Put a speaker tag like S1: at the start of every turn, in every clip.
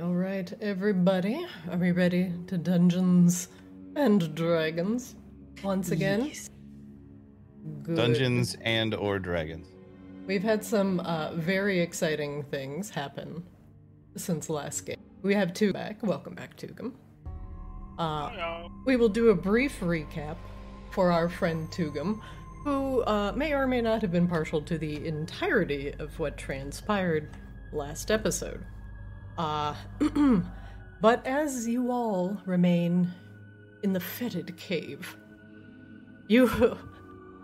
S1: All right, everybody, are we ready to Dungeons and Dragons once again? Good.
S2: Dungeons and or dragons.
S1: We've had some uh, very exciting things happen since last game. We have two back. Welcome back, Tugum. Uh, we will do a brief recap for our friend Tugum, who uh, may or may not have been partial to the entirety of what transpired last episode. Uh, but as you all remain in the fetid cave, you.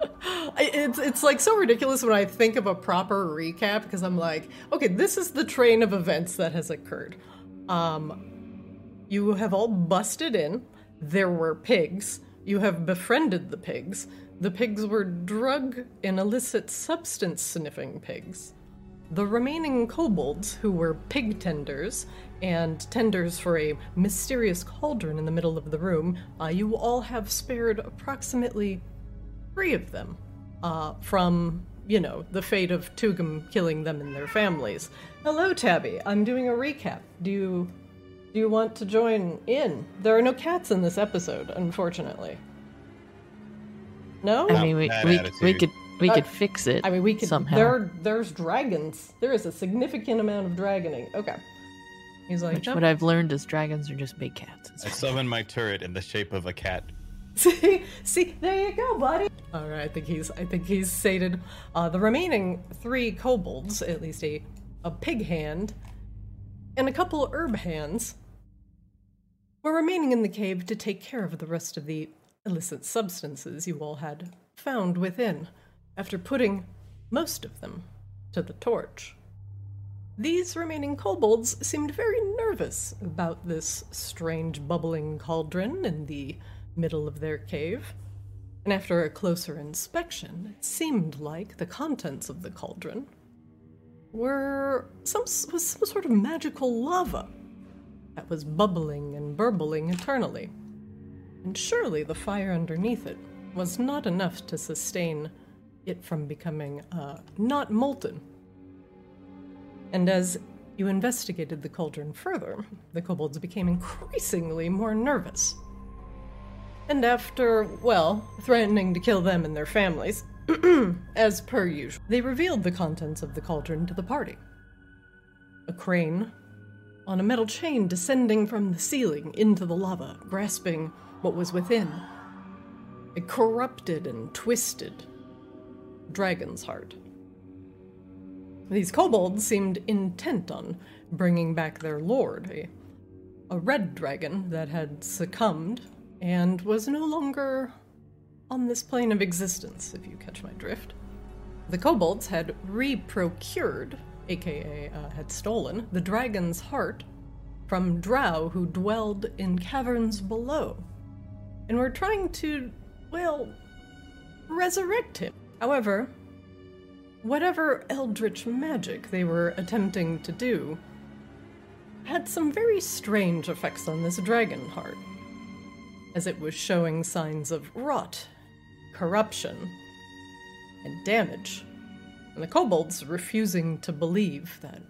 S1: I- It's it's like so ridiculous when I think of a proper recap because I'm like, okay, this is the train of events that has occurred. Um, you have all busted in. There were pigs. You have befriended the pigs. The pigs were drug and illicit substance sniffing pigs. The remaining kobolds, who were pig tenders and tenders for a mysterious cauldron in the middle of the room, uh, you all have spared approximately three of them uh, from, you know, the fate of Tugum killing them and their families. Hello, Tabby. I'm doing a recap. Do you do you want to join in? There are no cats in this episode, unfortunately. No.
S2: No.
S3: I mean, we,
S2: bad
S3: we, we
S2: attitude.
S3: could we
S1: Uh,
S3: could fix it.
S1: I mean, we could.
S3: somehow.
S1: There, there's dragons. There is a significant amount of dragoning. Okay. He's like,
S3: Which what I've learned is dragons are just big cats. It's
S2: I summon my turret in the shape of a cat.
S1: see, see, there you go, buddy. All right, I think he's, I think he's sated. Uh, the remaining three kobolds, at least a, a pig hand, and a couple herb hands, were remaining in the cave to take care of the rest of the illicit substances you all had found within, after putting most of them to the torch. These remaining kobolds seemed very nervous about this strange bubbling cauldron in the middle of their cave. And after a closer inspection, it seemed like the contents of the cauldron were some, s- was some sort of magical lava that was bubbling and burbling eternally. And surely the fire underneath it was not enough to sustain it from becoming uh, not molten. And as you investigated the cauldron further, the kobolds became increasingly more nervous. And after, well, threatening to kill them and their families, as per usual, they revealed the contents of the cauldron to the party. A crane on a metal chain descending from the ceiling into the lava, grasping what was within. A corrupted and twisted dragon's heart. These kobolds seemed intent on bringing back their lord, a a red dragon that had succumbed and was no longer on this plane of existence, if you catch my drift. The kobolds had re-procured, aka uh, had stolen, the dragon's heart from drow who dwelled in caverns below, and were trying to, well, resurrect him. However, whatever eldritch magic they were attempting to do had some very strange effects on this dragon heart, as it was showing signs of rot, corruption, and damage. And the kobolds refusing to believe that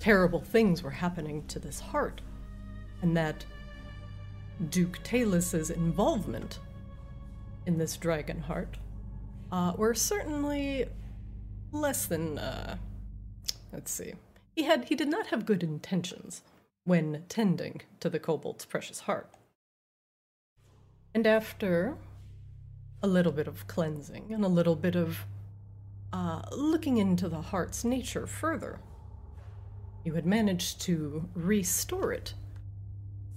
S1: terrible things were happening to this heart, and that Duke Talus's involvement in this dragon heart uh, were certainly less than uh, Let's see. He had he did not have good intentions when tending to the kobold's precious heart. And after a little bit of cleansing and a little bit of uh, looking into the heart's nature further, you had managed to restore it,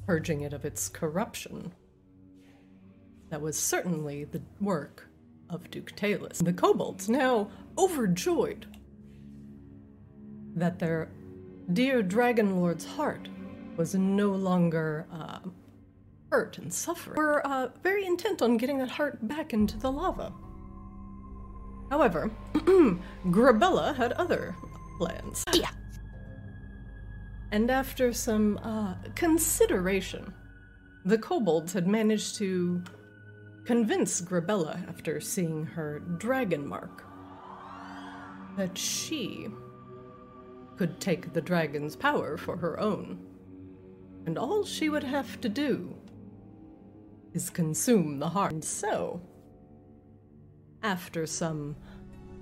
S1: purging it of its corruption. That was certainly the work of Duke Talus. The kobolds, now overjoyed that their dear dragon lord's heart was no longer uh, hurt and suffering were uh, very intent on getting that heart back into the lava however grabella had other plans and after some uh, consideration the kobolds had managed to convince grabella after seeing her dragon mark that she could take the dragon's power for her own, and all she would have to do is consume the heart. And so, after some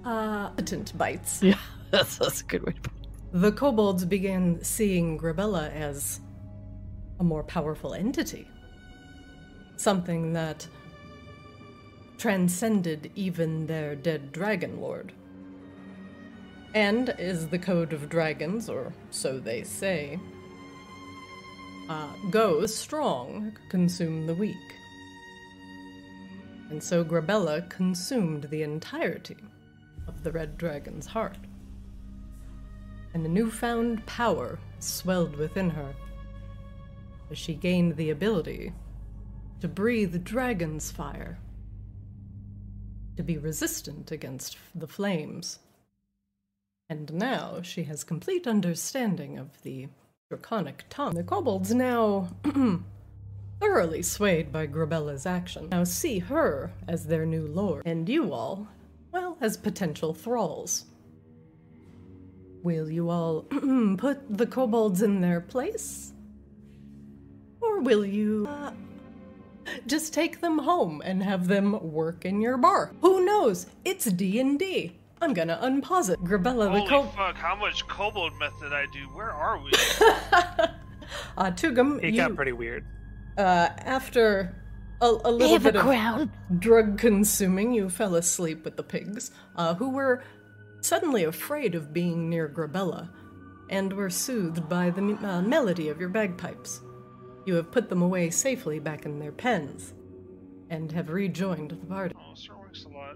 S1: uh, potent bites,
S3: Yeah, that's, that's a good way to put it.
S1: the kobolds began seeing Grabella as a more powerful entity. Something that transcended even their dead dragon lord. And as the code of dragons, or so they say, uh, goes strong, consume the weak. And so Grabella consumed the entirety of the red dragon's heart and a newfound power swelled within her as she gained the ability to breathe dragon's fire, to be resistant against the flames. And now she has complete understanding of the draconic tongue. The kobolds now thoroughly swayed by Grabella's action. Now see her as their new lord, and you all, well, as potential thralls. Will you all put the kobolds in their place? Or will you uh, just take them home and have them work in your bar? Who knows? It's D&D. I'm gonna unpause it. Grabella the
S4: Holy
S1: kobold.
S4: fuck, how much kobold method I do? Where are we?
S1: Uh, Tugum,
S5: It
S1: you,
S5: got pretty weird.
S1: uh, after a, a little bit of drug consuming, you fell asleep with the pigs, uh, who were suddenly afraid of being near Grabella, and were soothed by the m- uh, melody of your bagpipes. You have put them away safely back in their pens, and have rejoined the party.
S4: oh, Sir Winks a lot.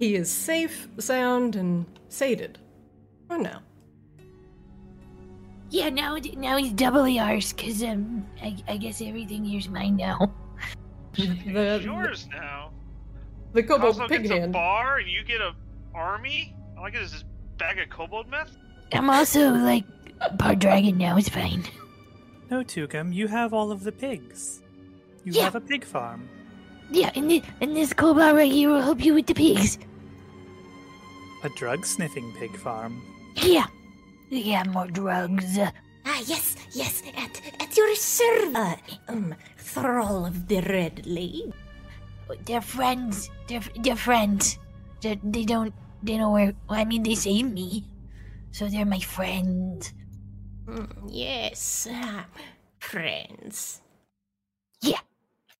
S1: He is safe, sound, and sated. Oh, For now.
S6: Yeah, now it- now he's doubly ours because um, I, I guess everything here's mine now.
S4: It's
S1: The,
S4: yours now.
S1: the kobold
S4: also
S1: pig
S4: gets a
S1: hand.
S4: bar and you get a army? All I get is this bag of kobold meth?
S6: I'm also like part dragon now. It's fine.
S5: No, Tukum, you have all of the pigs. You
S6: Yeah.
S5: have a pig farm.
S6: Yeah, and this, and this cobalt right here will help you with the pigs.
S5: A drug sniffing pig farm.
S6: Yeah, yeah, more drugs.
S7: Ah, yes, yes, at, at your service, uh, um, thrall of the Red Lady.
S6: They're friends. They're they're friends. They're, they don't they don't work. Well, I mean, they saved me, so they're my friends.
S7: Mm, yes, ah, friends.
S6: Yeah,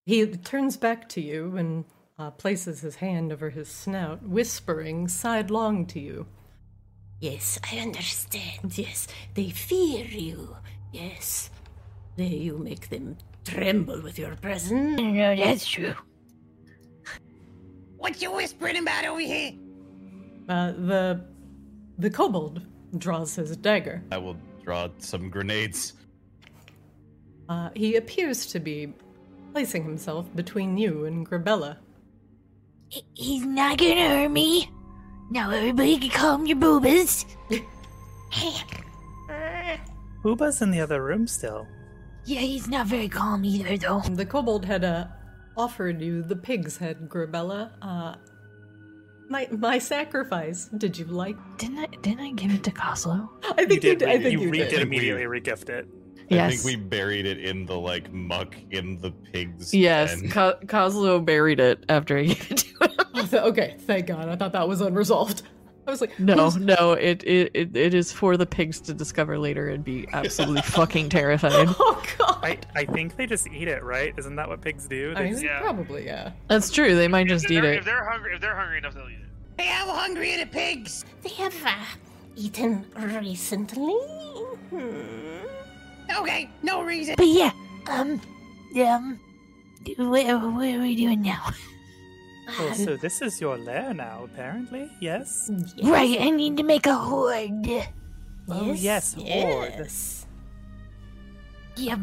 S1: He turns back to you and uh, places his hand over his snout, whispering sidelong to you.
S7: Yes, I understand. Yes, they fear you. Yes, they, you make them tremble with your presence.
S6: no, no, that's true.
S8: What you whispering about over here?
S1: Uh, the the kobold draws his dagger.
S2: I will draw some grenades.
S1: Uh, he appears to be placing himself between you and Grabella.
S6: He- He's not gonna hurt me. Now everybody can calm your boobas.
S5: Booba's in the other room still.
S6: Yeah, he's not very calm either, though.
S1: The kobold had uh, offered you the pig's head, Grabella. Uh, my my sacrifice. Did you like?
S3: Didn't I, didn't I give it to Coslow?
S1: I think you did. I think you,
S5: redid
S1: did.
S5: immediately, regift it.
S2: I
S3: Yes.
S2: think we buried it in the like muck in the pigs.
S3: Yes,
S2: pen.
S3: Co- Coslow buried it after I gave it to him.
S1: okay, thank God. I thought that was unresolved. I was like,
S3: No,
S1: who's-
S3: no, it, it it it is for the pigs to discover later and be absolutely fucking terrified.
S1: Oh God.
S5: I, I think they just eat it, right? Isn't that what pigs do?
S1: I
S5: They
S1: mean,
S5: just,
S4: Yeah.
S1: probably yeah.
S3: That's true. They might
S4: if
S3: just eat
S4: they're,
S3: it.
S4: If they're hungry, if they're hungry enough, they'll eat it.
S8: Hey, I'm hungry at the pigs.
S7: They have uh, eaten recently. Hmm.
S8: Okay, no reason.
S6: But yeah, um, um, what, what are we doing now?
S5: oh, so this is your lair now, apparently. Yes.
S6: Right, I need to make a horde.
S5: Oh yes, horde.
S7: yes.
S6: Yeah,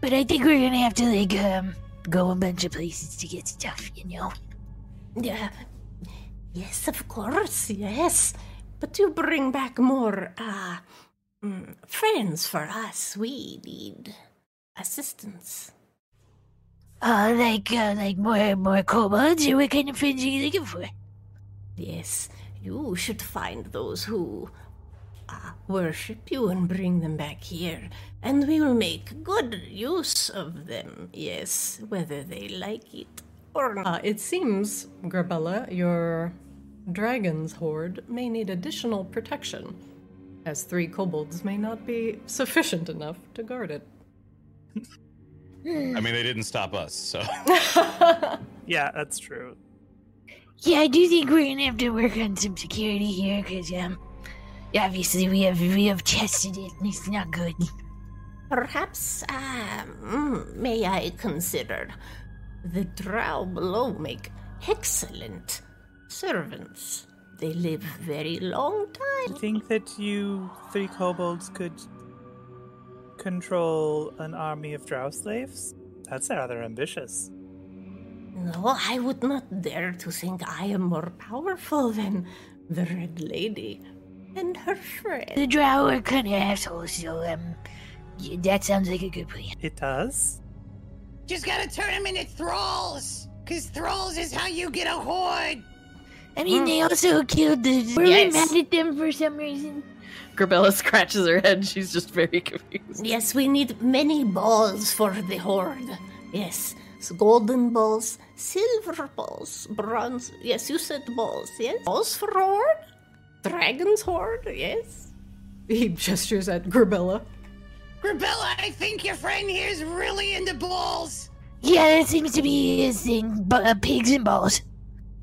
S6: but I think we're gonna have to like um go a bunch of places to get stuff, you know.
S7: Yeah. Yes, of course, yes. But to bring back more, uh, mm, friends for us, we need assistance.
S6: Uh, like uh, like more more kobolds. Or what kind of friends are you looking for?
S7: Yes, you should find those who uh, worship you and bring them back here. And we will make good use of them, yes, whether they like it or not.
S1: Uh, it seems, Grabella, your dragon's horde may need additional protection, as three kobolds may not be sufficient enough to guard it.
S2: I mean, they didn't stop us, so
S5: Yeah, that's true.
S6: Yeah, I do think we're gonna have to work on some security here, cause um, obviously we have we have tested it and it's not good.
S7: Perhaps, uh, mm, may I consider the drow below make excellent servants. They live very long
S5: Do you
S7: time.
S5: think that you three kobolds could control an army of drow slaves? That's rather ambitious.
S7: No, I would not dare to think I am more powerful than the Red Lady and her friend.
S6: The drow are kind of assholes, so um, y- that sounds like a good plan.
S5: It does.
S8: Just gotta turn them into thralls. Cause thralls is how you get a horde.
S6: I mean, they also killed the. Were
S7: Yes.
S6: we mad at them for some reason?
S3: Grabella scratches her head. She's just very confused.
S7: Yes, we need many balls for the horde. Yes, s- golden balls, silver balls, bronze. Yes, you said balls. Yes, balls for horde, dragon's horde. Yes.
S1: He gestures at Grabella.
S8: Grabella, I think your friend here's really into balls.
S6: Yeah, that seems to be his thing. But uh, pigs and balls.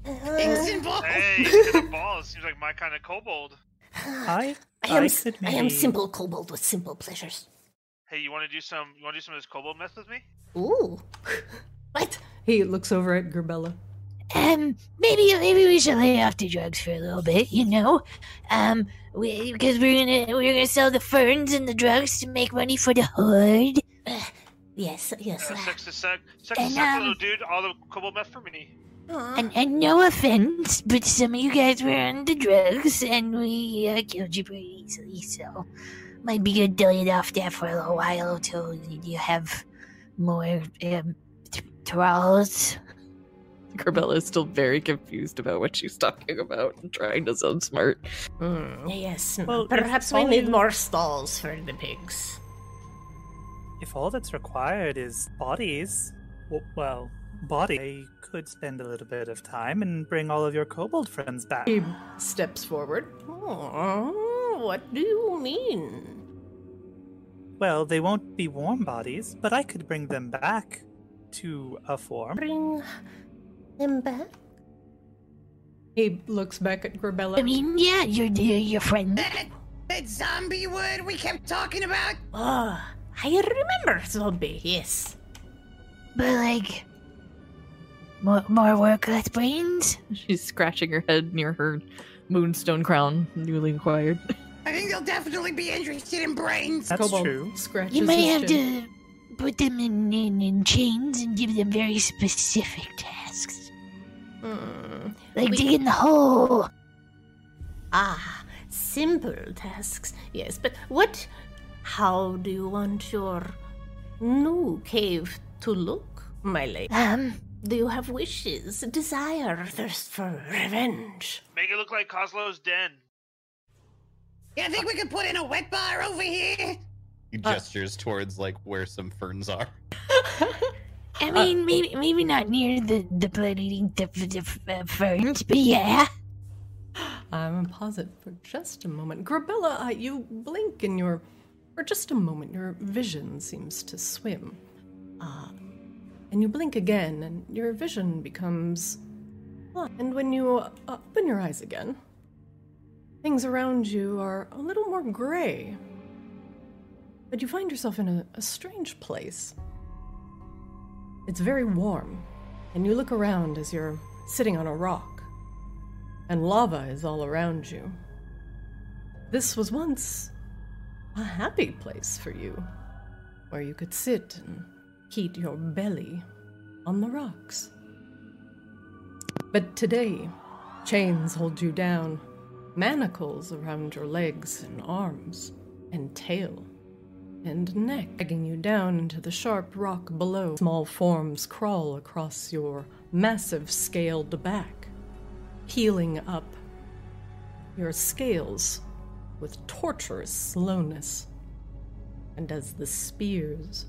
S8: Things in balls.
S4: Hey, he's got a ball. Seems like my kind of kobold.
S5: I,
S7: I am. s-
S5: could
S7: I
S5: maybe,
S7: am simple kobold with simple pleasures.
S4: Hey, you want to do some? You want to do some of this kobold mess with me?
S7: Ooh, what?
S1: He looks over at Grabella.
S6: Um, maybe maybe we should lay off the drugs for a little bit, you know? Um, we, because we're gonna we're gonna sell the ferns and the drugs to make money for the horde.
S7: Yes, yes.
S4: Uh,
S7: ah.
S4: sex to sex, sex to
S6: And,
S4: sex,
S6: um,
S4: little dude. All the kobold mess for me.
S6: And and no offense, but some of you guys were on the drugs and we uh, killed you pretty easily, so might be good to lay off that for a little while till you have more um, t- thralls.
S3: Grabella is still very confused about what she's talking about and trying to sound smart. Hmm.
S7: Mm, yes.
S5: Well, if
S7: Perhaps we
S5: all
S7: need
S5: you-
S7: more stalls for the pigs.
S5: if all that's required is bodies, w- well, body, I could spend a little bit of time and bring all of your kobold friends back.
S1: He steps forward.
S7: Oh, what do you mean?
S5: Well, they won't be warm bodies, but I could bring them back to a form.
S7: Bring them back.
S1: He looks back at
S6: I
S1: Grabella.
S6: mean, yeah, your your friend.
S8: That, that zombie wood we kept talking about.
S7: Oh, I remember zombie, yes.
S6: But like, more more work, less brains.
S3: She's scratching her head near her moonstone crown, newly acquired.
S8: I think they'll definitely be interested in brains.
S5: That's
S1: Kobold
S5: true.
S1: Scratches
S6: You may
S1: his
S6: have
S1: chin.
S6: to put them in, in in chains and give them very specific tasks,
S7: Hmm.
S6: like
S7: We-
S6: digging the hole.
S7: Ah, simple tasks, yes. But what? How do you want your new cave to look, my lady?
S6: Um,
S7: Do you have wishes, desire, thirst for revenge?
S4: Make it look like Coslow's den.
S8: Yeah, I think we could put in a wet bar over here.
S2: he
S3: Uh,
S2: gestures towards like where some ferns are.
S6: I mean, maybe maybe not near the the blood eating the, the, uh, ferns, but yeah.
S1: I'm gonna pause it for just a moment. Grabella, uh, you blink in your, for just a moment, your vision seems to swim. Uh, and you blink again, and your vision becomes. blank. And when you uh, open your eyes again, things around you are a little more gray. But you find yourself in a, a strange place. It's very warm, and you look around as you're sitting on a rock and lava is all around you. This was once a happy place for you, where you could sit and heat your belly on the rocks. But today, chains hold you down, manacles around your legs and arms, and tail, and neck, dragging you down into the sharp rock below. Small forms crawl across your massive scaled back peeling up your scales with torturous slowness. And as the spears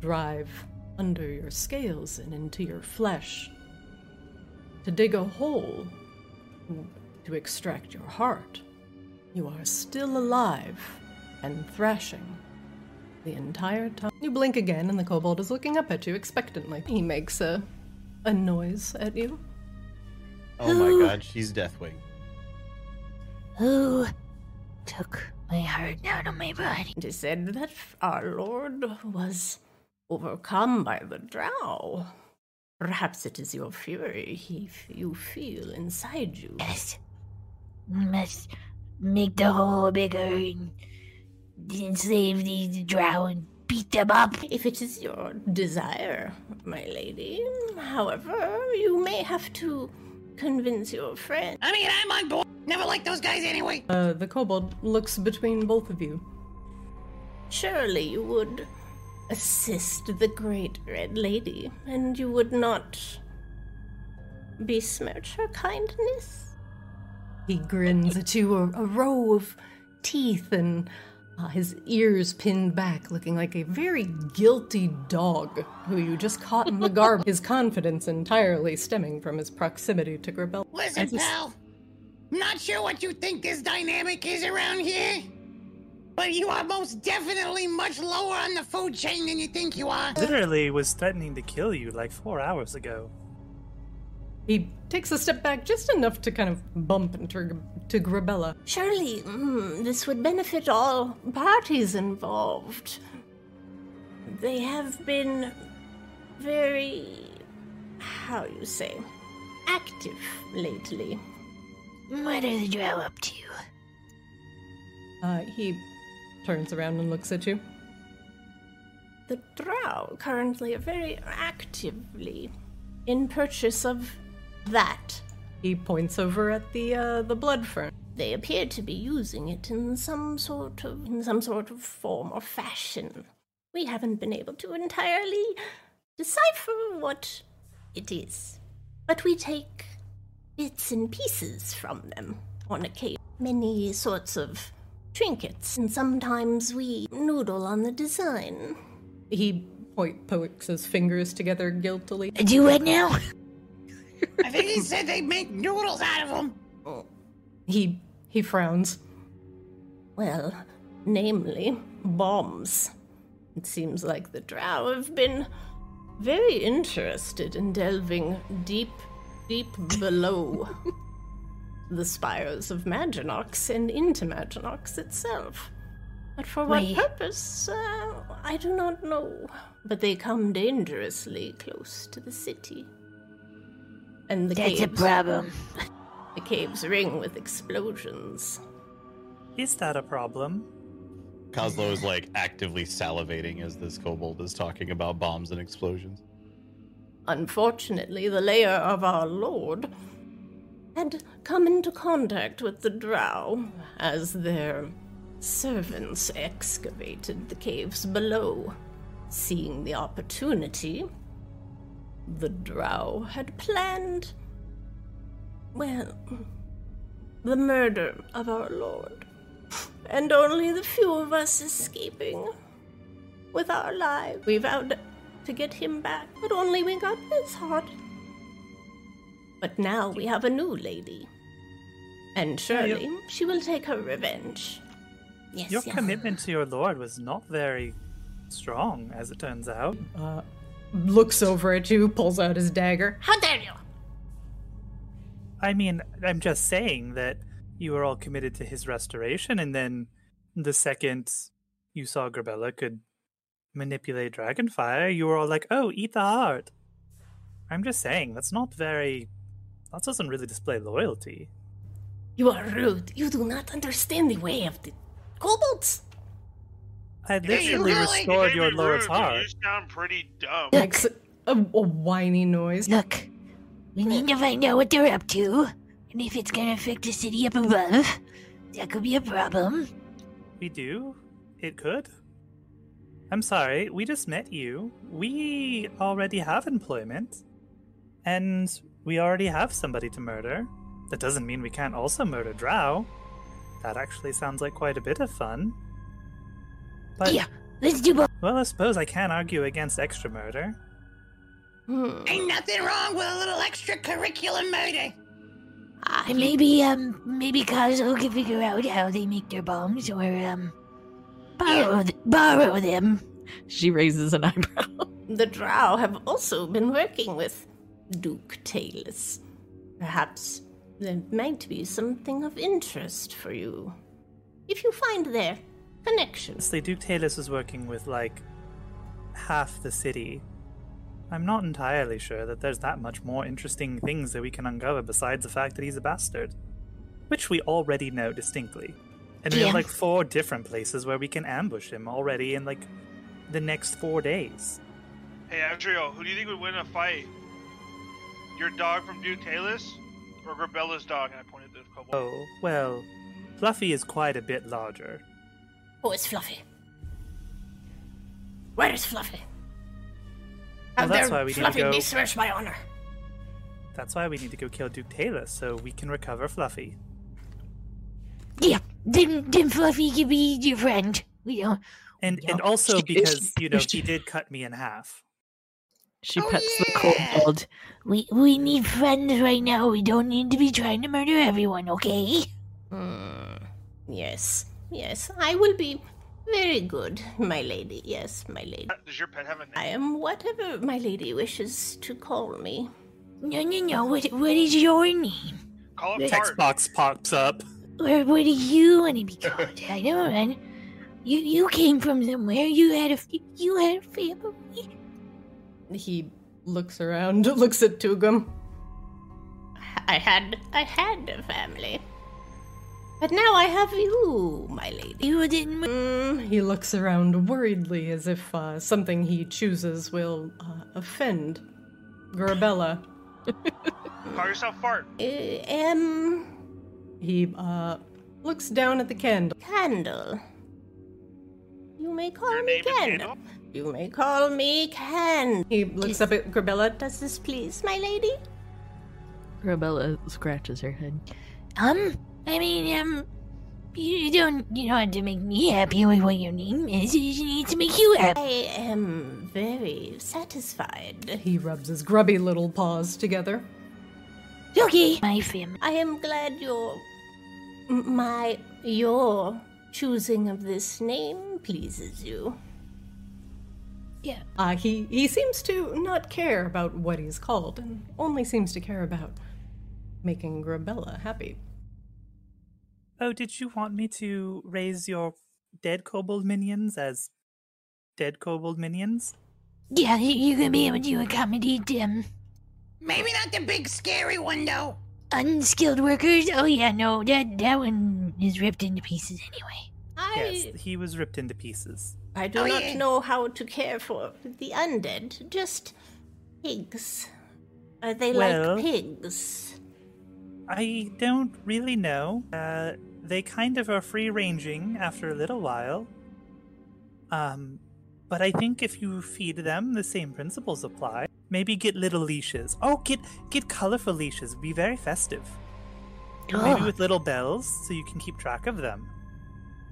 S1: drive under your scales and into your flesh, to dig a hole to extract your heart, you are still alive and thrashing the entire time. You blink again, and the kobold is looking up at you expectantly. He makes a, a noise at you.
S2: Oh my god, she's Deathwing.
S6: Who took my heart out of my body?
S7: It is said that our lord was overcome by the drow. Perhaps it is your fury he, you feel inside you.
S6: Yes. Must make the hole bigger and enslave these drow and beat them up.
S7: If it is your desire, my lady, however, you may have to convince your friend.
S8: I mean, I'm on board. Never liked those guys anyway.
S1: Uh, the kobold looks between both of you.
S7: Surely you would assist the great red lady, and you would not besmirch her kindness.
S1: He grins at you, a, a row of teeth and uh, his ears pinned back, looking like a very guilty dog who you just caught in the garb. his confidence entirely stemming from his proximity to Gribel.
S8: Listen, pal. I'm not sure what you think this dynamic is around here, but you are most definitely much lower on the food chain than you think you are.
S5: Literally was threatening to kill you like four hours ago.
S1: He takes a step back just enough to kind of bump into to Grabella.
S7: Surely mm, this would benefit all parties involved. They have been very, how you say, active lately.
S6: What are the drow up to?
S1: Uh, he turns around and looks at you.
S7: The drow currently are very actively in purchase of that.
S1: He points over at the uh, the blood fern.
S7: They appear to be using it in some sort of in some sort of form or fashion. We haven't been able to entirely decipher what it is, but we take bits and pieces from them on occasion. Many sorts of trinkets, and sometimes we noodle on the design.
S1: He point pokes his fingers together guiltily.
S6: Do what now?
S8: I think he said they make noodles out of them.
S1: Oh. He he frowns.
S7: Well, namely, bombs. It seems like the drow have been very interested in delving deep, deep below the spires of Maginox and into Maginox itself. But for what
S6: Wait.
S7: purpose, uh, I do not know. But they come dangerously close to the city. And the
S6: That's a
S7: caves,
S6: problem.
S7: the caves ring with explosions.
S5: Is that a problem?
S2: Coslow is like actively salivating as this kobold is talking about bombs and explosions.
S7: Unfortunately, the layer of our lord had come into contact with the drow as their servants excavated the caves below. Seeing the opportunity, the drow had planned, well, the murder of our lord, and only the few of us escaping with our lives. We vowed to get him back, but only we got this heart. But now we have a new lady. And surely she will take her revenge.
S6: Yes,
S5: Your commitment to your lord was not very strong, as it turns out.
S1: Looks over at you, pulls out his dagger.
S7: How dare you!
S5: I mean, I'm just saying that you were all committed to his restoration, and then the second you saw Grabella could manipulate Dragonfire, you were all like, "Oh, eat the heart." I'm just saying that's not very. That doesn't really display loyalty.
S7: You are rude. You do not understand the way of the kobolds.
S5: I literally
S8: really-
S5: restored
S4: Maybe
S5: your lord's
S4: rude, but
S5: heart.
S4: You sound pretty dumb.
S1: Makes a, a whiny noise.
S6: Look, we need to find out what they're up to, and if it's gonna affect the city up above, that could be a problem.
S5: We do. It could. I'm sorry, we just met you. We already have employment. And we already have somebody to murder. That doesn't mean we can't also murder Drow. That actually sounds like quite a bit of fun. But,
S6: yeah, let's do both.
S5: well, I suppose I can't argue against extra murder.
S7: Hmm.
S8: Ain't nothing wrong with a little extracurricular murder.
S7: I
S6: And maybe, um, maybe Kazuo can figure out how they make their bombs or, um, borrow, th- borrow them.
S3: She raises an eyebrow.
S7: The Drow have also been working with Duke Talus. Perhaps there might be something of interest for you. If you find their connections.
S5: Honestly, Duke Talus was working with like half the city. I'm not entirely sure that there's that much more interesting things that we can uncover besides the fact that he's a bastard, which we already know distinctly. And we
S6: Yeah.
S5: have like four different places where we can ambush him already in like the next four days.
S4: Hey, Andrio, who do you think would win a fight? Your dog from Duke Talus or Grabella's dog? And I pointed to the kobold.
S5: Oh, well, Fluffy is quite a bit larger.
S7: Oh, it's Fluffy. Where is Fluffy? How
S5: that's
S7: dare
S5: why we need to
S7: Fluffy
S5: go-
S7: besmirch my honor?
S5: That's why we need to go kill Duke Talus so we can recover Fluffy.
S6: Yeah, then, then Fluffy can be your friend. We don't.
S5: And and
S3: Yeah.
S5: also
S3: She-
S5: because, you know,
S3: she-
S5: he did cut me in half.
S3: She
S8: Oh,
S3: pets
S8: yeah!
S3: the kobold.
S6: We we need friends right now. We don't need to be trying to murder everyone, okay?
S7: Hmm. Yes, yes, I will be very good, my lady. Yes, my lady.
S4: Does your pet have a name?
S7: I am whatever my lady wishes to call me.
S6: No, no, no. What what is your name?
S4: Call it
S6: Yes.
S4: Fart.
S5: Xbox pops up.
S6: Or what do you want to be called? I know, man. You you came from somewhere. You had a f- you had a family.
S1: He looks around, looks at Tugum.
S7: I had I had a family. But now I have you, my lady.
S6: You didn't. mur-
S1: Mm, he looks around worriedly as if uh, something he chooses will uh, offend Grabella.
S4: Call yourself Fart.
S7: Uh, um
S1: He uh, looks down at the candle.
S7: Candle. You may call
S4: Your
S7: me
S4: name is
S7: Candle.
S4: Candle?
S7: You may call me Candle.
S1: He looks up at Grabella.
S7: Does this please my lady?
S3: Rabella scratches her head.
S6: Um, I mean, um, you don't you don't have to make me happy with what your name is. You just need to make you happy.
S7: I am very satisfied.
S1: He rubs his grubby little paws together.
S6: Okay, my family.
S7: I am glad your m- my your choosing of this name pleases you.
S1: Uh, he, he seems to not care about what he's called and only seems to care about making Grabella happy.
S5: Oh, did you want me to raise your dead kobold minions as dead kobold minions?
S6: Yeah, you- you're gonna be able to accommodate them.
S8: Maybe not the big scary one though.
S6: Unskilled workers? Oh yeah, no, that that one is ripped into pieces anyway.
S7: I
S5: Yes, he was ripped into pieces.
S7: I do
S8: Oh,
S7: not
S8: yeah.
S7: know how to care for the undead, just pigs. Are they
S5: Well-
S7: like pigs?
S5: I don't really know. Uh, they kind of are free ranging after a little while. Um, but I think if you feed them, the same principles apply. Maybe get little leashes. Oh, get get colorful leashes. Be very festive. Maybe
S6: Oh.
S5: with little bells, so you can keep track of them.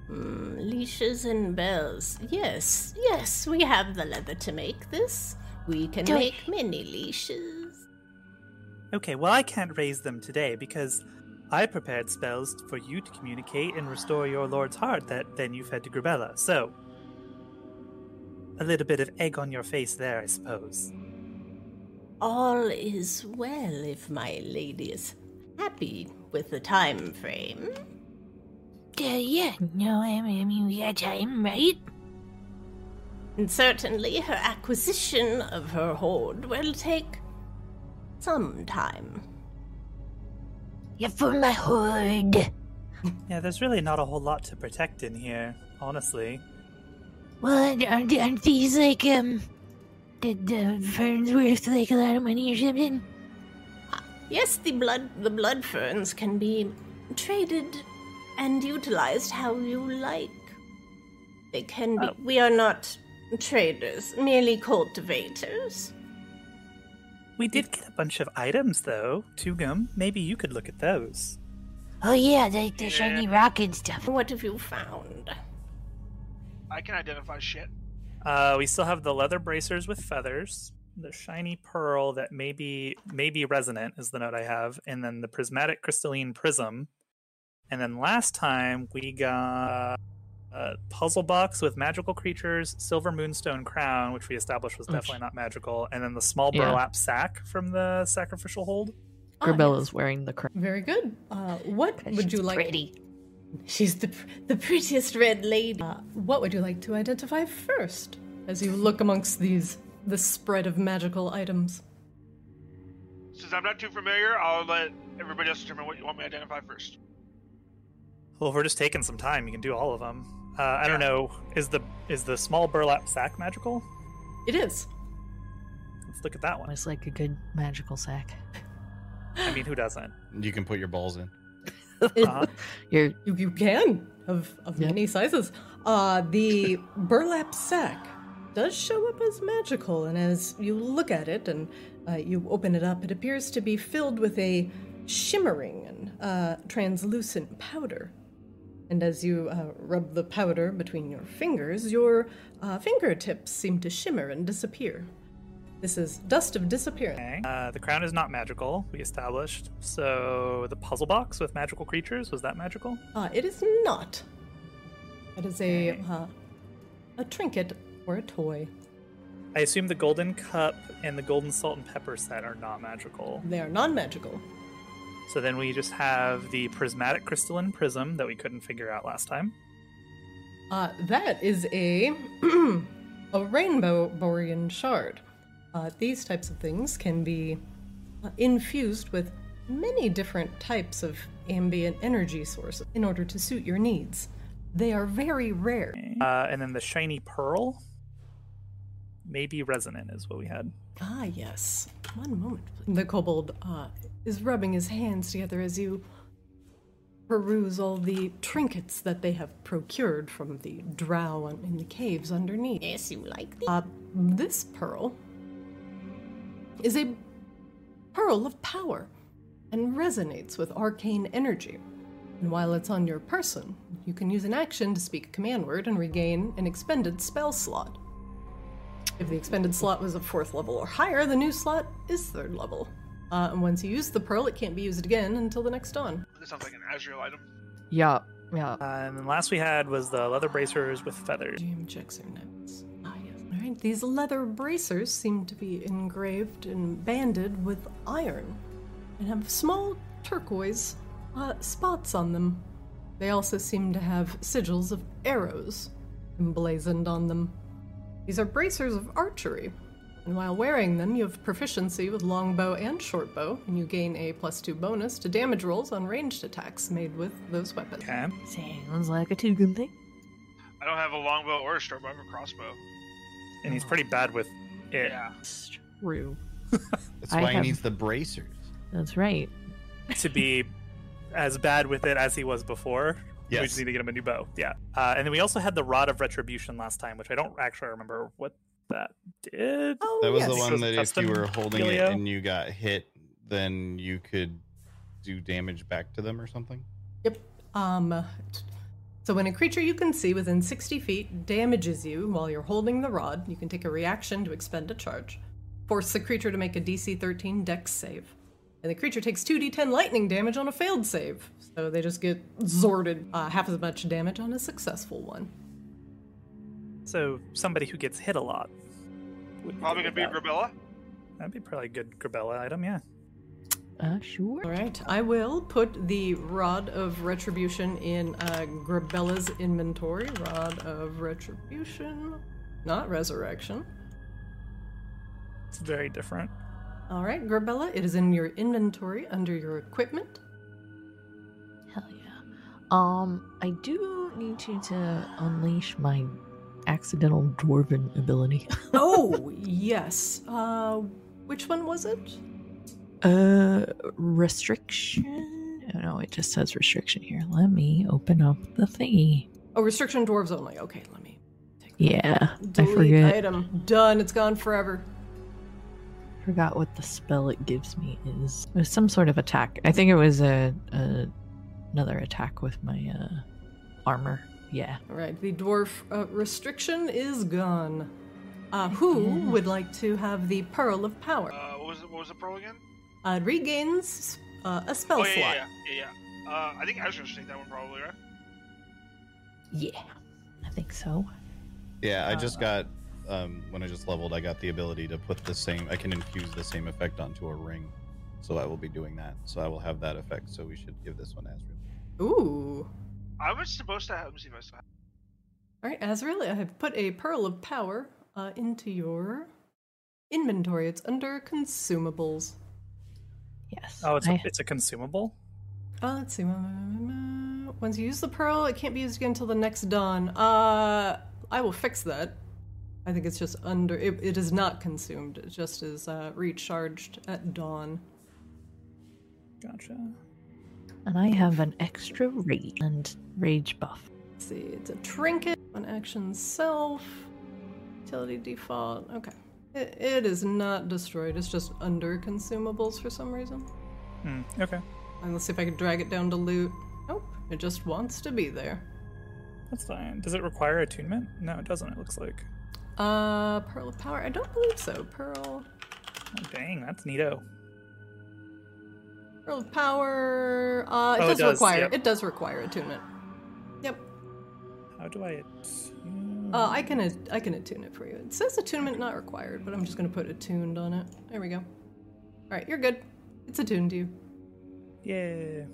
S7: Hmm, leashes and bells. Yes, yes, we have the leather to make this. We can
S6: Do it.
S7: make many leashes.
S5: Okay, well, I can't raise them today because I prepared spells for you to communicate and restore your lord's heart that then you fed to Grubella. So, a little bit of egg on your face there, I suppose.
S7: All is well if my lady is happy with the time frame.
S6: Yeah, Uh, yeah, no, I mean, I mean, we got time, right?
S7: And certainly her acquisition of her hoard will take some time.
S6: Yeah, for my hood.
S5: Yeah, there's really not a whole lot to protect in here, honestly.
S6: Well, aren't, aren't these like um, the, the ferns worth like a lot of money or something?
S7: Yes, the blood the blood ferns can be traded and utilized how you like. They can be. We are not traders, merely cultivators.
S5: We did get a bunch of items, though. Tugum, maybe you could look at those.
S6: Oh yeah, the, the shiny rock and stuff.
S7: What have you found?
S4: I can identify shit.
S5: Uh, we still have the leather bracers with feathers, the shiny pearl that may be, may be resonant is the note I have, and then the prismatic crystalline prism. And then last time we got a puzzle box with magical creatures, silver moonstone crown, which we established was
S3: Oof.
S5: definitely not magical, and then the small
S3: Yeah.
S5: burlap sack from the sacrificial hold.
S3: Grabella's wearing the crown.
S1: Very good. Uh, what would you like?
S6: Pretty.
S1: She's the pr- the prettiest red lady. Uh, what would you like to identify first, as you look amongst these the spread of magical items?
S4: Since I'm not too familiar, I'll let everybody else determine what you want me to identify first.
S5: Well, if we're just taking some time, you can do all of them. Uh, I don't know. Is the is the small burlap sack magical?
S1: It is.
S5: Let's look at that one.
S3: It's like a good magical sack.
S5: I mean, who doesn't?
S2: You can put your balls in.
S5: Uh-huh.
S3: You're
S1: You, you can of of
S3: Yep.
S1: many sizes. Uh, the burlap sack does show up as magical, and as you look at it and uh, you open it up, it appears to be filled with a shimmering and uh, translucent powder. And as you uh, rub the powder between your fingers, your uh, fingertips seem to shimmer and disappear. This is dust of disappearance.
S5: Okay. Uh, the crown is not magical. We established. So the puzzle box with magical creatures was that magical?
S1: Uh, it is not. It is a uh, a trinket or a toy.
S5: I assume the golden cup and the golden salt and pepper set are not magical.
S1: They are non-magical.
S5: So then we just have the prismatic crystalline prism that we couldn't figure out last time.
S1: Uh, that is a a rainbow borean shard. Uh, these types of things can be uh, infused with many different types of ambient energy sources in order to suit your needs. They are very rare.
S5: Uh, and then the shiny pearl. Maybe resonant is what we had.
S1: Ah, yes. One moment, please. The kobold uh, is rubbing his hands together as you peruse all the trinkets that they have procured from the drow in in the caves underneath.
S7: Yes, you like the
S1: Uh, this pearl is a pearl of power and resonates with arcane energy. And while it's on your person, you can use an action to speak a command word and regain an expended spell slot. If the expended slot was a fourth level or higher, the new slot is third level. Uh, and once you use the pearl, it can't be used again until the next dawn.
S4: This sounds like an Azrael item.
S3: yeah, yeah.
S5: Uh, and then last we had was the leather bracers with feathers.
S1: GM checks are notes. Ah, yes. All right. These leather bracers seem to be engraved and banded with iron, and have small turquoise uh, spots on them. They also seem to have sigils of arrows emblazoned on them. These are bracers of archery, and while wearing them, you have proficiency with longbow and shortbow, and you gain a plus two bonus to damage rolls on ranged attacks made with those weapons.
S5: Okay.
S3: Sounds like a too good thing.
S4: I don't have a longbow or a shortbow. I have a crossbow.
S5: And he's pretty bad with it.
S4: Yeah.
S3: It's true.
S2: That's
S3: I
S2: why he
S3: have-
S2: needs the bracers.
S3: That's right.
S5: to be as bad with it as he was before. We
S2: Yes.
S5: just need to get him a new bow. Yeah. Uh, and then we also had the Rod of Retribution last time, which I don't actually remember what that did.
S1: Oh,
S2: That was
S1: yes.
S2: the one
S5: Those
S2: that if you
S5: custom
S2: were holding
S5: Helio?
S2: it and you got hit, then you could do damage back to them or something.
S1: Yep. Um, so when a creature you can see within 60 feet damages you while you're holding the rod, you can take a reaction to expend a charge. Force the creature to make a DC 13 dex save. And the creature takes 2d10 lightning damage on a failed save. So they just get zorted uh, half as much damage on a successful one.
S5: So somebody who gets hit a lot. would be
S4: Probably
S5: good
S4: gonna be a
S5: with that.
S4: Grabella.
S5: That'd be probably a good Grabella item, yeah.
S3: Uh, sure.
S1: All right, I will put the Rod of Retribution in uh, Grabella's inventory. Rod of Retribution, not Resurrection.
S5: It's very different.
S1: All right, Grabella, it is in your inventory under your equipment.
S3: Hell yeah. Um, I do need you to unleash my accidental dwarven ability.
S1: Oh, yes. Uh, which one was it?
S3: Uh, restriction? Oh no, it just says restriction here. Let me open up the thingy.
S1: Oh, restriction dwarves only. Okay, let me
S3: Yeah, I
S1: delete
S3: forget.
S1: item. Done. It's gone forever.
S3: forgot what the spell it gives me is. It was some sort of attack. I think it was a, a another attack with my uh, armor. Yeah.
S1: All right, the dwarf uh, restriction is gone. Uh, who would like to have the Pearl of Power?
S4: Uh, what was the, what was the pearl again?
S1: Uh, regains uh, a spell
S4: oh yeah,
S1: slot.
S4: yeah, yeah, yeah, yeah. Uh, I think Ezra should take that one probably, right?
S3: Yeah. I think so.
S2: Yeah, I just got um, when I just leveled, I got the ability to put the same. I can infuse the same effect onto a ring, so I will be doing that. So I will have that effect. So we should give this one Asriel.
S1: Ooh.
S4: I was supposed to have. Let me see if I still have.
S1: All right, Azrael, I have put a Pearl of Power uh, into your inventory. It's under consumables.
S3: Yes.
S5: Oh, it's a,
S3: I-
S5: it's a consumable.
S1: Uh, let's see. Once you use the pearl, it can't be used again until the next dawn. Uh, I will fix that. I think it's just under. It, it is not consumed. It just is uh, recharged at dawn.
S5: Gotcha.
S3: and I have an extra rage and rage buff.
S1: Let's see. It's a trinket. One action self. Utility default. Okay. It, it is not destroyed. It's just under consumables for some reason.
S5: Hmm. Okay,
S1: And let's see if I can drag it down to loot. Nope. It just wants to be there.
S5: that's fine. Does it require attunement? No, it doesn't. It looks like.
S1: Uh, pearl of power. I don't believe so. Pearl.
S5: Oh, dang, that's neato.
S1: Earl of Power. Uh, it
S5: Oh, it
S1: does,
S5: does,
S1: require
S5: yep.
S1: it does require attunement. Yep.
S5: How do I? attune?
S1: Uh, I can at- I can attune it for you. It says attunement not required, but I'm just gonna put attuned on it. There we go. All right, you're good. It's attuned to you.
S5: Yeah.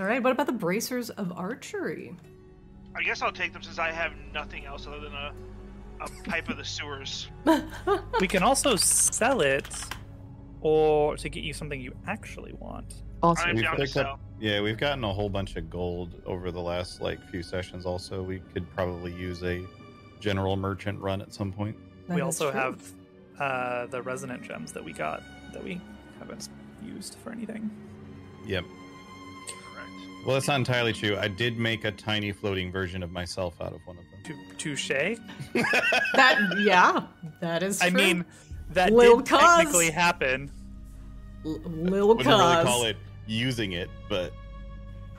S1: All right. What about the bracers of archery?
S4: I guess I'll take them since I have nothing else other than a, a pipe of the sewers.
S5: We can also sell it, or to get you something you actually want.
S3: Also,
S4: I'm
S2: We've
S4: down to
S2: picked up-
S4: sell.
S2: Yeah, we've gotten a whole bunch of gold over the last like few sessions. Also, we could probably use a general merchant run at some point.
S1: That
S5: we
S1: is
S5: also
S1: true.
S5: have uh, the resonant gems that we got that we haven't used for anything.
S2: Yep.
S4: Correct.
S2: Well, that's not entirely true. I did make a tiny floating version of myself out of one of them.
S5: Tou- Touche.
S1: that. Yeah, that is. True.
S5: I mean, that
S1: Lil
S5: did
S1: Cuz.
S5: technically happen.
S1: L- Lil
S2: Wouldn't really
S1: Cos.
S2: call it using it, but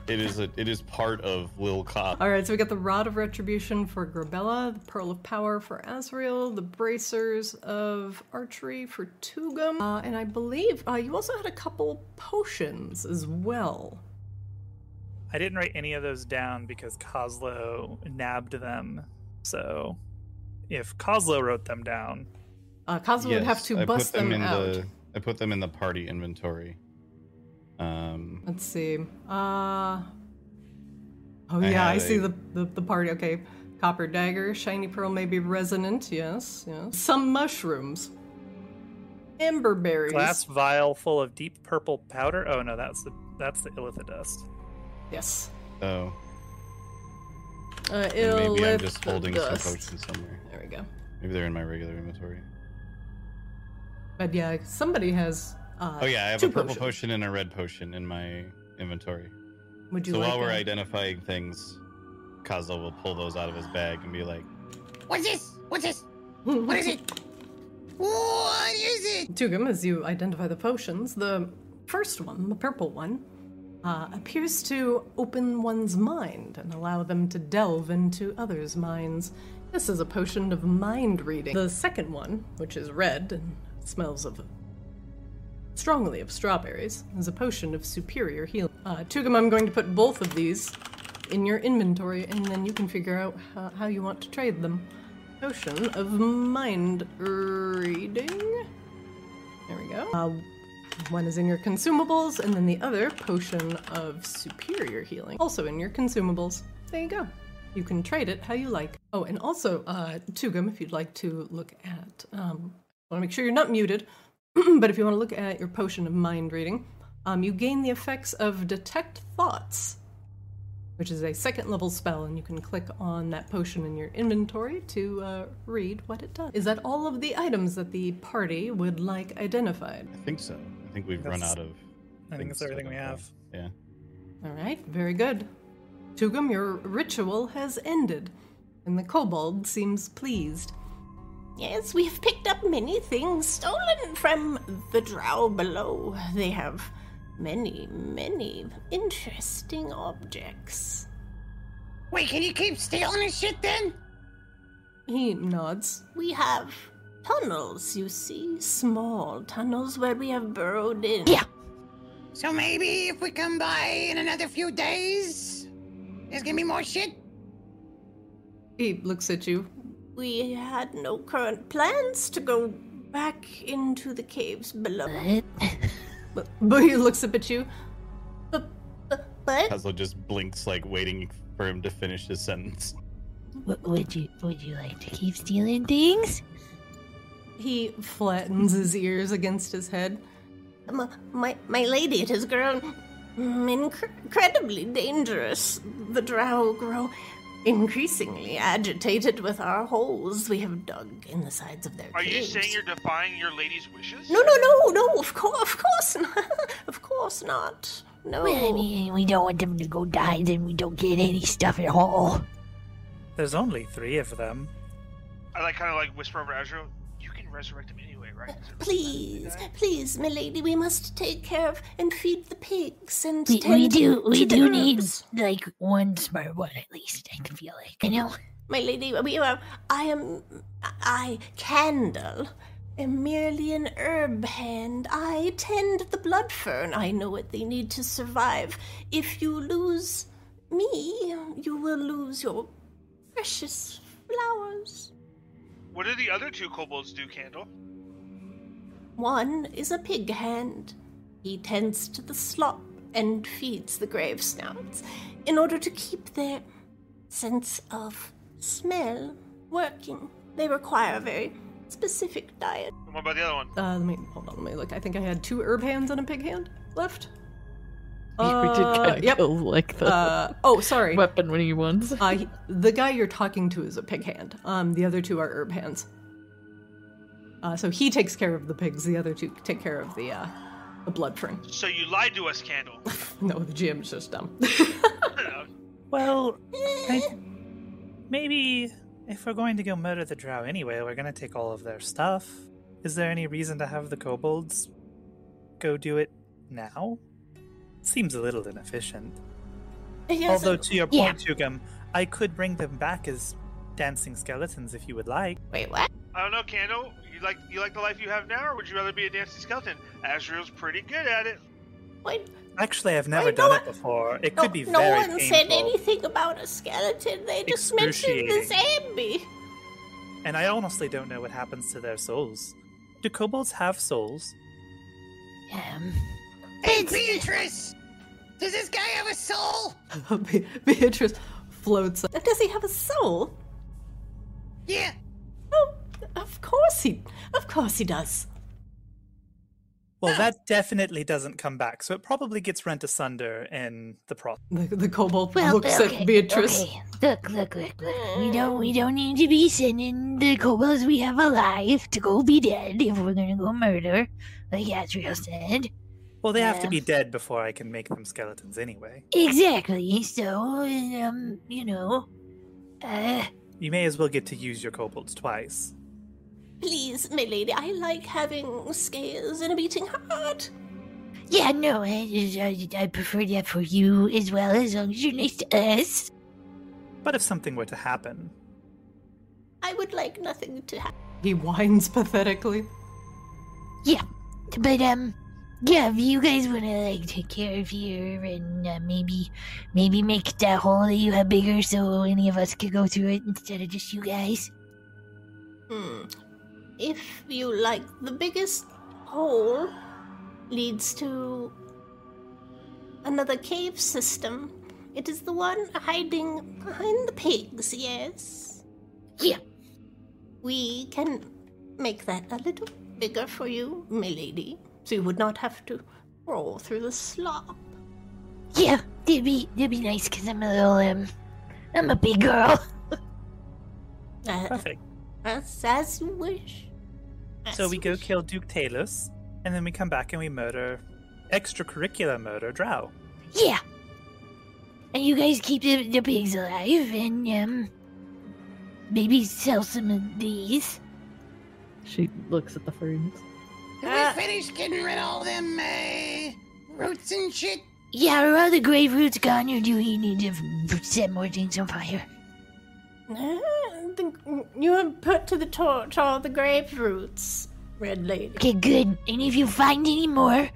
S2: it is a it is part of Lil Cop.
S1: All right, so we got the Rod of Retribution for Grabella, the Pearl of Power for Azrael, the Bracers of Archery for Tugum, uh, and I believe uh, you also had a couple potions as well.
S5: I didn't write any of those down because Coslow nabbed them. So if Coslow wrote them down,
S1: Uh, Cosmo would have
S2: Yes,
S1: to
S2: I
S1: bust
S2: put them,
S1: them,
S2: in
S1: out.
S2: the I put them in the party inventory. Um,
S1: Let's see. Uh... Oh,
S2: I
S1: yeah, I
S2: had
S1: see
S2: a-
S1: the, the, the party. Okay. Copper Dagger, Shiny Pearl, maybe Resonant, yes, yes. Some mushrooms. Amber berries.
S5: glass vial full of deep purple powder. Oh no, that's the that's the Illitha dust.
S1: Yes.
S2: so
S1: Uh,
S2: oh, and maybe I'm
S1: Illith
S2: just holding some
S1: dust.
S2: potions somewhere.
S1: There we go.
S2: Maybe they're in my regular inventory.
S1: But yeah, somebody has. Uh,
S2: Oh yeah, I have
S1: two
S2: a purple
S1: potions.
S2: potion and a red potion in my inventory.
S1: Would you
S2: So
S1: like
S2: while we're
S1: that?
S2: identifying things, Kazo will pull those out of his bag and be like,
S8: What's this? What's this? What is it? What is it?
S1: Tugum, as you identify the potions, the first one, the purple one, uh, appears to open one's mind and allow them to delve into others' minds. This is a potion of mind reading. The second one, which is red and smells of strongly of strawberries, is a potion of superior healing. Uh, Tugum, I'm going to put both of these in your inventory, and then you can figure out how, how you want to trade them. Potion of mind reading. There we go. Uh, one is in your consumables, and then the other, Potion of Superior Healing, also in your consumables. There you go. You can trade it how you like. Oh, and also, uh, Tugum, if you'd like to look at, um, I want to make sure you're not muted, but if you want to look at your Potion of Mind Reading, um, you gain the effects of Detect Thoughts, which is a second level spell, and you can click on that potion in your inventory to uh, read what it does. Is that all of the items that the party would like identified?
S2: "I think so. I think we've run
S5: That's-
S2: out of."
S5: I
S2: things
S5: think that's
S2: to
S5: everything we
S2: identify."
S5: have.
S2: Yeah.
S1: All right, very good. Tugum, your ritual has ended, and the kobold seems pleased.
S7: Yes, we have picked up many things stolen from the drow below. They have many, many interesting objects.
S8: Wait, can you keep stealing this shit then?
S1: He nods.
S7: We have tunnels, you see, small tunnels where we have burrowed in.
S6: Yeah.
S8: So maybe if we come by in another few days, there's gonna be more shit?
S1: He looks at you.
S7: We had no current plans to go back into the caves below.
S1: But, but he looks up at you.
S7: But, but, but
S2: Haslo just blinks, like waiting for him to finish his sentence.
S6: W- would you would you like to keep stealing things?
S1: He flattens his ears against his head.
S7: my, my, my lady, it has grown mm, incre- incredibly dangerous. The drow grow increasingly agitated with our holes we have dug in the sides of their
S4: Are you
S7: caves.
S4: saying you're defying your lady's wishes?
S7: No, no, no, no. Of course, of course not. Of course not. No.
S6: Well,
S8: Oh.
S6: I mean, we don't want them to go die, then we don't get any stuff at all.
S5: There's only three of them.
S4: I like kind of like whisper over Azure. You can resurrect him anyway, right?
S7: please, please, milady, we must take care of and feed the pigs and
S6: We,
S7: tend
S6: we do
S7: to
S6: we
S7: the
S6: do need
S7: herbs.
S6: like one smart one at least. I can feel like you know.
S7: My lady, we are, I am. I, Candle, am merely an herb hand. I tend the blood fern. I know what they need to survive. If you lose me, you will lose your precious flowers.
S4: What do the other two kobolds do, Candle?
S7: One is a pig hand. He tends to the slop and feeds the grave snouts in order to keep their sense of smell working. They require a very specific diet.
S4: And what about the other one?
S1: Uh, let me hold on. Let me look. I think I had two herb hands and a pig hand left.
S3: we did
S1: Uh,
S3: kind of
S1: yep.
S3: go like the
S1: Uh, oh, sorry.
S3: weapon winning ones.
S1: Uh, he- the guy you're talking to is a pig hand. Um, the other two are herb hands. Uh, so he takes care of the pigs. The other two take care of the uh, the blood fern.
S4: So you lied to us, Candle.
S1: No, the GM's just dumb.
S5: Well, I, maybe if we're going to go murder the drow anyway, we're going to take all of their stuff. Is there any reason to have the kobolds go do it now? Seems a little inefficient.
S7: Yes,
S5: Although,
S7: and-
S5: to your
S6: Yeah.
S5: point, Tugum, I could bring them back as dancing skeletons if you would like.
S7: wait, what?
S4: I don't know, Candle. You like you like the life you have now, or would you rather be a dancing skeleton? Azriel's pretty good at it.
S7: Wait,
S5: Actually, I've never
S7: Wait,
S5: done
S7: no
S5: it before. It
S7: no,
S5: could be
S7: no
S5: very
S7: one said
S5: painful.
S7: anything about a skeleton. They just mentioned the zombie.
S5: And I honestly don't know what happens to their souls. Do kobolds have souls?
S6: Um,
S8: Hey, Beatrice! Does this guy have a soul?
S1: Be- Beatrice floats. up.
S7: Does he have a soul?
S8: Yeah.
S7: Oh, of course he, of course he does.
S5: Well, that definitely doesn't come back, so it probably gets rent asunder in the process.
S1: The, the kobold
S6: well,
S1: looks
S6: okay,
S1: at Beatrice.
S6: Okay. Look, look, look, look. We don't we don't need to be sending the kobolds we have alive to go be dead if we're gonna go murder, like Azriel said.
S5: Well, they have to
S6: Yeah.
S5: be dead before I can make them skeletons anyway.
S6: Exactly. So, um, you know, uh,
S5: You may as well get to use your kobolds twice.
S7: Please, my lady, I like having scales and a beating heart.
S6: yeah, no, I, I, I prefer that for you as well, as long as you're nice to us.
S5: But if something were to happen,
S7: I would like nothing to happen.
S1: He whines pathetically.
S6: Yeah, but um, yeah, if you guys want to like take care of here and uh, maybe, maybe make that hole that you have bigger so any of us could go through it instead of just you guys.
S7: Hmm. If you like, the biggest hole leads to another cave system. It is the one hiding behind the pigs, yes?
S6: Yeah.
S7: We can make that a little bigger for you, my lady, so you would not have to roll through the slop.
S6: Yeah, that'd be that'd be nice because I'm a little um, I'm a big girl.
S7: Uh,
S5: perfect.
S7: as, as you wish.
S5: So
S7: As
S5: we
S7: you
S5: go
S7: wish.
S5: kill Duke Talus, and then we come back and we murder, extracurricular murder Drow.
S6: Yeah. And you guys keep the, the pigs alive and um maybe sell some of these.
S3: She looks at the ferns.
S8: Did
S7: Uh,
S8: we finish getting rid of all them uh, roots and shit?
S6: Yeah, are all the grave roots gone, or do we need to f- set more things on fire?
S7: I think you have put to the torch all the grapefruits, Red Lady.
S6: Okay, good. And if you find any more,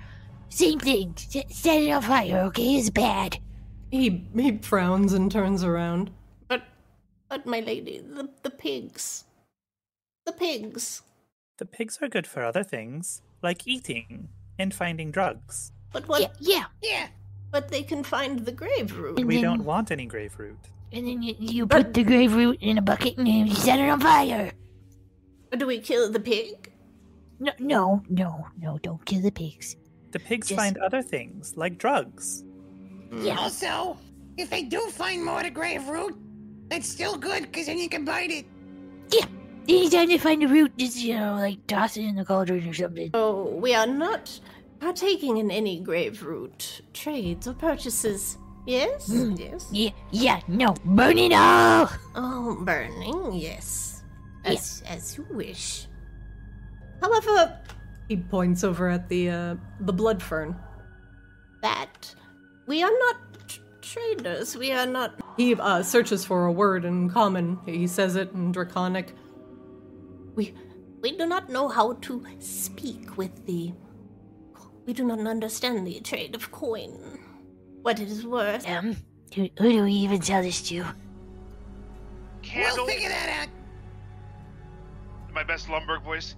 S6: same thing. S- set it on fire, okay? It's bad.
S1: He he frowns and turns around.
S7: But, but my lady, the, the pigs. The pigs.
S5: The pigs are good for other things, like eating and finding drugs.
S7: But what?
S6: Yeah, yeah.
S8: Yeah.
S7: But they can find the grapefruit.
S5: We
S6: then-
S5: don't want any grapefruit.
S6: And then you, you put the grave root in a bucket and you set it on fire.
S7: Do we kill the pig?
S6: No, no, no, no, don't kill the pigs.
S5: The pigs
S6: Just-
S5: find other things, like drugs.
S6: Yeah.
S8: Also, if they do find more of the grave root, that's still good because then you can bite it.
S6: Anytime they find a root, just, you know, like toss it in the cauldron or something.
S7: Oh, we are not partaking in any grapefruit trades or purchases. Yes? Yes.
S6: Yeah, yeah, no, burn it all!
S7: Oh, burning, yes. As, as you wish. However,
S1: He points over at the uh, the blood fern.
S7: that we are not tr- traders. We are not.
S1: He uh, searches for a word in common. He says it in Draconic.
S7: We, we do not know how to speak with the. We do not understand the trade of coin. What it is worth.
S6: Um, who, who do we even sell this to?
S4: Candle.
S8: We'll figure that out.
S4: my best Lumberg voice,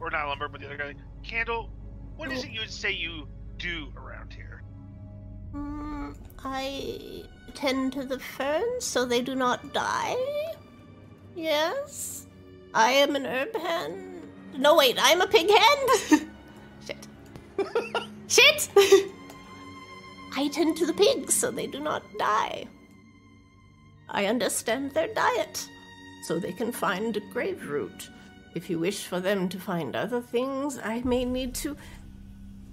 S4: or not Lumberg, but the other guy. Candle, what is it you would say you do around here?
S7: Hmm, I tend to the ferns so they do not die. Yes. I am an herb hen. No, wait, I'm a pig hen? Shit. Shit! I tend to the pigs so they do not die. I understand their diet, so they can find grave root. If you wish for them to find other things, I may need to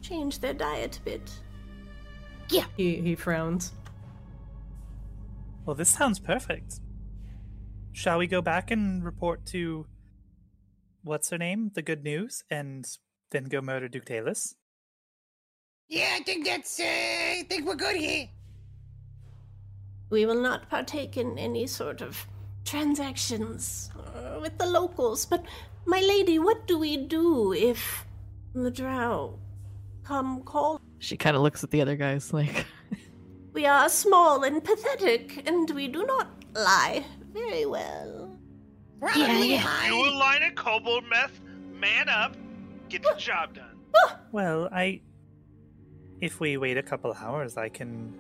S7: change their diet a bit.
S1: He he frowns.
S5: Well, this sounds perfect. Shall we go back and report to what's her name, the good news, and then go murder Duke Talus?
S8: Yeah, I think that's. Uh, I think we're good here.
S7: We will not partake in any sort of transactions uh, with the locals. But, my lady, what do we do if the drow come call?
S3: She kind of looks at the other guys like,
S7: We are small and pathetic, and we do not lie very well.
S8: Probably
S6: yeah.
S8: hide.
S4: You a line of kobold meth, man up, get the job done.
S5: Well, I. If we wait a couple hours, I can.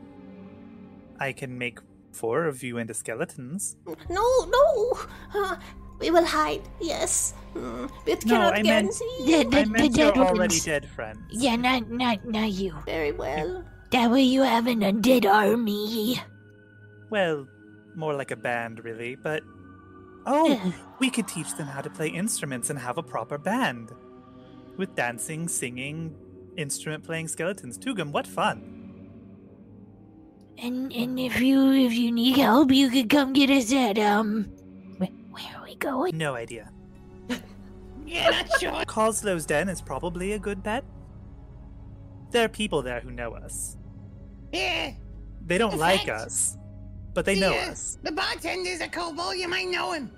S5: I can make four of you into skeletons.
S7: No, no! Uh, we will hide, yes. Mm, It
S5: No,
S7: cannot
S5: I meant-
S7: guarantee
S6: The, the,
S5: I
S6: the
S5: meant your
S6: dead
S5: already
S6: ones.
S5: dead friends.
S6: Yeah, not, not, not you.
S7: very well.
S6: That way you have an undead army.
S5: Well, more like a band, really, but. Oh, we could teach them how to play instruments and have a proper band. With dancing, singing, instrument playing skeletons. Tugum, what fun!
S6: And and if you if you need help, you can come get us at um. Where, where are we going?
S5: No idea.
S8: Yeah, not sure.
S5: Coslow's Den is probably a good bet. There are people there who know us.
S8: Yeah.
S5: They don't like
S8: Perfect.
S5: us, but they know
S8: Yeah,
S5: us.
S8: The bartender's a kobold. You might know him.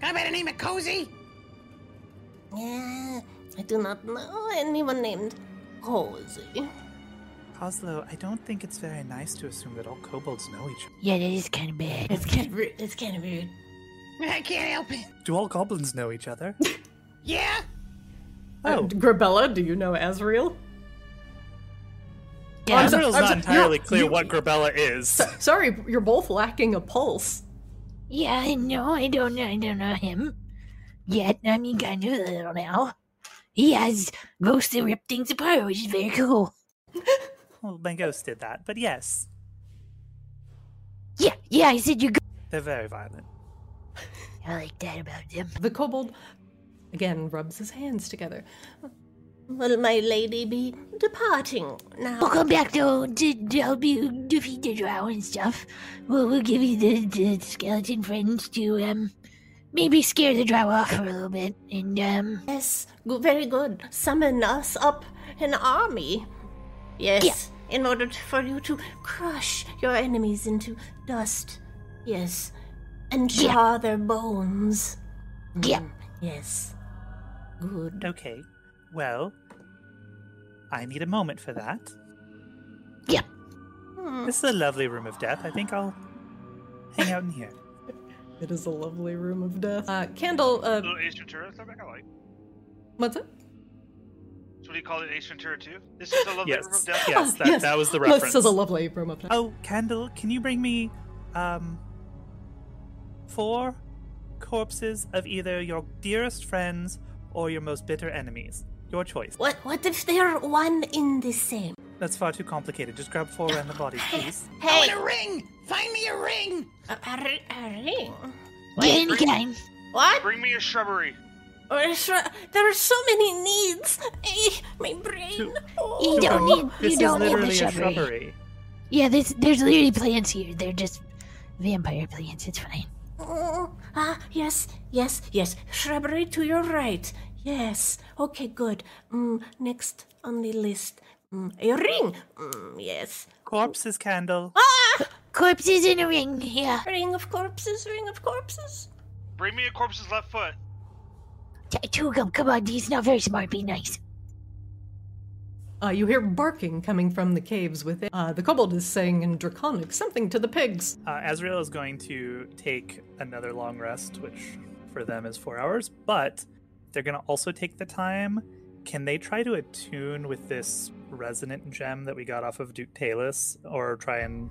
S8: Guy by the name of Cozy.
S7: Yeah, I do not know anyone named Cozy.
S5: Coslow, I don't think it's very nice to assume that all kobolds know each other.
S6: Yeah, that is kind of bad.
S7: It's kind of rude. It's kind of rude.
S8: I can't help it.
S5: Do all goblins know each other?
S8: Yeah.
S5: Oh,
S1: Uh, Grabella, do you know Azriel?
S6: Yeah.
S1: so-
S5: Azrael's
S1: I'm
S5: not
S1: so-
S5: entirely
S1: you're-
S5: clear
S1: you-
S5: what Grabella is.
S1: Sorry, you're both lacking a pulse.
S6: Yeah, I know. I don't know. I don't know him yet. I mean, kind of a little now. He has ghosts that rip things apart, which is very cool.
S5: Well, my ghost did that, but yes,
S6: Yeah, yeah. I said you're. Go-
S5: they're very violent.
S6: I like that about them.
S1: The kobold again rubs his hands together.
S7: Will my lady be departing now?
S6: We'll come back though to, to help you defeat the drow and stuff. We'll, we'll give you the, the skeleton friends to um maybe scare the drow off for a little bit and um
S7: Yes, go- very good. Summon us up an army. Yes, in order t- for you to crush your enemies into dust. Yes. And
S6: Yeah.
S7: draw their bones.
S6: Yeah.
S7: Mm, Yes. Good.
S5: Okay. Well, I need a moment for that.
S6: Yeah.
S7: Hmm.
S5: This is a lovely room of death. I think I'll hang out in here.
S1: It is a lovely room of death. Uh, Candle, uh,
S4: Little Ace Ventura throwback, I like.
S1: what's it?
S4: So what do you call it, Ace Ventura 2? This is a lovely room
S5: Yes.
S4: of death.
S5: Yes, that,
S1: Yes.
S5: that was the
S1: This
S5: reference.
S1: is a lovely room of death.
S5: Oh, Candle, can you bring me um four corpses of either your dearest friends or your most bitter enemies? Your choice.
S7: What what if they're one in the same?
S5: That's far too complicated. Just grab four random bodies, please.
S8: I
S7: Hey,
S8: want a ring! Find me a ring!
S7: a, a ri- a ring.
S6: Yeah, any kind.
S7: What?
S4: Bring me a shrubbery.
S7: Or a shri- there are so many needs. Eh, my brain.
S5: Two-
S7: Oh.
S6: You don't need.
S5: This
S6: you
S5: is
S6: don't need
S5: literally
S6: the
S5: a
S6: shrubbery.
S5: shrubbery.
S6: Yeah, there's there's literally plants here. They're just vampire plants. It's fine.
S7: Oh, ah, yes, yes, yes. Shrubbery to your right. Yes. Okay, good. Mm, next on the list, mm, a ring. Mm, yes.
S5: Corpses, Candle.
S7: Ah,
S6: Corpses in a ring. Yeah.
S7: ring of corpses, ring of corpses.
S4: Bring me a corpse's left foot.
S6: Tattoo gum. Come on, he's not very smart. Be nice.
S1: Uh, you hear barking coming from the caves within. Uh, the kobold is saying in Draconic something to the pigs.
S5: Uh, Azrael is going to take another long rest, which for them is four hours, but they're going to also take the time. Can they try to attune with this resonant gem that we got off of Duke Talus, or try and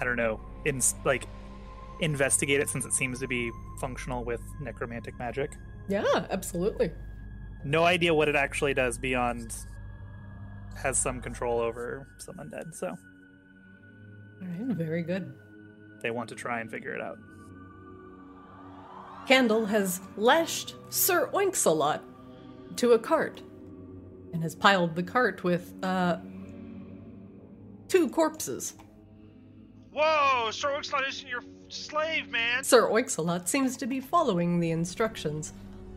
S5: I don't know, in like investigate it since it seems to be functional with necromantic magic?
S1: Yeah, absolutely.
S5: No idea what it actually does beyond has some control over some undead, so
S1: All right, very good.
S5: they want to try and figure it out.
S1: Candle has lashed Sir Oinks-a-Lot to a cart and has piled the cart with uh, two corpses.
S4: Whoa, Sir Oakslot isn't your slave, man.
S1: Sir Oinks-a-Lot seems to be following the instructions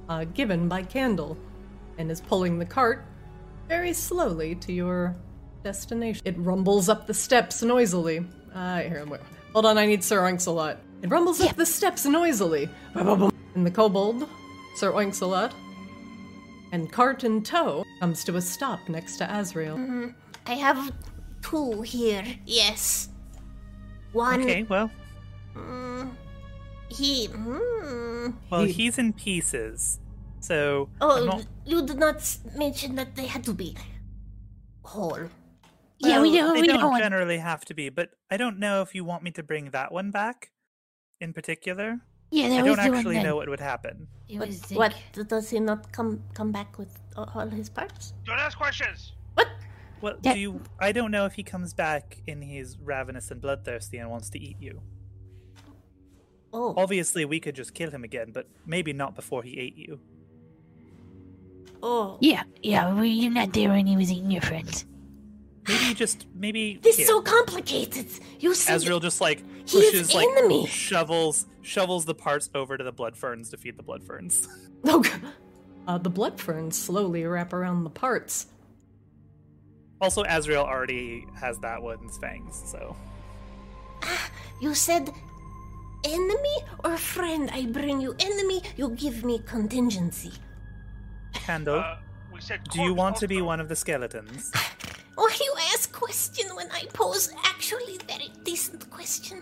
S1: uh, given by Candle and is pulling the cart very slowly to your destination. It rumbles up the steps noisily. Uh, here, I'm- hold on, I need Sir Oinks-a-Lot. It rumbles up the steps noisily. And the kobold, Sir Oinks-a-Lot, and cart in tow comes to a stop next to Azrael.
S7: I have two here. Yes. One. mm,
S5: Okay, well,
S7: He. Mm,
S5: Well,
S1: He-
S5: he's in pieces. So
S7: oh,
S5: I'm not-
S7: you did not s- mention that they had to be whole.
S6: yeah, we
S5: Well,
S6: don't.
S5: they
S6: We
S5: don't,
S6: don't. want-
S5: generally have to be, but I don't know if you want me to bring that one back in particular.
S6: yeah,
S5: I
S6: that was
S5: don't
S6: the one
S5: actually
S6: that
S5: know what would happen.
S6: it
S7: But
S6: was. the-
S7: what does he not come come back with a- all his parts?
S4: Don't ask questions.
S7: What?
S5: Well,
S6: Yeah.
S5: do you I don't know if he comes back and he's ravenous and bloodthirsty and wants to eat you.
S7: Oh,
S5: Obviously, we could just kill him again, but maybe not before he ate you.
S7: oh.
S6: Yeah, yeah. Were you not there when he was eating your friends?
S5: Maybe just maybe
S7: This
S5: here.
S7: is so complicated. You see,
S5: Azrael just like
S7: He is
S5: pushes like
S7: enemy.
S5: shovels shovels the parts over to the blood ferns to feed the blood ferns.
S1: Oh, God. Uh, the blood ferns slowly wrap around the parts.
S5: Also, Azrael already has that one's fangs, so
S7: you said enemy or friend. I bring you enemy. You give me contingency.
S5: Candle.
S4: Uh, oh, we said
S5: Do you
S4: corpse
S5: want to be
S4: also.
S5: one of the skeletons?
S7: Why you ask question when I pose actually very decent question?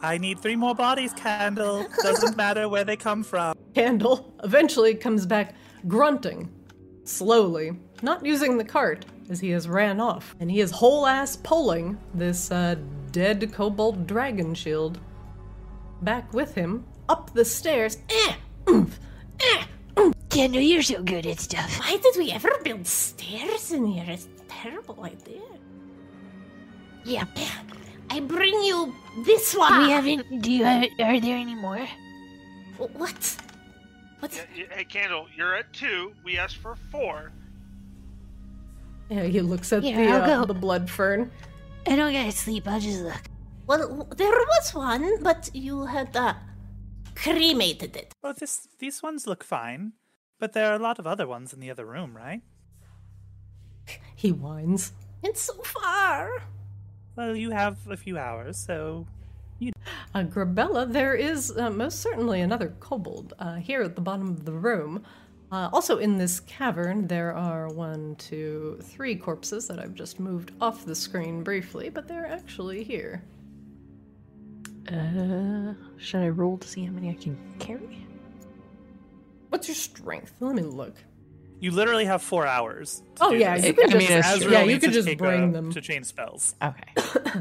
S5: I need three more bodies, Candle. Doesn't matter where they come from.
S1: Candle eventually comes back grunting, slowly, not using the cart as he has ran off, and he is whole ass pulling this uh, dead kobold dragon shield back with him up the stairs.
S7: Eh, oomph, eh, oomph.
S6: Kendall, you're so good at stuff.
S7: Why did we ever build stairs in here? It's a terrible idea. eh,
S6: Yeah.
S7: I bring you this
S6: Do
S7: one.
S6: we haven't. Do you have? Are there any more?
S7: What? What?
S4: Yeah, yeah, hey, Candle, you're at two. We asked for four.
S1: Yeah, he looks at
S6: Yeah,
S1: the,
S6: I'll
S1: uh,
S6: go.
S1: the blood fern.
S6: I don't gotta sleep. I'll just look.
S7: Well, w- there was one, but you had uh, cremated it.
S5: Oh, this these ones look fine, but there are a lot of other ones in the other room, right?
S1: He whines.
S7: It's so far.
S5: Well, you have a few hours, so
S1: Uh, Grabella, there is uh, most certainly another kobold uh, here at the bottom of the room. Uh, also, in this cavern, there are one, two, three corpses that I've just moved off the screen briefly, but they're actually here.
S3: Uh, should I roll to see how many I can carry?
S1: What's your strength? Let me look.
S5: you literally have four hours. to
S1: Oh
S5: do
S1: yeah,
S5: this.
S1: you could
S3: I mean,
S1: just,
S3: it's true.
S1: yeah,
S5: Azrael
S1: you
S5: needs
S1: could
S5: to
S1: just
S5: take,
S1: bring
S5: uh,
S1: them.
S5: to chain spells.
S3: Okay.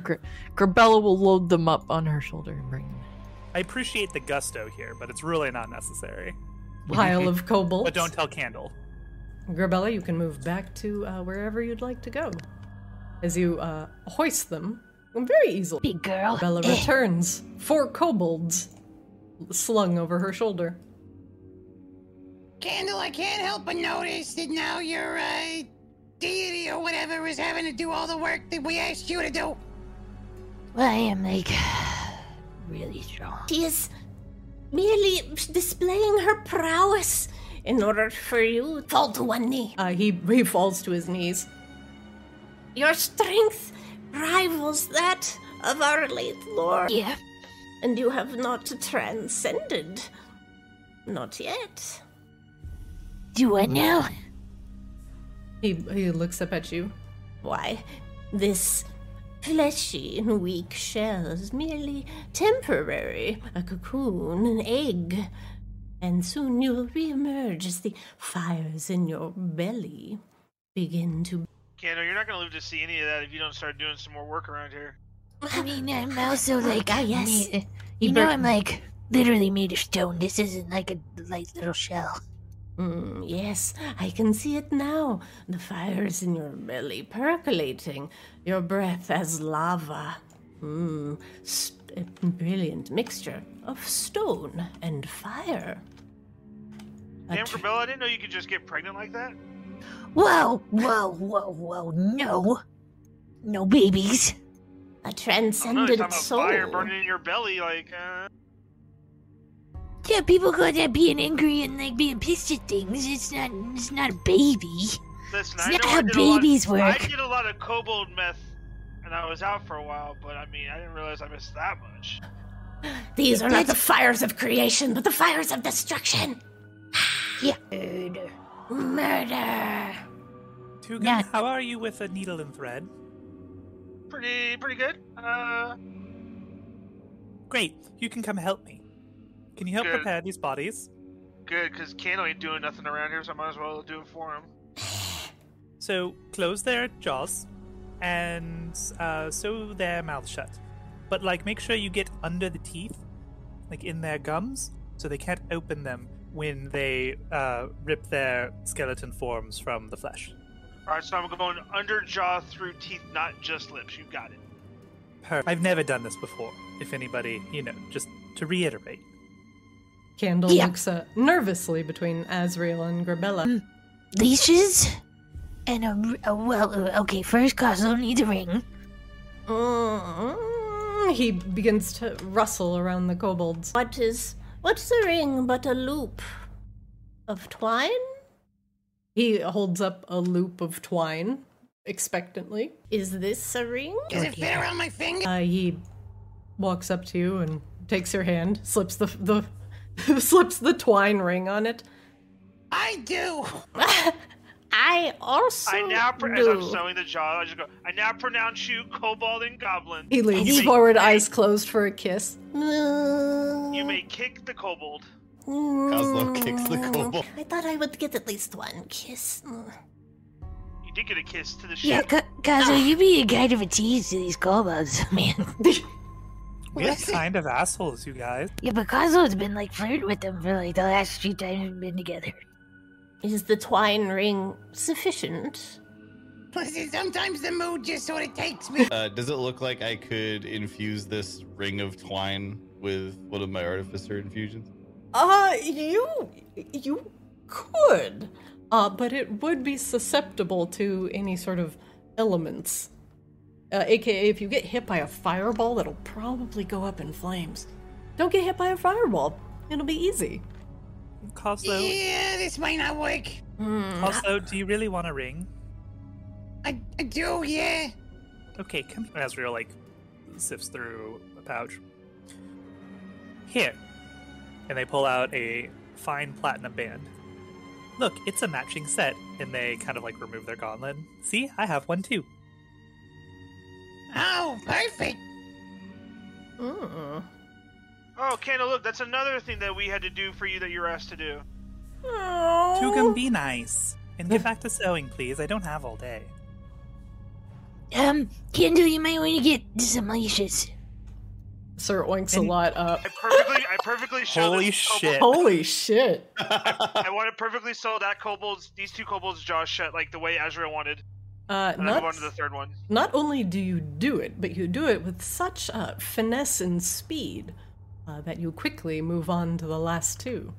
S3: Gr- Grabella will load them up on her shoulder and bring them.
S5: I appreciate the gusto here, but it's really not necessary.
S1: Pile of kobolds.
S5: But don't tell Candle.
S1: Grabella, you can move back to uh, wherever you'd like to go. As you uh, hoist them, very easily.
S6: Big girl.
S1: Bella returns, four kobolds slung over her shoulder.
S8: Candle, I can't help but notice that now your uh, deity or whatever is having to do all the work that we asked you to do.
S6: Well, I am like really strong.
S7: She is merely displaying her prowess in order for you to fall to one knee.
S1: Uh, he, he falls to his knees.
S7: Your strength rivals that of our late lord,
S6: Yeah.
S7: and you have not transcended. Not yet.
S6: Do what now?
S1: He, he looks up at you.
S7: Why, this fleshy and weak shell is merely temporary, a cocoon, an egg, and soon you'll reemerge as the fires in your belly begin to.
S4: Candle, you're not gonna live to see any of that if you don't start doing some more work around here.
S6: I mean, I'm also like
S7: Ah, yes.
S6: ma- you know, I'm like literally made of stone. This isn't like a light little shell.
S7: Mm, yes, I can see it now. The fires in your belly percolating, your breath as lava. Mm, st- a brilliant mixture of stone and fire. A
S4: Damn,
S7: tr-
S4: Corbella, I didn't know you could just get pregnant like that.
S6: Whoa, whoa, whoa, whoa! No, no
S4: I
S6: babies.
S7: a
S4: don't know, you're
S7: transcendent
S4: talking
S7: soul.
S4: about fire burning in your belly, like, uh,
S6: Yeah, people go there being angry and like being pissed at things. It's not. It's not a baby.
S4: listen,
S6: It's
S4: I
S6: not
S4: know I
S6: how
S4: did
S6: babies
S4: a lot, I
S6: work.
S4: did a lot of kobold meth, and I was out for a while, but I mean, I didn't realize I missed that much.
S7: These are not the fires of creation, but the fires of destruction.
S6: Yeah. Murder.
S7: Murder.
S5: Tugan,
S6: Yeah.
S5: how are you with a needle and thread?
S4: Pretty, pretty good. Uh,
S5: Great, you can come help me. Can you help
S4: Good.
S5: prepare these bodies?
S4: good, because Candle ain't doing nothing around here, so I might as well do it for him.
S5: So close their jaws and uh, sew their mouth shut. But like, make sure you get under the teeth, like in their gums, so they can't open them when they uh, rip their skeleton forms from the flesh.
S4: All right, so I'm going under jaw through teeth, not just lips. You got it.
S5: Per- I've never done this before. If anybody, you know, just to reiterate.
S1: Candle
S6: Yeah.
S1: looks uh, nervously between Azrael and Grabella.
S6: Leashes. And a, a well, uh, okay. First, Cosmo needs a ring.
S1: Mm, He begins to rustle around the kobolds.
S7: What is what's a ring but a loop of twine?
S1: He holds up a loop of twine expectantly.
S7: Is this a ring?
S8: Does it fit around my finger?
S1: Uh, he walks up to you and takes your hand, slips the the slips the twine ring on it.
S8: I do.
S7: I also
S4: I now, pr- as I'm
S7: do.
S4: sewing the jaw, I just go. I now pronounce you kobold and goblin.
S1: He leans
S4: You may-
S1: forward, eyes closed, for a kiss.
S4: You may kick the kobold.
S7: Mm.
S2: Kozlov kicks the kobold.
S7: I thought I would get at least one kiss. Mm.
S4: You did get a kiss to the ship.
S6: Yeah, Co- Cosmo, you be a guide of a tease to these kobolds, man.
S5: We're
S8: Listen.
S5: kind of assholes, you guys.
S6: yeah, but Cosmo's been like flirting with them for like the last few times we've been together.
S7: Is the twine ring sufficient?
S8: Listen, sometimes the mood just sort of takes me.
S2: Uh, does it look like I could infuse this ring of twine with one of my artificer infusions?
S1: Uh, you you could, uh, but it would be susceptible to any sort of elements. Uh, AKA, if you get hit by a fireball, that'll probably go up in flames. Don't get hit by a fireball; it'll be easy.
S5: Coslo,
S8: Yeah, this might not work.
S1: Hmm.
S5: Coslo, do you really want a ring?
S8: I, I do, yeah.
S5: Okay, come here. Asriel, like, sifts through a pouch. Here. And they pull out a fine platinum band. Look, it's a matching set. And they kind of, like, remove their gauntlet. See, I have one too.
S8: Oh, perfect.
S1: Mm.
S4: Oh, Kendall, look, that's another thing that we had to do for you that you were asked to do.
S5: Tugum, be nice. And get back to sewing, please. I don't have all day.
S6: Um, Kendall, you might want to get some leashes.
S1: Sir winks a lot up.
S4: I perfectly, I perfectly show
S5: Holy
S4: this kobold-
S5: shit.
S1: Holy shit.
S4: I want to perfectly sew that kobold's, these two kobolds' jaws shut like the way Azrael wanted,
S1: Uh,
S4: and I move on
S1: not,
S4: to the third one.
S1: not only do you do it, but you do it with such uh, finesse and speed uh, that you quickly move on to the last two.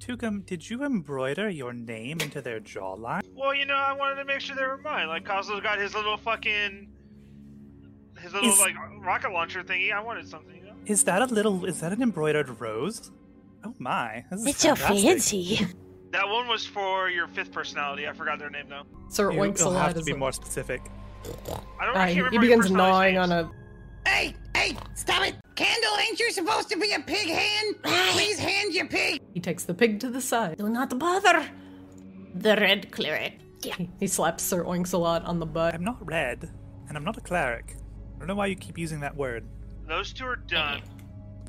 S5: Tugum, did you embroider your name into their jawline?
S4: Well, you know, I wanted to make sure they were mine. Like Coslo's got his little fucking, his little
S5: Is-
S4: like rocket launcher thingy. I wanted something. You know?
S5: Is that a little? Is that an embroidered rose? Oh my! This is
S6: It's so
S5: fantastic.
S6: fancy.
S4: That one was for your fifth personality. I forgot their name though.
S1: Sir
S5: You,
S1: winks a
S5: will
S1: lot.
S5: have to
S1: as
S5: be
S1: a-
S5: more specific.
S4: I don't.
S1: Uh,
S4: I
S1: he,
S4: can't remember
S1: he
S4: your
S1: begins gnawing
S4: personality's names.
S1: on a.
S8: Hey, hey, stop it. Candle, ain't you supposed to be a pig hand? Please hand your pig.
S1: He takes the pig to the side.
S7: Do not bother. The red cleric.
S1: He, he slaps Sir Oinks a lot on the butt.
S5: I'm not red, and I'm not a cleric. I don't know why you keep using that word.
S4: Those two are done.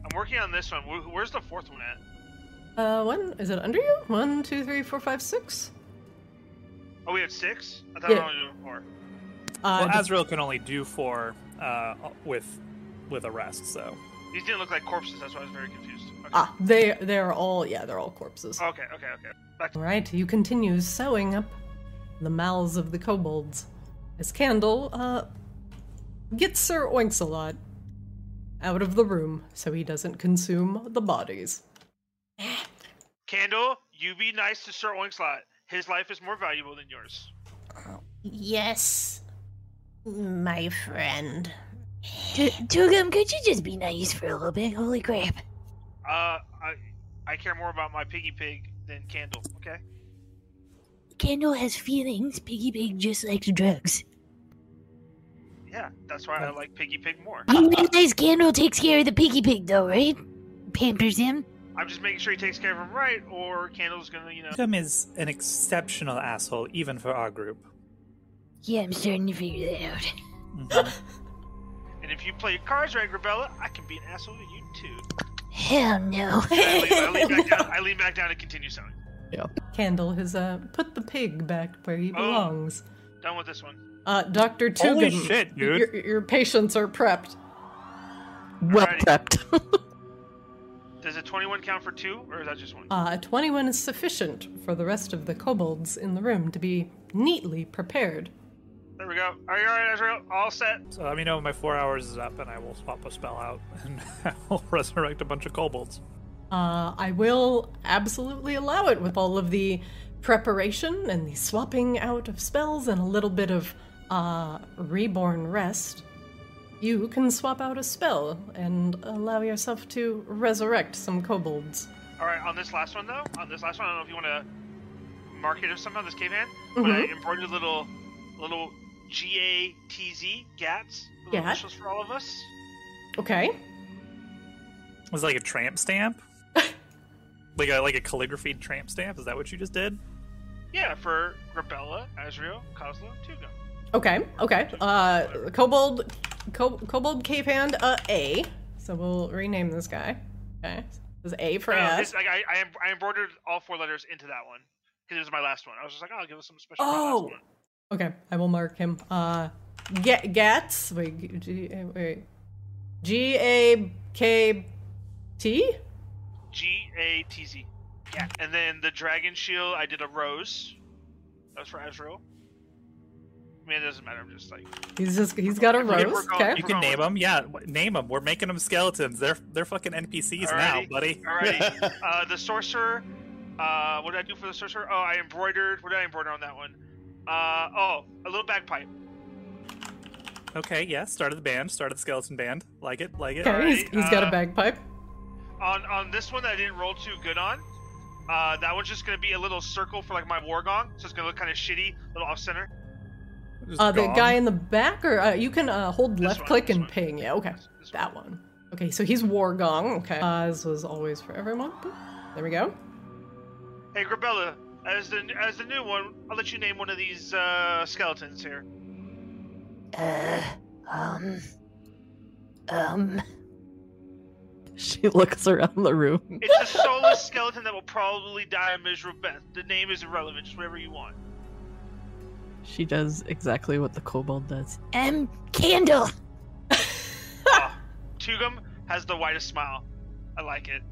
S4: I'm working on this one. Wh- Where's the fourth one at?
S1: Uh, one is it under you? One, two, three, four, five, six.
S4: Oh, we have six. I thought
S1: Yeah.
S4: I only did four.
S1: Uh,
S5: Well, Azrael can only do four uh, with with a rest, so
S4: These didn't look like corpses. That's why I was very confused. Okay.
S1: ah, they they are all yeah, they're all corpses.
S4: Okay. Okay. Okay. Back to
S1: All right, you continue sewing up the mouths of the kobolds. As Candle uh gets Sir Oinks-a-Lot out of the room so he doesn't consume the bodies.
S4: Candle. You be nice to Sir Oinkslot. His life is more valuable than yours.
S7: Yes, my friend.
S6: Tu- Tugum, could you just be nice for a little bit? Holy crap.
S4: Uh, I I care more about my piggy pig than Candle. Okay.
S6: Kendall has feelings. Piggy Pig just likes drugs.
S4: Yeah, that's why I like Piggy Pig more.
S6: You realize Kendall takes care of the Piggy Pig, though, right? Pampers him.
S4: I'm just making sure he takes care of him right, or Candle's gonna, you know.
S5: Tugum is an exceptional asshole, even for our group.
S6: Yeah, I'm starting to figure that out.
S5: Mhm.
S4: And if you play your cards right, Grabella, I can be an asshole to you too.
S6: Hell no.
S4: I lean, I lean back down. I lean back down and continue selling.
S1: Candle has uh put the pig back where he belongs.
S4: Done with this one.
S1: Uh, Doctor Tugum,
S5: Oh. Holy shit, dude.
S1: Your, your patients are prepped.
S3: Well
S4: Alrighty.
S3: prepped.
S4: Does a 21 count for two, or is that just one?
S1: Uh, 21 is sufficient for the rest of the kobolds in the room to be neatly prepared.
S4: There we go. Are you all right, Ezreal? All set.
S5: so let me know when my four hours is up, and I will swap a spell out, and I will resurrect a bunch of kobolds.
S1: Uh, I will absolutely allow it with all of the preparation and the swapping out of spells and a little bit of uh, reborn rest. You can swap out a spell and allow yourself to resurrect some kobolds.
S4: All right. On this last one, though, on this last one, I don't know if you want to mark it or somehow this cave hand, but I embroidered little, little G A T Z Gats little
S1: Gat.
S4: initials for all of us.
S1: Okay.
S5: It was like a tramp stamp, like a like a calligraphied tramp stamp. Is that what you just did?
S4: Yeah, for Grabella, Azrael, Kozlo, Tugo.
S1: Okay, okay. Uh, kobold, co- kobold cave hand, uh, A. So we'll rename this guy. Okay, this is A for
S4: No,
S1: ass.
S4: Oh, this, like, I, I, em- I embroidered all four letters into that one because it was my last one. I was just like, oh, I'll give us some special. for my last
S1: Oh.
S4: one.
S1: Okay, I will mark him. Uh, Ga- Gats. Wait, G uh, wait. G A K T.
S4: G A T Z. Yeah. And then the dragon shield, I did a rose. That was for Azrael. I mean, it doesn't matter. I'm just like,
S1: He's just he's got a
S4: If we get-
S1: rose.
S4: we're going-
S1: Okay.
S5: You can name them, yeah. w- Name them. We're making them skeletons. They're they're fucking NPCs now,
S4: Alrighty.
S5: buddy.
S4: alrighty. uh, the sorcerer. Uh, what did I do for the sorcerer? Oh, I embroidered. What did I embroider on that one? Uh, oh, a little bagpipe.
S5: Okay, yeah. Start of the band. Start of the skeleton band. Like it. Like it.
S1: Okay, he's,
S4: alright,
S1: he's got a
S4: uh,
S1: bagpipe.
S4: On on this one that I didn't roll too good on. Uh, that one's just gonna be a little circle for like my war gong, so it's gonna look kind of shitty, a little off center.
S5: Just
S1: Uh, the
S5: gone.
S1: guy in the back, or uh, you can uh, hold
S4: This
S1: left
S4: one,
S1: click
S4: this
S1: and
S4: one.
S1: ping. Yeah, okay.
S4: This
S1: That one. Okay, so he's War Gong. Okay. Uh, as was always for everyone. There we go.
S4: Hey, Grabella, as the as the new one, I'll let you name one of these uh, skeletons here.
S6: Uh, um, um,
S3: She looks around the room.
S4: It's a soulless skeleton that will probably die a miserable death. The name is irrelevant. Just whatever you want.
S3: She does exactly what the kobold does.
S6: um, candle.
S4: Ah, Tugum has the whitest smile. I like it.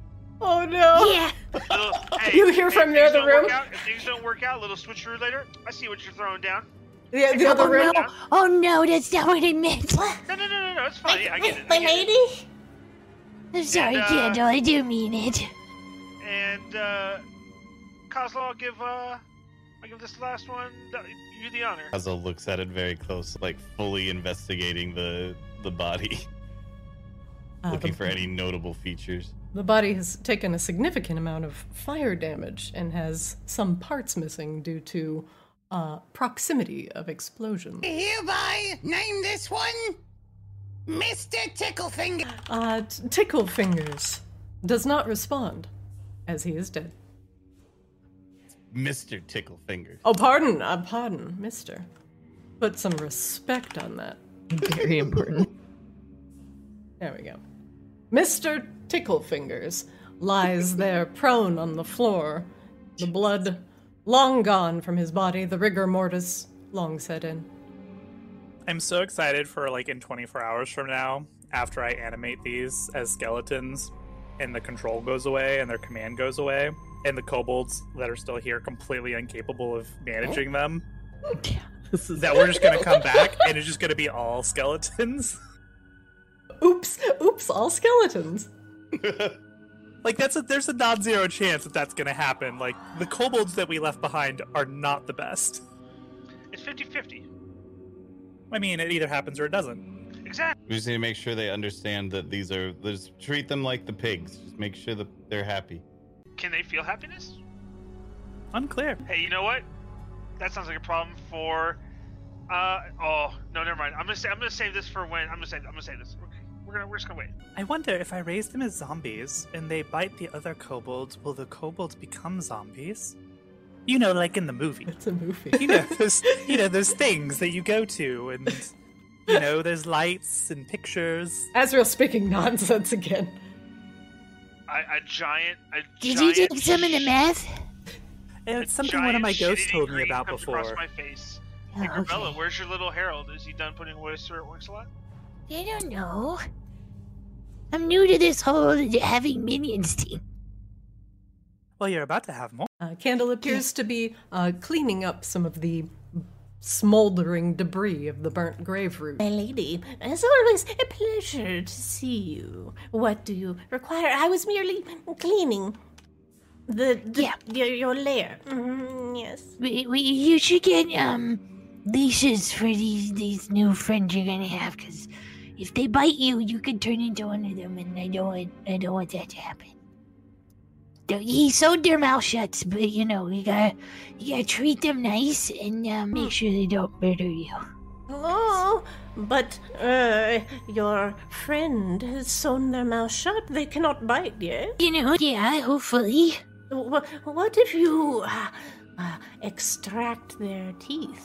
S1: Oh no.
S6: Yeah.
S4: Little, hey,
S1: You hear
S4: if
S1: from near
S4: things
S1: the
S4: don't work
S1: room?
S4: out- if things don't work out, little switcheroo later. I see what you're throwing down.
S1: Yeah, the other
S6: oh
S1: room.
S6: no! Oh no! That's not what I meant.
S4: No, no, no, no, no. It's fine. I get it. I
S7: My
S4: get it.
S7: lady?
S6: I'm sorry,
S4: And, uh,
S6: candle. I do mean it.
S4: And uh, Kozlo, I'll give uh, I'll give this last one th- you the honor.
S2: Kaza looks at it very close, like fully investigating the the body,
S1: Uh,
S2: looking
S1: the,
S2: for any notable features.
S1: the body has taken a significant amount of fire damage and has some parts missing due to uh, proximity of explosion.
S8: Hereby name this one Mr. Ticklefinger.
S1: Uh, t- Tickle Fingers does not respond, as he is dead.
S2: Mr. Ticklefinger.
S1: Oh, pardon, uh, pardon, mister. Put some respect on that.
S3: Very important.
S1: There we go. Mr. Ticklefingers lies there prone on the floor, the blood long gone from his body, the rigor mortis long set in.
S5: I'm so excited for like in 24 hours from now, after I animate these as skeletons, and the control goes away and their command goes away, and the kobolds that are still here completely incapable of managing them,
S3: This is
S5: that we're just gonna come back and it's just gonna be all skeletons.
S1: Oops, oops, all skeletons.
S5: Like that's a there's a non-zero chance that that's gonna happen. Like the kobolds that we left behind are not the best.
S4: It's 50-50.
S5: I mean, it either happens or it doesn't.
S4: Exactly.
S2: We just need to make sure they understand that these are. Just treat them like the pigs. Just make sure that they're happy.
S4: Can they feel happiness?
S5: Unclear.
S4: Hey, you know what? That sounds like a problem for. Uh oh no, never mind. I'm gonna say, I'm gonna save this for when I'm gonna save I'm gonna save this. We're gonna we're just gonna wait.
S5: I wonder if I raise them as zombies and they bite the other kobolds, will the kobolds become zombies? You know, like in the movie.
S1: It's a movie.
S5: You know those you know those things that you go to and you know, there's lights and pictures.
S1: Azrael speaking nonsense again.
S4: I, a giant. A
S6: Did
S4: giant
S6: you take some of the
S4: sh-
S6: meth?
S5: And
S4: a
S5: it's something one of
S4: giant
S5: my ghosts
S4: shitty
S5: told me
S4: green
S5: about
S4: comes
S5: before.
S4: Across my face.
S6: Oh,
S4: Hey, Grabella,
S6: okay.
S4: where's your little herald? Is he done putting oyster at works a lot?
S6: I don't know. I'm new to this whole having minions thing.
S5: Well, you're about to have more.
S1: Uh, Candle appears to be uh, cleaning up some of the smoldering debris of the burnt grave root.
S7: My lady, as always, a pleasure to see you. What do you require? I was merely cleaning the, the
S6: Yeah.
S7: your, your lair. Mhm, yes.
S6: We, we, you should get um leashes for these these new friends you're gonna have, cause if they bite you, you could turn into one of them, and I don't want I don't want that to happen. Though He sewed their mouth shut, but you know you gotta you gotta treat them nice and um, make sure they don't murder you.
S7: Oh, but uh, your friend has sewn their mouth shut. They cannot bite, yes?
S6: You know, yeah, hopefully.
S7: Wh- What if you uh, uh, extract their teeth?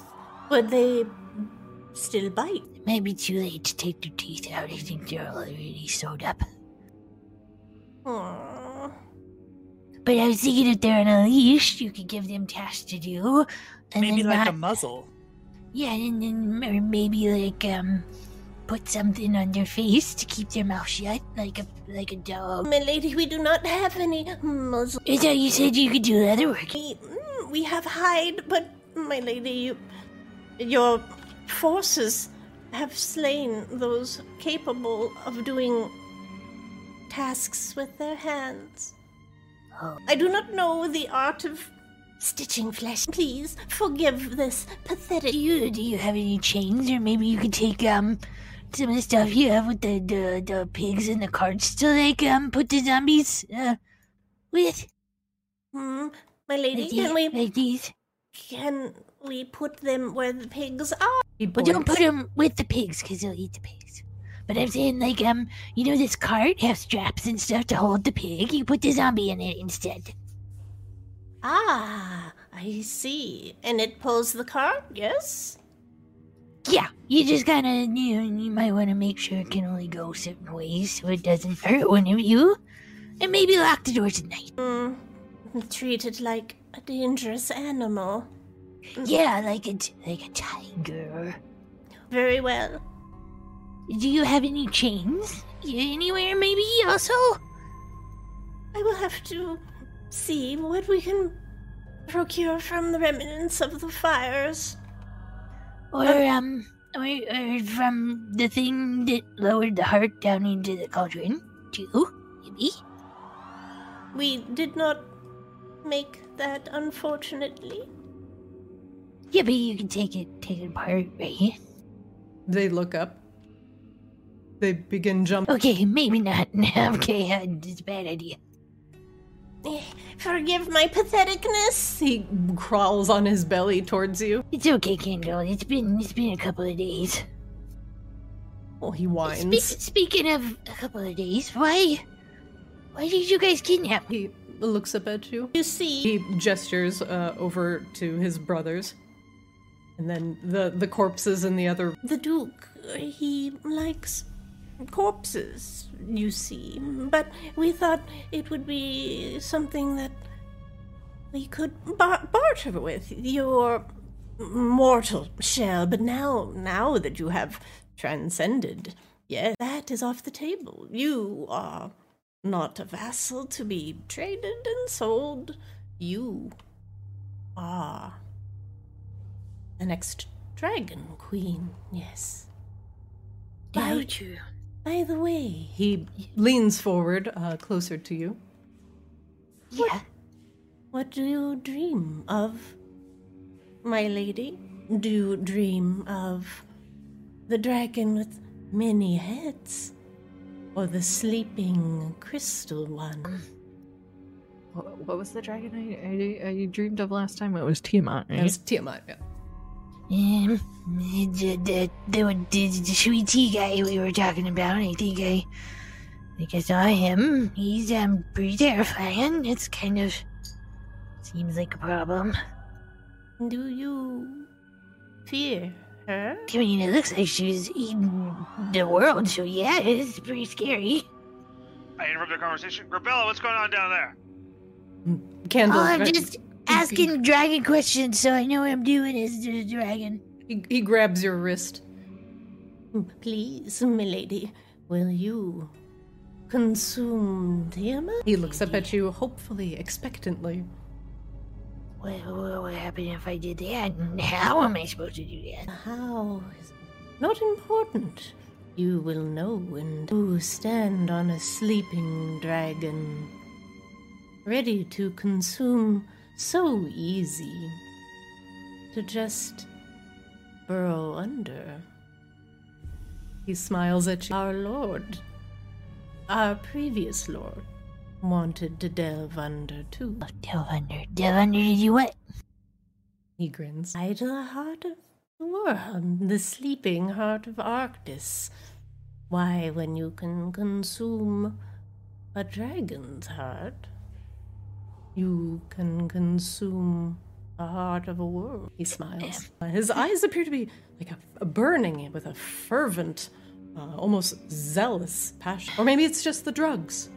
S7: Would they still bite?
S6: It may be too late to take their teeth out. I think they're already sewed up.
S7: Aw.
S6: But I was thinking if they're on a leash, you could give them tasks to do. And
S5: Maybe
S6: then
S5: like
S6: not,
S5: a muzzle.
S6: yeah, and then or maybe like um, put something on their face to keep their mouth shut, like a like a dog.
S7: My lady, we do not have any muzzle.
S6: I thought you said you could do leather work.
S7: We, mm, we have hide, but my lady, you, your forces have slain those capable of doing tasks with their hands.
S6: Oh.
S7: I do not know the art of stitching flesh. Please forgive this pathetic.
S6: Do you do you have any chains, or maybe you could take um some of the stuff you have with the the, the pigs and the carts to like um put the zombies uh with
S7: Hmm, my lady,
S6: like
S7: can
S6: these,
S7: we
S6: like these.
S7: Can we put them where the pigs are?
S1: He
S6: Well,
S1: points.
S6: don't put him with the pigs because he'll eat the pigs. But I'm saying, like, um, you know, this cart has straps and stuff to hold the pig. You put the zombie in it instead.
S7: Ah, I see. And it pulls the cart, yes?
S6: Yeah, you just gotta, you know, you might want to make sure it can only go certain ways so it doesn't hurt one of you. And maybe lock the doors at night.
S7: Hmm. Treated like a dangerous animal.
S6: Yeah, like a, t- like a tiger.
S7: Very well.
S6: Do you have any chains anywhere, maybe, also?
S7: I will have to see what we can procure from the remnants of the fires.
S6: Or, um, or, or from the thing that lowered the heart down into the cauldron, too, maybe?
S7: We did not make that, unfortunately.
S6: Yeah, but you can take it, take it apart, right?
S1: They look up. They begin jumping.
S6: Okay, maybe not. okay, uh, it's a bad idea.
S7: Forgive my patheticness.
S1: He crawls on his belly towards you.
S6: It's okay, Kendall. It's been it's been a couple of days.
S1: Oh, he
S6: Spe-
S1: whines.
S6: speaking of a couple of days, why, why did you guys kidnap me?
S1: He looks up at you.
S7: You see,
S1: He gestures uh, over to his brothers. And then the, the corpses in the other.
S7: the Duke, uh, he likes corpses, you see. But we thought it would be something that we could bar- barter with your mortal shell. But now, now that you have transcended, yes, that is off the table. You are not a vassal to be traded and sold. You are the next dragon queen, yes. By,
S6: you?
S7: by the way,
S1: He leans forward uh, closer to you.
S6: Yeah.
S7: What do you dream of, my lady? Do you dream of the dragon with many heads? Or the sleeping crystal one?
S3: What, what was the dragon I, I, I dreamed of last time? It was Tiamat, right?
S1: It's Tiamat. yeah.
S6: Um, the, the, the, the, the sweet tea guy we were talking about, I think I, I think I saw him. He's um pretty terrifying. It's kind of seems like a problem.
S7: Do you fear her?
S6: I mean, it looks like she's eating the world, so yeah, it's pretty scary.
S4: I interrupt their conversation. Grabella, what's going on down there?
S1: Candle.
S6: Oh, I'm
S1: uh,
S6: just asking dragon questions, so I know what I'm doing as a dragon.
S1: he, he grabs your wrist.
S7: Please, milady, will you consume Tiamat?
S1: He looks up at you, hopefully, expectantly.
S6: What, what would happen if I did that? And how am I supposed to do that?
S7: How is not important. You will know and who stand on a sleeping dragon, ready to consume so easy, to just burrow under.
S1: He smiles at you.
S7: Our lord, our previous lord, wanted to delve under too.
S6: Oh, Delve under. Delve under to do what?
S1: He grins.
S7: Lie to the heart of the world, the sleeping heart of Arctis. Why, when you can consume a dragon's heart, you can consume the heart of a world.
S1: He smiles. Uh, His eyes appear to be like a, a burning with a fervent, uh, almost zealous passion. Or maybe it's just the drugs.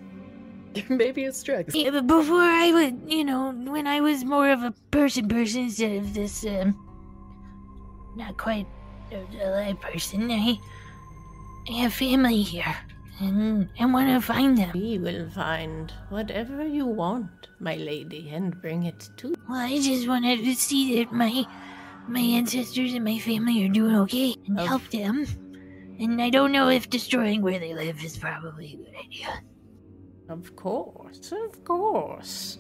S1: maybe it's drugs.
S6: Yeah, but before I would, you know, when I was more of a person person instead of this, um, not quite a a live person, I, I have family here. And I want to find them.
S7: We will find whatever you want, my lady, and bring it to.
S6: Well, I just wanted to see that my my ancestors and my family are doing okay and
S7: Oh.
S6: help them. And I don't know if destroying where they live is probably a good idea.
S7: Of course, of course.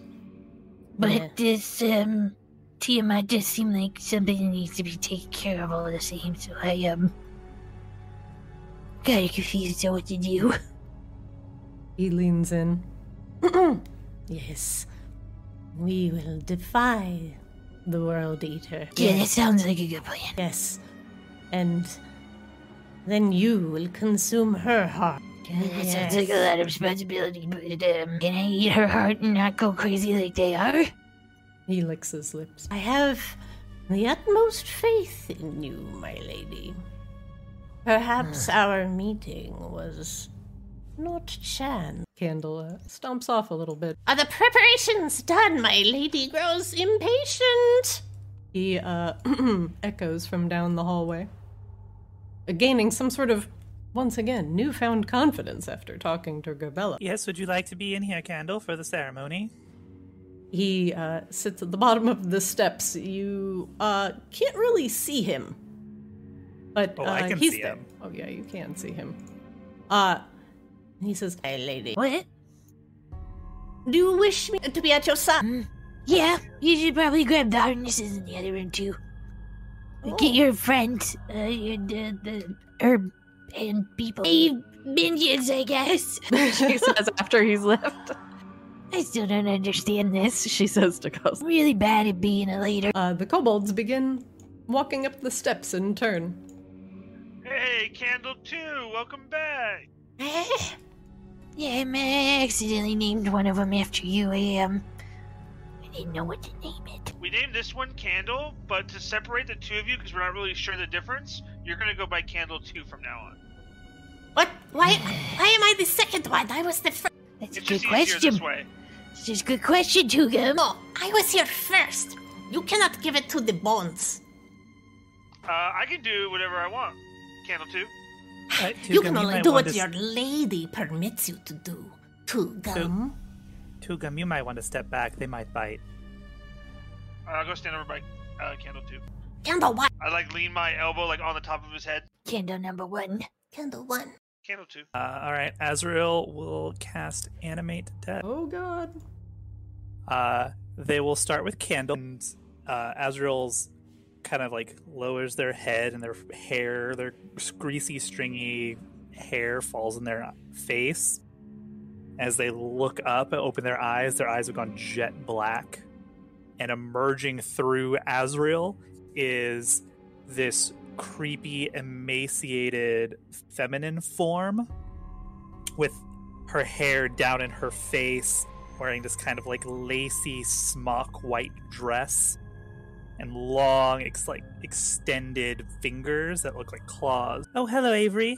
S6: But
S7: Yeah.
S6: this um Tiamat just seemed like something that needs to be taken care of all the same, so I um got confused on what to do.
S1: He leans in.
S7: Yes, we will defy the world eater.
S6: Yeah, that sounds like a good plan.
S7: Yes. and then you will consume her heart.
S6: That sounds like a lot of responsibility, but um, can I eat her heart and not go crazy like they are?
S1: He licks his lips.
S7: I have the utmost faith in you, my lady.
S1: Hmm.
S7: Perhaps our meeting was not chance.
S1: Candle uh, stomps off a little bit.
S7: Are the preparations done? My lady grows impatient.
S1: He uh, echoes from down the hallway, gaining some sort of, once again, newfound confidence after talking to Gabella.
S5: Yes, would you like to be in here, Candle, for the ceremony?
S1: He uh, sits at the bottom of the steps. You uh, can't really see him, but
S5: Oh, I
S1: uh,
S5: can
S1: he's
S5: see
S1: there.
S5: him.
S1: Oh yeah, you can see him. Uh, and he says,
S7: My lady,
S6: What?
S7: do you wish me to be at your side?
S6: Um, Hmm. Yeah, you should probably grab the harnesses in the other room too. Get your friends, uh, your, the, the herb and people. Hey, minions, I guess.
S3: she says after he's left.
S6: I still don't understand this.
S3: She says to Ghost.
S6: I'm really bad at being a leader.
S1: uh, the kobolds begin walking up the steps in turn.
S4: Hey, Candle 2, welcome back.
S6: Eh? Yeah, I ma- accidentally named one of them after you. I, um, I didn't know what to name it.
S4: We named this one Candle, but to separate the two of you, because we're not really sure the difference, you're going to go by Candle 2 from now on.
S7: What? Why? Why am I the second one? I was the first.
S6: That's
S4: It's
S6: a good
S4: just easier this
S6: question.
S4: way.
S6: It's just a good question, Tuga.
S7: No, I was here first. You cannot give it to the bones.
S4: Uh, I can do whatever I want, Candle 2.
S5: Uh,
S7: you
S5: Tugum,
S7: can only
S5: might
S7: do
S5: want
S7: what
S5: to
S7: your
S5: s-
S7: lady permits you to do. To gum.
S5: Tugum, you might want to step back. They might bite.
S4: Uh, I'll go stand over by uh, Candle 2.
S7: Candle one.
S4: I like lean my elbow like on the top of his head.
S6: Candle number one.
S7: Candle one.
S4: Candle 2.
S5: Uh, all right, Azrael will cast Animate Death.
S1: Oh God!
S5: Uh, they will start with Candle, and uh, Azrael's kind of like lowers their head, and their hair, their greasy, stringy hair, falls in their face. As they look up and open their eyes, their eyes have gone jet black, and emerging through Azrael is this creepy, emaciated feminine form with her hair down in her face, wearing this kind of like lacy smock white dress and long, ex- like extended fingers that look like claws. Oh, hello, Avery.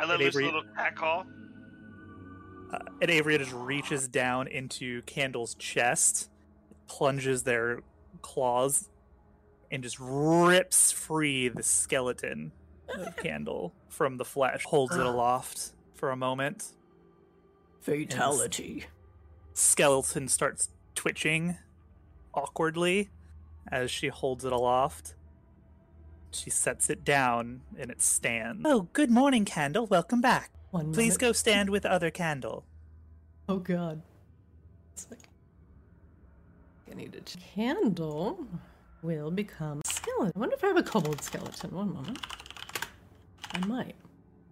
S4: I let
S5: Hey,
S4: loose a
S5: Avery.
S4: little cat call.
S5: Uh, and Avery just reaches down into Candle's chest, plunges their claws, and just rips free the skeleton of Candle from the flesh, holds it aloft for a moment.
S1: Fatality.
S5: skeleton starts twitching awkwardly as she holds it aloft. She sets it down and it stands. Oh, good morning, Candle. Welcome back.
S1: One
S5: Please
S1: minute.
S5: go stand with other Candle.
S1: Oh god. It's like I need a ch- candle will become skeleton. I wonder if I have a kobold skeleton. One moment. I might.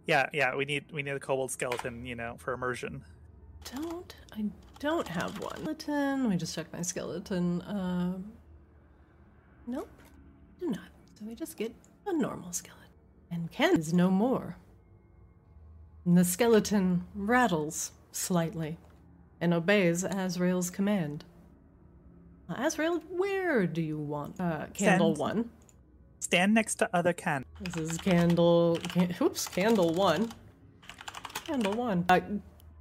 S5: Yeah, yeah, we need we need a kobold skeleton, you know, for immersion.
S1: Don't I don't have one. Skeleton. Let me just check my skeleton. Um Nope. Do not. So we just get a normal skeleton. And Ken is no more. And the skeleton rattles slightly and obeys Azrael's command. Azrael, where do you want uh, candle
S5: Send.
S1: one?
S5: Stand next to other Candle.
S1: This is candle. Can, oops, candle one. Candle one. Uh,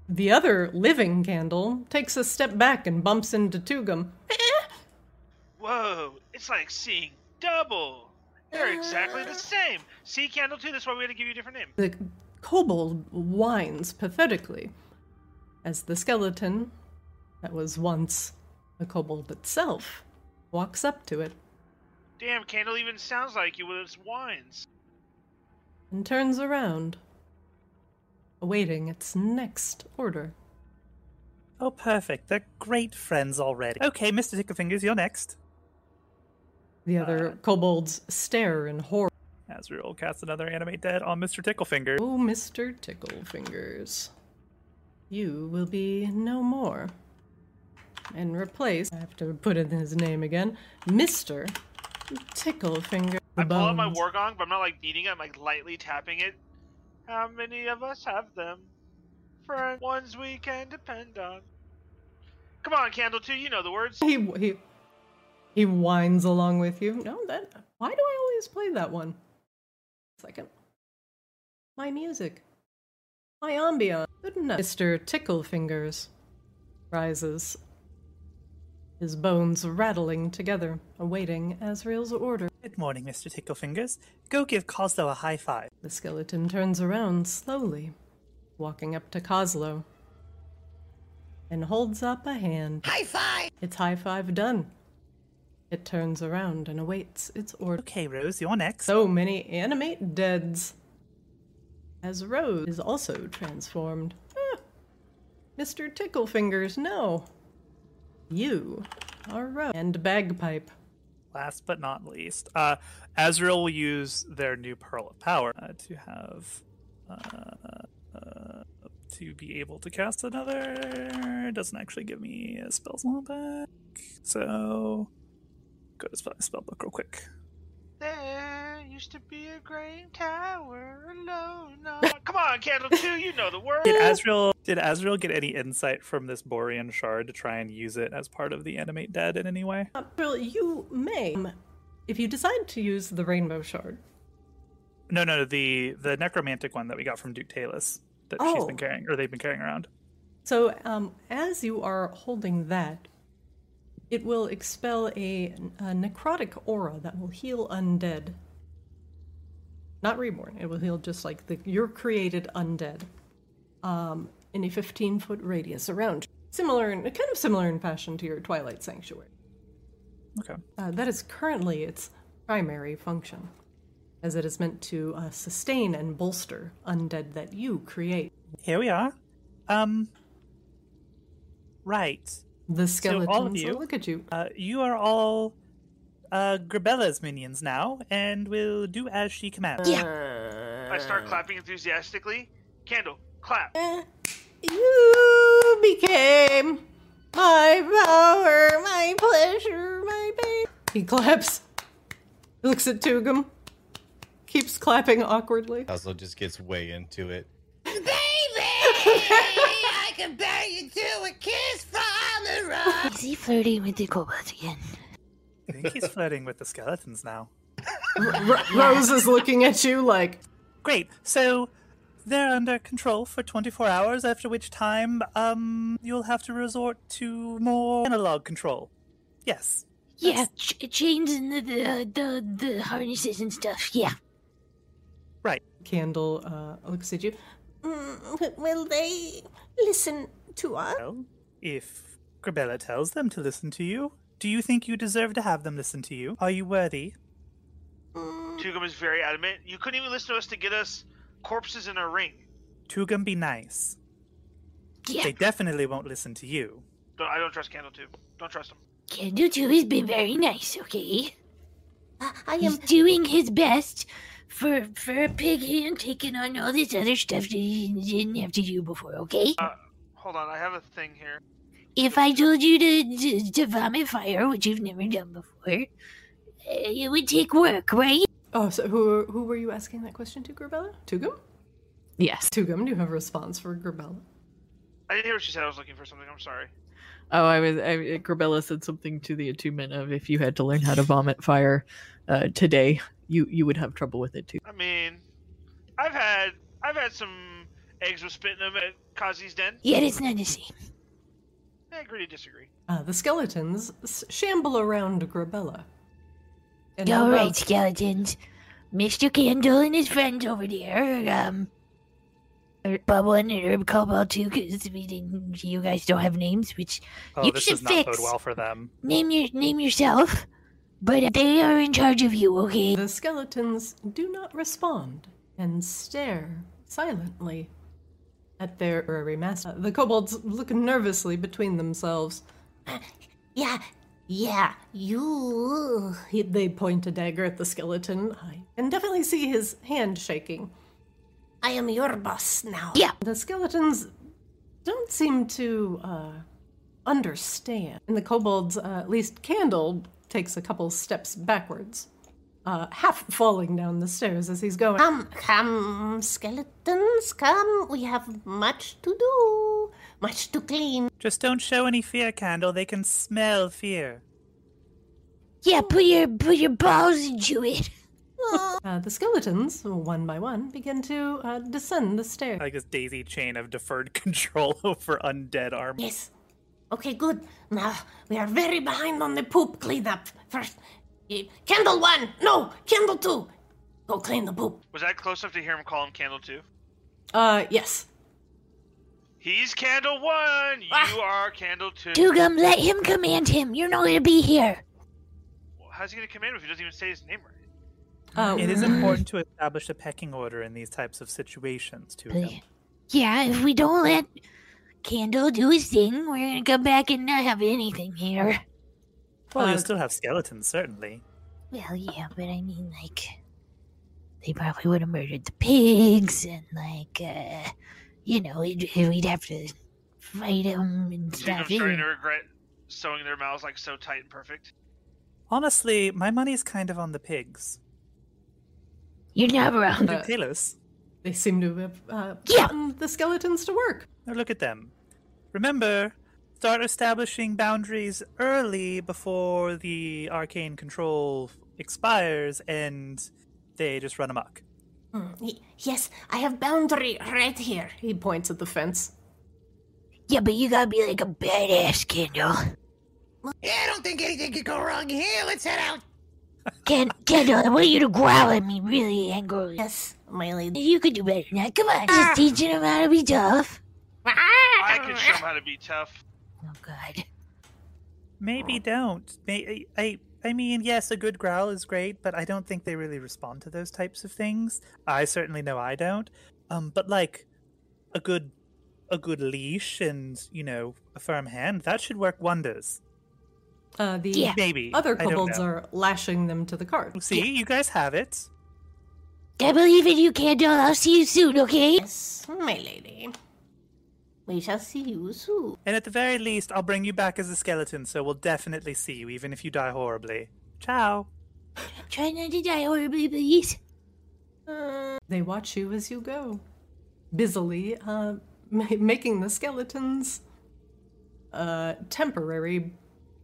S1: the other living candle takes a step back and bumps into Tugum. Eh?
S4: Whoa, it's like seeing double. They're exactly the same. See, Candle 2, that's why we had to give you a different name.
S1: The kobold whines pathetically as the skeleton that was once the kobold itself walks up to it
S4: Damn, Candle even sounds like you with its whines.
S1: and turns around, awaiting its next order.
S5: Oh, perfect. They're great friends already. Okay, Mr. Ticklefingers, you're next.
S1: The other kobolds stare in horror.
S5: Azrael casts another animate dead on Mr. Ticklefinger.
S1: Oh, Mr. Ticklefingers, you will be no more. And replace, I have to put in his name again, Mr. Ticklefinger The
S4: I pull out my
S1: bones.
S4: war gong, but I'm not like beating it. I'm like lightly tapping it. How many of us have them? Friend, ones we can depend on. Come on, Candle Two, you know the words.
S1: He he he whines along with you. No, that why do I always play that one? Second. My music. My ambiance. Good enough. Mr. Ticklefingers rises. His bones rattling together, awaiting Azrael's order.
S5: Good morning, Mr. Ticklefingers. Go give Coslow a high five.
S1: The skeleton turns around slowly, walking up to Coslow, and holds up a hand.
S8: High five!
S1: It's high five done. It turns around and awaits its order.
S5: Okay, Rose, you're next.
S1: So many animate deads. As Rose is also transformed. Ah, Mr. Ticklefingers, no. You are Rose. And Bagpipe.
S5: Last but not least, uh, Azrael will use their new Pearl of Power uh, to have. Uh, uh, to be able to cast another. It doesn't actually give me a spell slot back. So. Go to spell, spell book real quick.
S4: There used to be a great tower alone. on- Come on, Candle Two, you know the words.
S5: Did Azrael did Azrael get any insight from this Borean shard to try and use it as part of the animate dead in any way?
S1: Uh, Well, you may, um, if you decide to use the rainbow shard.
S5: No, no, the the necromantic one that we got from Duke Talus that she's
S1: Oh.
S5: been carrying or they've been carrying around.
S1: So, um, as you are holding that, it will expel a, a necrotic aura that will heal undead. Not reborn. It will heal just like the your created undead, um, in a fifteen foot radius around. you. Similar, in, kind of similar in fashion to your Twilight Sanctuary.
S5: Okay.
S1: Uh, that is currently its primary function, as it is meant to uh, sustain and bolster undead that you create.
S5: Here we are. Um Right.
S1: The
S5: So all
S1: skeletons
S5: of
S1: will
S5: you-
S1: look at you.
S5: Uh you are all uh Grabella's minions now, and will do as she commands.
S6: Yeah.
S4: I start clapping enthusiastically. Candle, clap.
S1: You became my power, my pleasure, my pain. He claps, looks at Tugum, keeps clapping awkwardly.
S2: Coslow just gets way into it.
S8: Baby! I compare you to a kiss from the rock!
S6: Is he flirting with the kobolds again?
S5: I think he's flirting with the skeletons now.
S1: R- Rose is looking at you like,
S5: Great. So they're under control for 24 hours, after which time um, you'll have to resort to more analog control. Yes.
S6: Yeah, ch- chains and the, the the the harnesses and stuff. Yeah.
S1: Candle uh, looks at you.
S7: Mm, will they listen to us?
S5: Well, if Grabella tells them to listen to you, do you think you deserve to have them listen to you? Are you worthy?
S4: Tugum is very adamant. You couldn't even listen to us to get us corpses in a ring.
S5: Tugum, be nice.
S6: Yeah.
S5: They definitely won't listen to you.
S4: Don't, I don't trust Candle Two. Don't trust him.
S6: Kendall too has been very nice. Okay.
S7: Uh, I
S6: He's
S7: am.
S6: doing his best for for a pig hand taking on all this other stuff that he didn't have to do before. Okay.
S4: Hold on, I have a thing here.
S6: If I told you to, to to vomit fire, which you've never done before, uh, it would take work, right?
S1: Oh, so who who were you asking that question to, Grabella? Tugum?
S3: Yes.
S1: Tugum, do you have a response for Grabella?
S4: I didn't hear what she said. I was looking for something. I'm sorry.
S3: Oh, I was. I, Grabella said something to the attunement of if you had to learn how to vomit fire uh, today, you you would have trouble with it too.
S4: I mean, I've had I've had some eggs with spit in them at Kazi's den.
S6: Yet it's not the same.
S4: I agree to disagree.
S1: Uh, the skeletons s- shamble around Grabella. And
S6: All
S1: Grabella-
S6: right, skeletons. Mr. Candle and his friends over there, um, er, Bubble and Herb Cobalt too, because we didn't. You guys don't have names, which
S5: Oh,
S6: you
S5: this
S6: should
S5: does not
S6: fix.
S5: bode well for them.
S6: Name your name yourself. But they are in charge of you, okay?
S1: The skeletons do not respond and stare silently at their Urari master. Uh, The kobolds look nervously between themselves.
S7: Yeah, yeah, you.
S1: He, they point a dagger at the skeleton. I can definitely see his hand shaking.
S7: I am your boss now.
S6: Yeah.
S1: The skeletons don't seem to uh, understand. And the kobolds, uh, at least Candle, takes a couple steps backwards. uh, half falling down the stairs as he's going.
S7: Come, come, skeletons, come. We have much to do, much to clean.
S5: Just don't show any fear, Candle. They can smell fear.
S6: Yeah, put your put your balls into it.
S1: Uh, the skeletons, one by one, begin to uh, descend the stairs.
S5: Like this daisy chain of deferred control over undead armor.
S7: Yes. Okay, good. Now, we are very behind on the poop cleanup. First, eh, candle one, no, candle two. Go clean the poop.
S4: Was that close enough to hear him call him Candle Two?
S1: Uh, yes.
S4: He's Candle One. You are Candle Two.
S6: Dugum, let him command him. You're not gonna be here.
S4: How's he gonna command him if he doesn't even say his name right?
S1: Uh,
S5: It is important to establish a pecking order in these types of situations, too.
S6: Hey. Yeah, if we don't let Candle do his thing, we're gonna come back and not have anything here.
S5: Well,
S1: Uh,
S5: you'll still have skeletons, certainly.
S6: Well, yeah, but I mean, like, they probably would have murdered the pigs, and like, uh, you know, we'd, we'd have to fight them
S4: I'm
S6: and stuff.
S4: starting to regret sewing their mouths like so tight and perfect.
S5: Honestly, my money's kind of on the pigs.
S6: You're not wrong.
S1: Uh,
S5: Kalos,
S1: they seem to have uh,
S6: Yeah.
S1: gotten the skeletons to work.
S5: now look at them. Remember, start establishing boundaries early before the arcane control expires and they just run amok.
S7: Y- Yes, I have boundary right here.
S1: He points at the fence.
S6: Yeah, but you gotta be like a badass, Kendall.
S8: Yeah, I don't think anything could go wrong here. Let's head out.
S6: Ken- Kendall, I want you to growl at me really angrily.
S7: Yes, my lady.
S6: You could do better than that. Come on, just teaching him how to be tough.
S4: I can show him how to be tough.
S6: Oh God.
S5: Maybe don't. May- I, I I mean, yes, a good growl is great, but I don't think they really respond to those types of things. I certainly know I don't. Um, but like a good a good leash and you know a firm hand that should work wonders.
S1: Uh, the
S6: Yeah.
S5: Maybe
S1: other
S5: I don't
S1: kobolds
S5: know.
S1: are lashing them to the cart.
S5: See, you guys have it.
S6: I believe in you, Kendall. I'll see you soon, okay?
S7: Yes, my lady. We shall see you soon.
S5: And at the very least, I'll bring you back as a skeleton, so we'll definitely see you, even if you die horribly. Ciao.
S6: Try not to die horribly, please.
S1: They watch you as you go, busily uh, ma- making the skeletons uh, temporary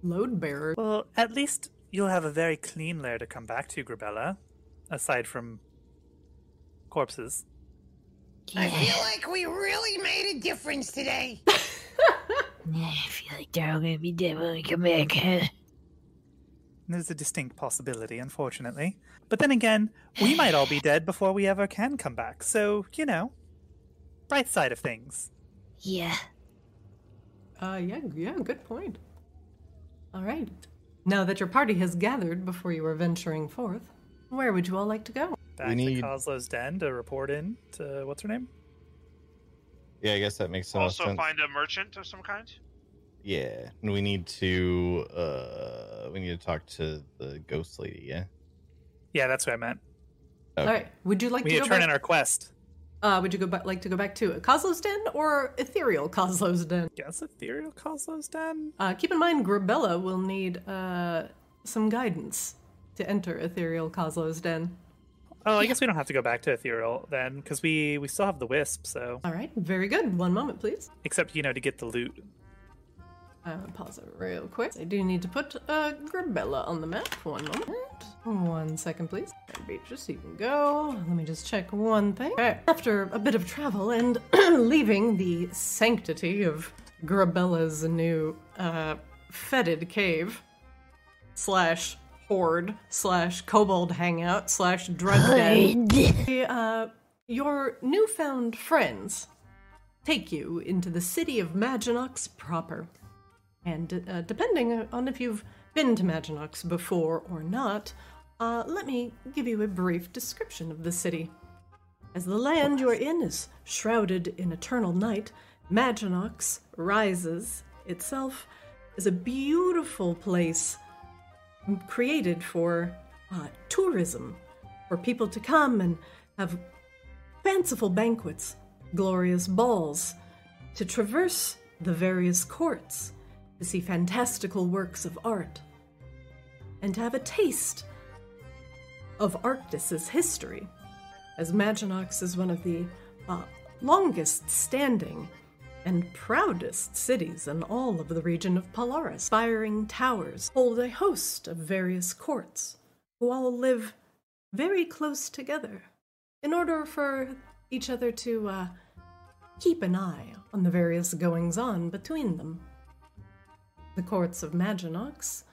S1: load bearer.
S5: Well, at least you'll have a very clean lair to come back to, Grabella, aside from corpses.
S8: I
S6: Yeah.
S8: feel like we really made a difference today.
S6: Yeah, I feel like they're all gonna be dead when we come back.
S5: There's a distinct possibility, unfortunately. But then again, we might all be dead before we ever can come back, so, you know, bright side of things.
S6: yeah.
S1: Uh, yeah, yeah, good point. All right. Now that your party has gathered before you are venturing forth, where would you all like to go?
S5: Back to
S2: need-
S5: Coslow's den to report in to what's her name?
S2: Yeah, I guess that makes some
S4: also,
S2: sense.
S4: find a merchant of some kind.
S2: Yeah, and we need to uh we need to talk to the ghost lady. Yeah.
S5: Yeah, that's what I meant.
S2: Okay.
S1: All right. Would you like
S5: Uh, We
S1: to
S5: need
S1: go
S5: to turn
S1: back?
S5: in our quest.
S1: uh, would you go back, like to go back to Kozlo's den or ethereal Kozlo's den?
S5: Guess ethereal Coslow's den?
S1: Uh, keep in mind, Grabella will need uh, some guidance to enter ethereal Kozlo's den.
S5: Oh, I guess we don't have to go back to ethereal then, because we we still have the wisp. So,
S1: All right. Very good. One moment, please.
S5: except you know to get the loot.
S1: I'm gonna Uh, pause it real quick. I do need to put uh, Grabella on the map. One moment. One second, please. Alright, just so you can go. Let me just check one thing. Alright, after a bit of travel and leaving the sanctity of Grabella's new uh, fetid cave slash horde slash kobold hangout slash drug den, the, uh, your newfound friends take you into the city of Maginox proper. And uh, depending on if you've been to Maginox before or not, uh, let me give you a brief description of the city. As the land you are in is shrouded in eternal night, Maginox rises itself as a beautiful place created for uh, tourism, for people to come and have fanciful banquets, glorious balls, to traverse the various courts, to see fantastical works of art, and to have a taste of Arctis's history, as Maginox is one of the uh, longest standing and proudest cities in all of the region of Polaris. Firing towers hold a host of various courts who all live very close together in order for each other to uh, keep an eye on the various goings on between them. The courts of Maginox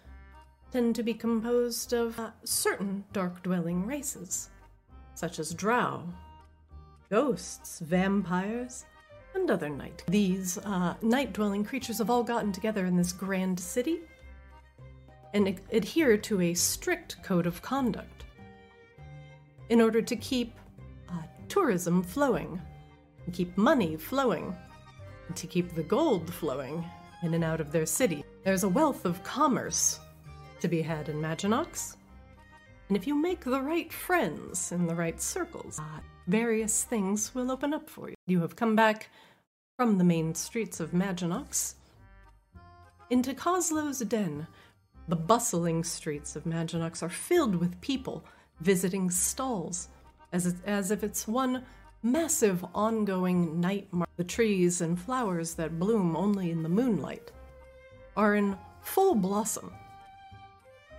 S1: tend to be composed of uh, certain dark dwelling races, such as Drow, ghosts, vampires, and other night. These uh, night dwelling creatures have all gotten together in this grand city and ad- adhere to a strict code of conduct in order to keep uh, tourism flowing, and keep money flowing, and to keep the gold flowing in and out of their city. There's a wealth of commerce to be had in Maginox. And if you make the right friends in the right circles, uh, various things will open up for you. You have come back from the main streets of Maginox into Coslow's den. The bustling streets of Maginox are filled with people visiting stalls, as, it, as if it's one massive ongoing night market. The trees and flowers that bloom only in the moonlight are in full blossom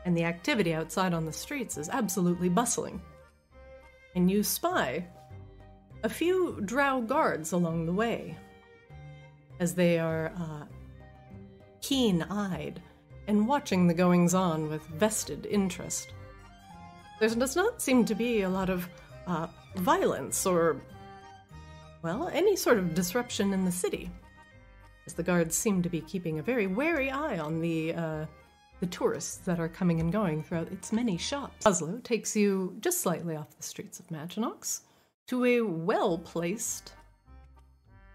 S1: and the activity outside on the streets is absolutely bustling. And you spy a few drow guards along the way, as they are uh, keen eyed and watching the goings on with vested interest. There does not seem to be a lot of uh, violence or, well, any sort of disruption in the city, as the guards seem to be keeping a very wary eye on the. Uh, the tourists that are coming and going throughout its many shops. Oslo takes you just slightly off the streets of Maginox to a well placed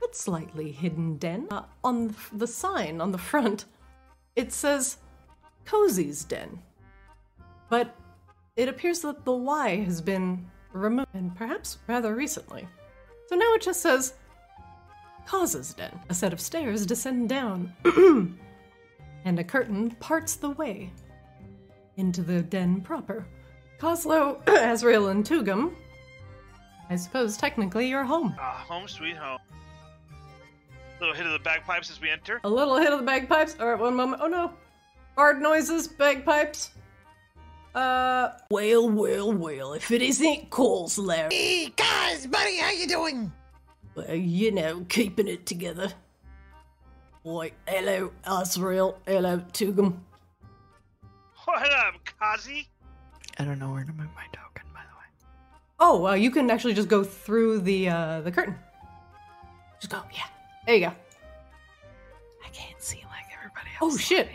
S1: but slightly hidden den. Uh, on th- the sign on the front, it says Cozy's Den, but it appears that the Y has been removed, and perhaps rather recently. So now it just says Causes Den. A set of stairs descend down and a curtain parts the way into the den proper. Coslow, Azrael, and Tugum. I suppose technically you're home.
S4: Ah, home sweet home. Little hit of the bagpipes as we enter.
S1: A little hit of the bagpipes. All right, one moment. Oh no, hard noises, bagpipes. Uh,
S9: Well, well, well, if it isn't calls, Larry.
S8: Hey, guys, buddy, how you doing?
S9: Well, you know, keeping it together. Boy, hello, Azrael. Hello, Tugum.
S4: What up, Kazi?
S3: I don't know where to move my token, by the way.
S1: oh, uh, you can actually just go through the uh, the curtain.
S9: Just go, yeah.
S1: There you go.
S3: I can't see like everybody else.
S1: Oh shit.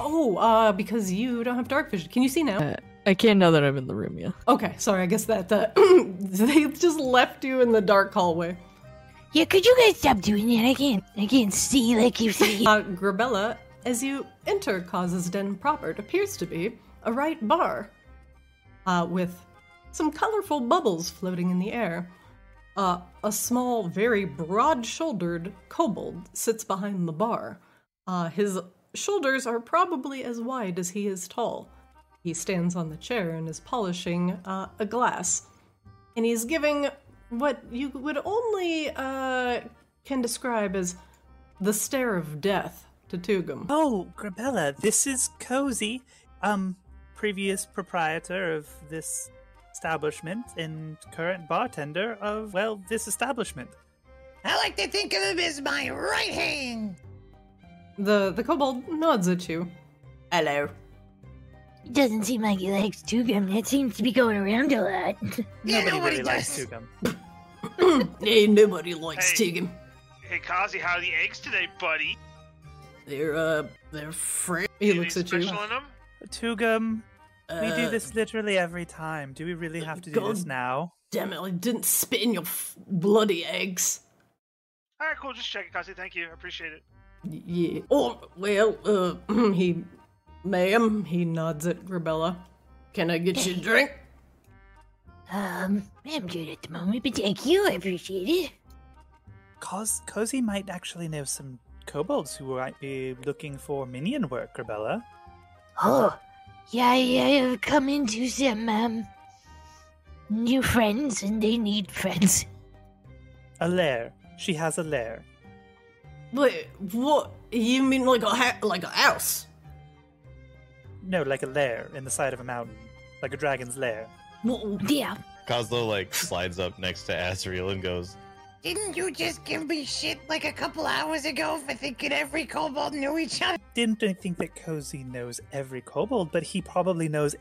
S1: Oh, uh, because you don't have dark vision. Can you see now?
S3: I can't know that I'm in the room, yeah.
S1: Okay, sorry. I guess that uh, they just left you in the dark hallway.
S6: Yeah, could you guys stop doing that? I can't, I can't see like you see.
S1: Uh, Grabella, as you enter Cause's Den proper, it appears to be a right bar uh, with some colorful bubbles floating in the air. Uh, a small, very broad shouldered kobold sits behind the bar. Uh, his shoulders are probably as wide as he is tall. He stands on the chair and is polishing uh, a glass. And he's giving what you would only uh, can describe as the stare of death to Tugum.
S5: Oh, Grabella, this is Cozy, um, previous proprietor of this establishment and current bartender of, well, this establishment.
S8: I like to think of him as my right hand.
S1: The the kobold nods at you.
S9: Hello.
S6: Doesn't seem like he likes Tugum. That seems to be going around a lot.
S8: Yeah,
S5: Nobody
S8: nobody
S5: really likes
S8: does.
S5: Tugum.
S9: Ain't nobody likes
S4: Hey.
S9: Tugum.
S4: Hey, Kazi, how are the eggs today, buddy?
S9: They're, uh, they're fresh.
S1: He
S4: Anything
S1: looks at you.
S4: special in 'em?
S5: Tugum, we do
S9: Uh,
S5: this literally every time. Do we really have to do this
S9: God.
S5: now?
S9: Damn it, I didn't spit in your f- bloody eggs.
S4: All right, cool. Just checking, Kazi. Thank you. I appreciate it.
S9: Y- Yeah. Oh, well, uh, he.
S1: Ma'am, he nods at Grabella.
S9: Can I get you a drink?
S6: Um, I'm good at the moment, but thank you. I appreciate it.
S5: Cause Cozy might actually know some kobolds who might be looking for minion work, Grabella.
S6: Oh, yeah, I, I have come into some um new friends and they need friends.
S5: A lair. She has a lair.
S9: Wait, what? You mean like a ha- like a house?
S5: No, like a lair in the side of a mountain, like a dragon's lair.
S9: What?
S6: Yeah.
S2: Coslow like slides up next to Asriel and goes,
S8: Didn't you just give me shit like a couple hours ago for thinking every kobold knew each other?
S5: Didn't I think that Cozy knows every kobold, but he probably knows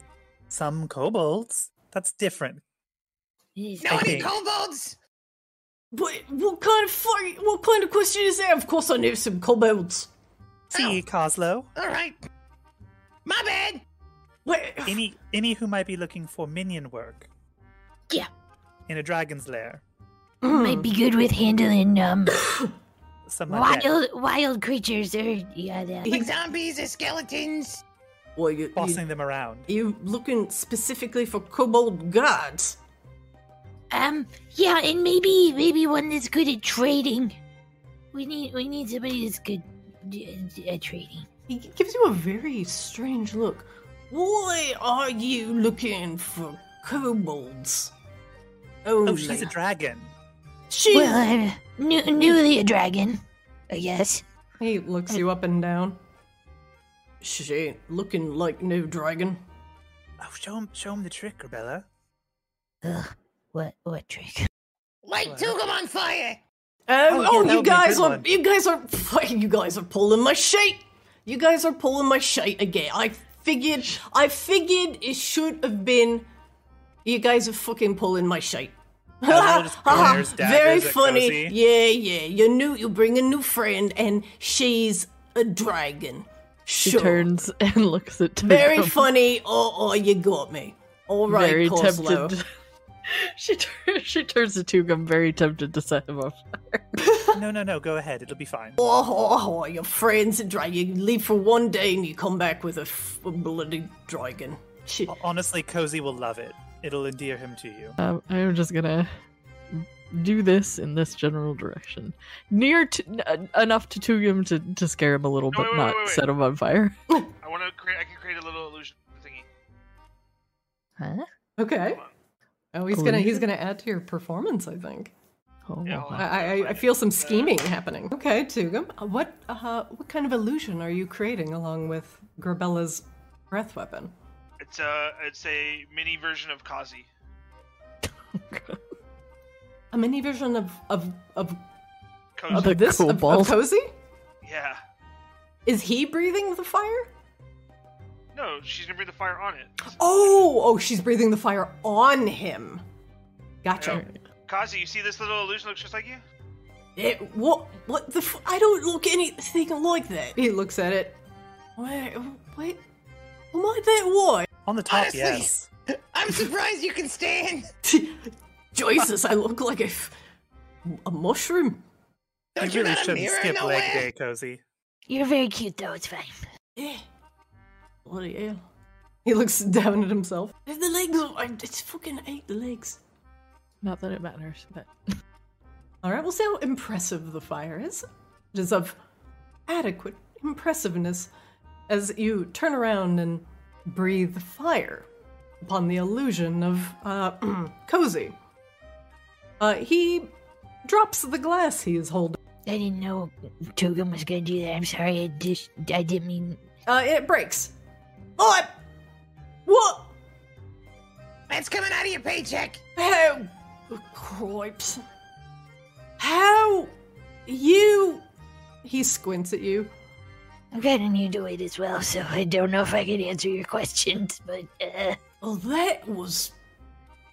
S5: some kobolds. That's different.
S8: Know any
S5: think-
S8: kobolds?
S9: Wait, what kind of fuck? What kind of question is that? Of course, I know some kobolds.
S5: See, Coslow,
S8: All right. My bad.
S9: Wait,
S5: any any who might be looking for minion work.
S6: Yeah.
S5: In a dragon's lair.
S6: Might be good with handling um
S5: Some like that.
S6: wild wild creatures or yeah that.
S8: Like zombies or skeletons.
S9: well, you, you,
S5: bossing them around.
S9: you looking specifically for kobold guards?
S6: Um yeah, and maybe maybe one that's good at trading. We need we need somebody that's good uh, at- at trading.
S9: He gives you a very strange look. Why are you looking for kobolds?
S5: Oh,
S9: Only.
S5: she's a dragon.
S9: She's-
S6: Well, uh, new, newly a dragon, I guess.
S1: He looks you up and down.
S9: she ain't looking like no dragon.
S5: Oh, show him, show him the trick, Rebella.
S6: Ugh, what what trick?
S8: Light Tugum on fire.
S9: Um,
S5: Oh, yeah,
S9: oh, you
S5: that would be a
S9: guys
S5: good
S9: are
S5: one.
S9: you guys are you guys are pulling my shit. You guys are pulling my shit again. I figured I figured it should have been you guys are fucking pulling my shit.
S5: Everyone just pointers
S9: Very
S5: daggers at
S9: funny.
S5: Cozy.
S9: Yeah, yeah. You new you bring a new friend and she's a dragon.
S3: She
S9: Sure.
S3: turns and looks at Tugum.
S9: Very funny. Oh, oh, you got me. All right,
S3: very
S9: Corslow.
S3: tempted. she turns. She turns to Tugum, very tempted to set him off.
S5: No, no, no. Go ahead. It'll be fine.
S9: Oh, oh, oh, your friend's a dragon. You leave for one day and you come back with a, f- a bloody dragon. Shit.
S5: Honestly, Cozy will love it. It'll endear him to you.
S3: Um, I'm just gonna do this in this general direction, near to, n- uh, enough to Tugum to, to scare him a little,
S4: No,
S3: but
S4: wait, wait,
S3: not
S4: wait, wait.
S3: set him on fire.
S4: I want to create. I can create a little illusion thingy.
S3: Huh?
S1: Okay. Oh, he's gonna he's gonna add to your performance, I think.
S3: Oh,
S4: Yeah, hold on.
S1: I I, I- I feel some scheming happening. Okay, Tugum, uh, what uh, what kind of illusion are you creating along with Grabella's breath weapon?
S4: It's a it's a mini version of Kazi.
S1: A mini version of of of,
S4: Cozy.
S1: of
S3: The
S1: this of-
S3: kobold.
S1: of cozy?
S4: Yeah.
S1: Is he breathing the fire?
S4: No, she's gonna bring the fire on it.
S1: Oh, oh, she's breathing the fire on him. Gotcha.
S4: Kazi, you see this little illusion looks just like you.
S9: Eh, what? What the? F- I don't look anything like that.
S1: He looks at it.
S9: Wait, wait. Am I that white?
S5: On the top,
S8: Honestly.
S5: yes.
S8: I'm surprised you can stand.
S9: Jesus, I look like a, f- a mushroom.
S8: Don't
S5: you
S8: you
S5: really
S8: got a
S5: shouldn't
S8: mirror
S5: skip
S8: nowhere?
S5: leg day, Cozy.
S6: You're very cute though. It's fine.
S9: Yeah. Bloody hell.
S1: He looks down at himself.
S9: If the legs, oh, I it's fucking ate the legs.
S3: Not that it matters, but
S1: All right, we'll see how impressive the fire is. It is of adequate impressiveness as you turn around and breathe fire upon the illusion of uh, cozy. Uh, he drops the glass he is holding.
S6: I didn't know Togum was gonna do that. I'm sorry. I just I didn't mean.
S1: Uh, it breaks.
S9: Oh, I- what?
S8: That's coming out of your paycheck.
S9: How? Cripes. How? You.
S1: He squints at you.
S6: I'm kind of new to it as well, so I don't know if I can answer your questions. But uh,
S9: Oh, that was.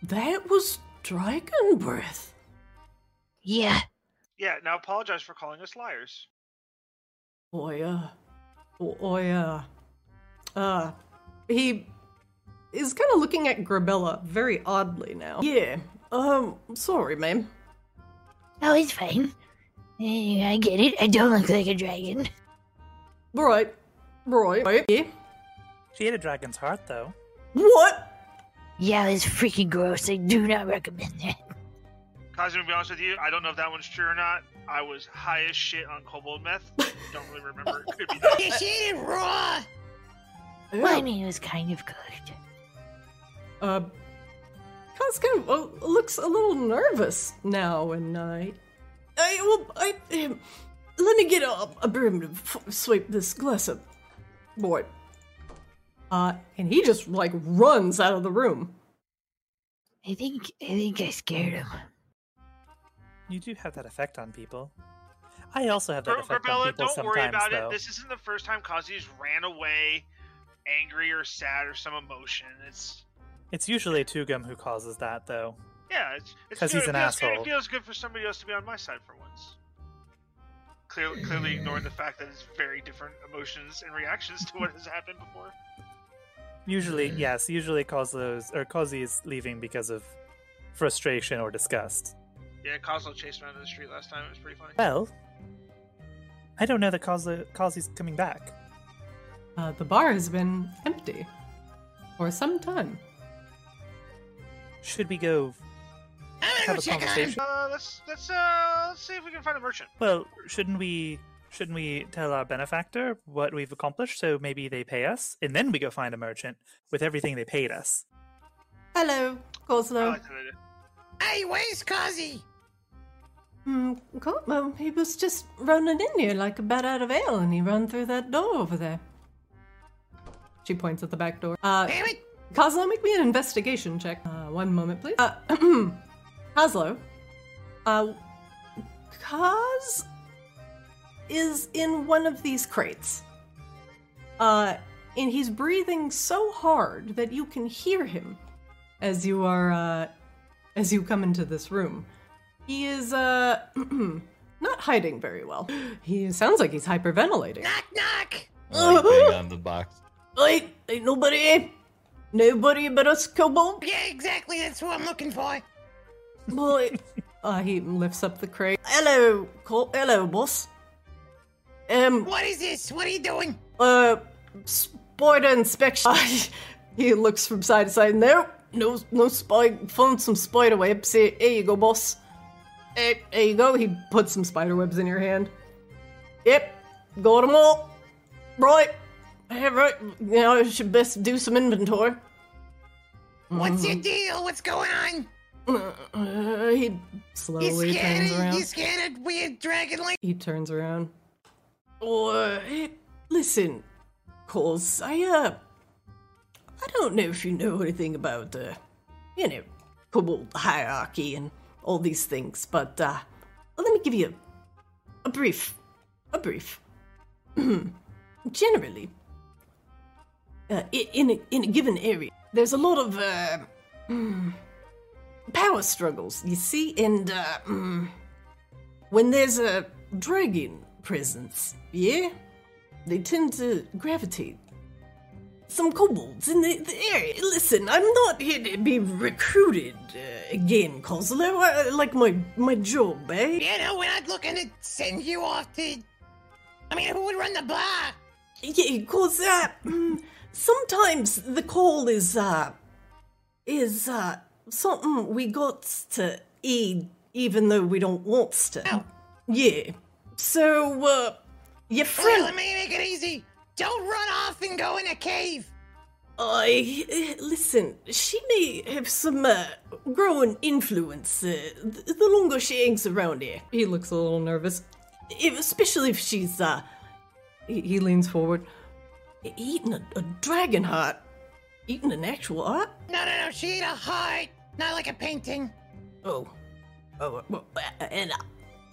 S9: That was dragon breath.
S6: yeah,
S4: Yeah. Now apologize for calling us liars.
S9: Oh, yeah.
S1: Oh, oh, yeah. Uh, he is kind of looking at Grabella very oddly now.
S9: Yeah. Um, sorry, ma'am.
S6: oh, it's fine. Eh, I get it. I don't look like a dragon.
S9: Right. Right. right. Yeah.
S5: She ate a dragon's heart, though.
S9: What?
S6: Yeah, it's freaking gross. I do not recommend that.
S4: Kazi, to be honest with you, I don't know if that one's true or not. I was high as shit on kobold meth. don't really remember. Could be that.
S8: You shit it raw.
S6: Well, I mean, it was kind of cooked.
S1: Uh,
S10: Kaz kind of uh, looks a little nervous now, and I,
S1: I, well, I, um, let me get a, a broom to f- sweep this glass up, boy.
S10: uh, and he just like runs out of the room.
S6: I think I think I scared him.
S5: You do have that effect on people. I also have that
S4: Gr-
S5: effect on
S4: Grabella,
S5: people
S4: don't
S5: sometimes,
S4: worry about
S5: though.
S4: it. This isn't the first time Kazu's ran away, angry or sad or some emotion. It's
S5: It's usually Tugum who causes that, though.
S4: yeah, it's it's
S5: 'Cause
S4: good-
S5: he's
S4: it
S5: an
S4: feels good-
S5: asshole.
S4: It feels good for somebody else to be on my side for once. Clearly, clearly ignoring the fact that it's very different emotions and reactions to what has happened before.
S5: Usually,
S8: Hmm.
S5: yes, usually Kozlo's or Kozi is leaving because of frustration or disgust.
S4: Yeah, Kozlo chased me out of the street last time. It was pretty funny.
S5: Well, I don't know that Kozlo Kozi's coming back.
S10: Uh, the bar has been empty for some time.
S5: Should we go
S8: I'm
S5: have
S8: gonna
S5: a
S8: go check on him.
S5: conversation?
S4: Uh, let's let's uh let's see if we can find a merchant.
S5: Well, shouldn't we shouldn't we tell our benefactor what we've accomplished so maybe they pay us and then we go find a merchant with everything they paid us.
S1: Hello,
S4: I
S1: Kozlo.
S4: like that idea.
S8: Hey, where's Kazi?
S1: Hmm, Kozlo, he was just running in here like a bat out of hell, and he ran through that door over there.
S10: She points at the back door. Uh,
S8: Damn it!
S10: Kozlo, make me an investigation check. Uh, one moment, please. Uh, Kozlo,
S1: Uh, Kaz is in one of these crates.
S10: uh, and he's breathing so hard that you can hear him as you are uh, as you come into this room. He is uh, not hiding very well. He sounds like he's hyperventilating.
S8: Knock, knock!
S2: Like, bang on the box.
S1: Wait, ain't nobody in. Nobody but us, Kobold.
S8: Yeah, exactly. That's what I'm looking for.
S1: Boy. oh,
S10: Uh, he lifts up the crate.
S1: hello, Col- hello, boss. Um,
S8: What is this? What are you doing?
S1: uh, spider inspection. he looks from side to side. No, no, no spider. Found some spider webs. Here, here you go, boss.
S10: Eh, there you go. He puts some spider webs in your hand.
S1: Yep, got them all. Right, yeah, right. You know, I should best do some inventory.
S8: What's
S5: Mm-hmm.
S8: your deal? What's going on?
S1: Uh, he,
S8: You
S10: Slowly turns
S8: scared? You
S10: around.
S8: scared a weird dragon like?
S10: He turns around.
S1: or eh, listen, cause I uh, I don't know if you know anything about uh, you know, kobold hierarchy and all these things, but uh, let me give you a, a brief, a brief. Generally, uh, i- in a, in a given area, there's a lot of uh, mm, power struggles, you see, and uh, mm, when there's a dragon presence, yeah, they tend to gravitate. Some kobolds in the, the area. Listen, I'm not here to be recruited uh, again, Kozlo. I, I like my my job, eh?
S8: You know, we're not looking to send you off to. I mean, who would run the bar?
S1: Yeah, cause uh, mm, sometimes the call is uh is uh something we got to eat even though we don't want to. Yeah. So uh, your
S8: Well,
S1: friend.
S8: let me make it easy. Don't run off and go in a cave.
S1: I listen. She may have some uh, growing influence. Uh, th- the longer she hangs around here,
S10: He looks a little nervous.
S1: if, especially if she's uh,
S10: He, he leans forward.
S1: eating a, a dragon heart, eating an actual heart.
S8: No, no, no. She ate a heart, not like a painting.
S1: Oh, oh, well, uh, an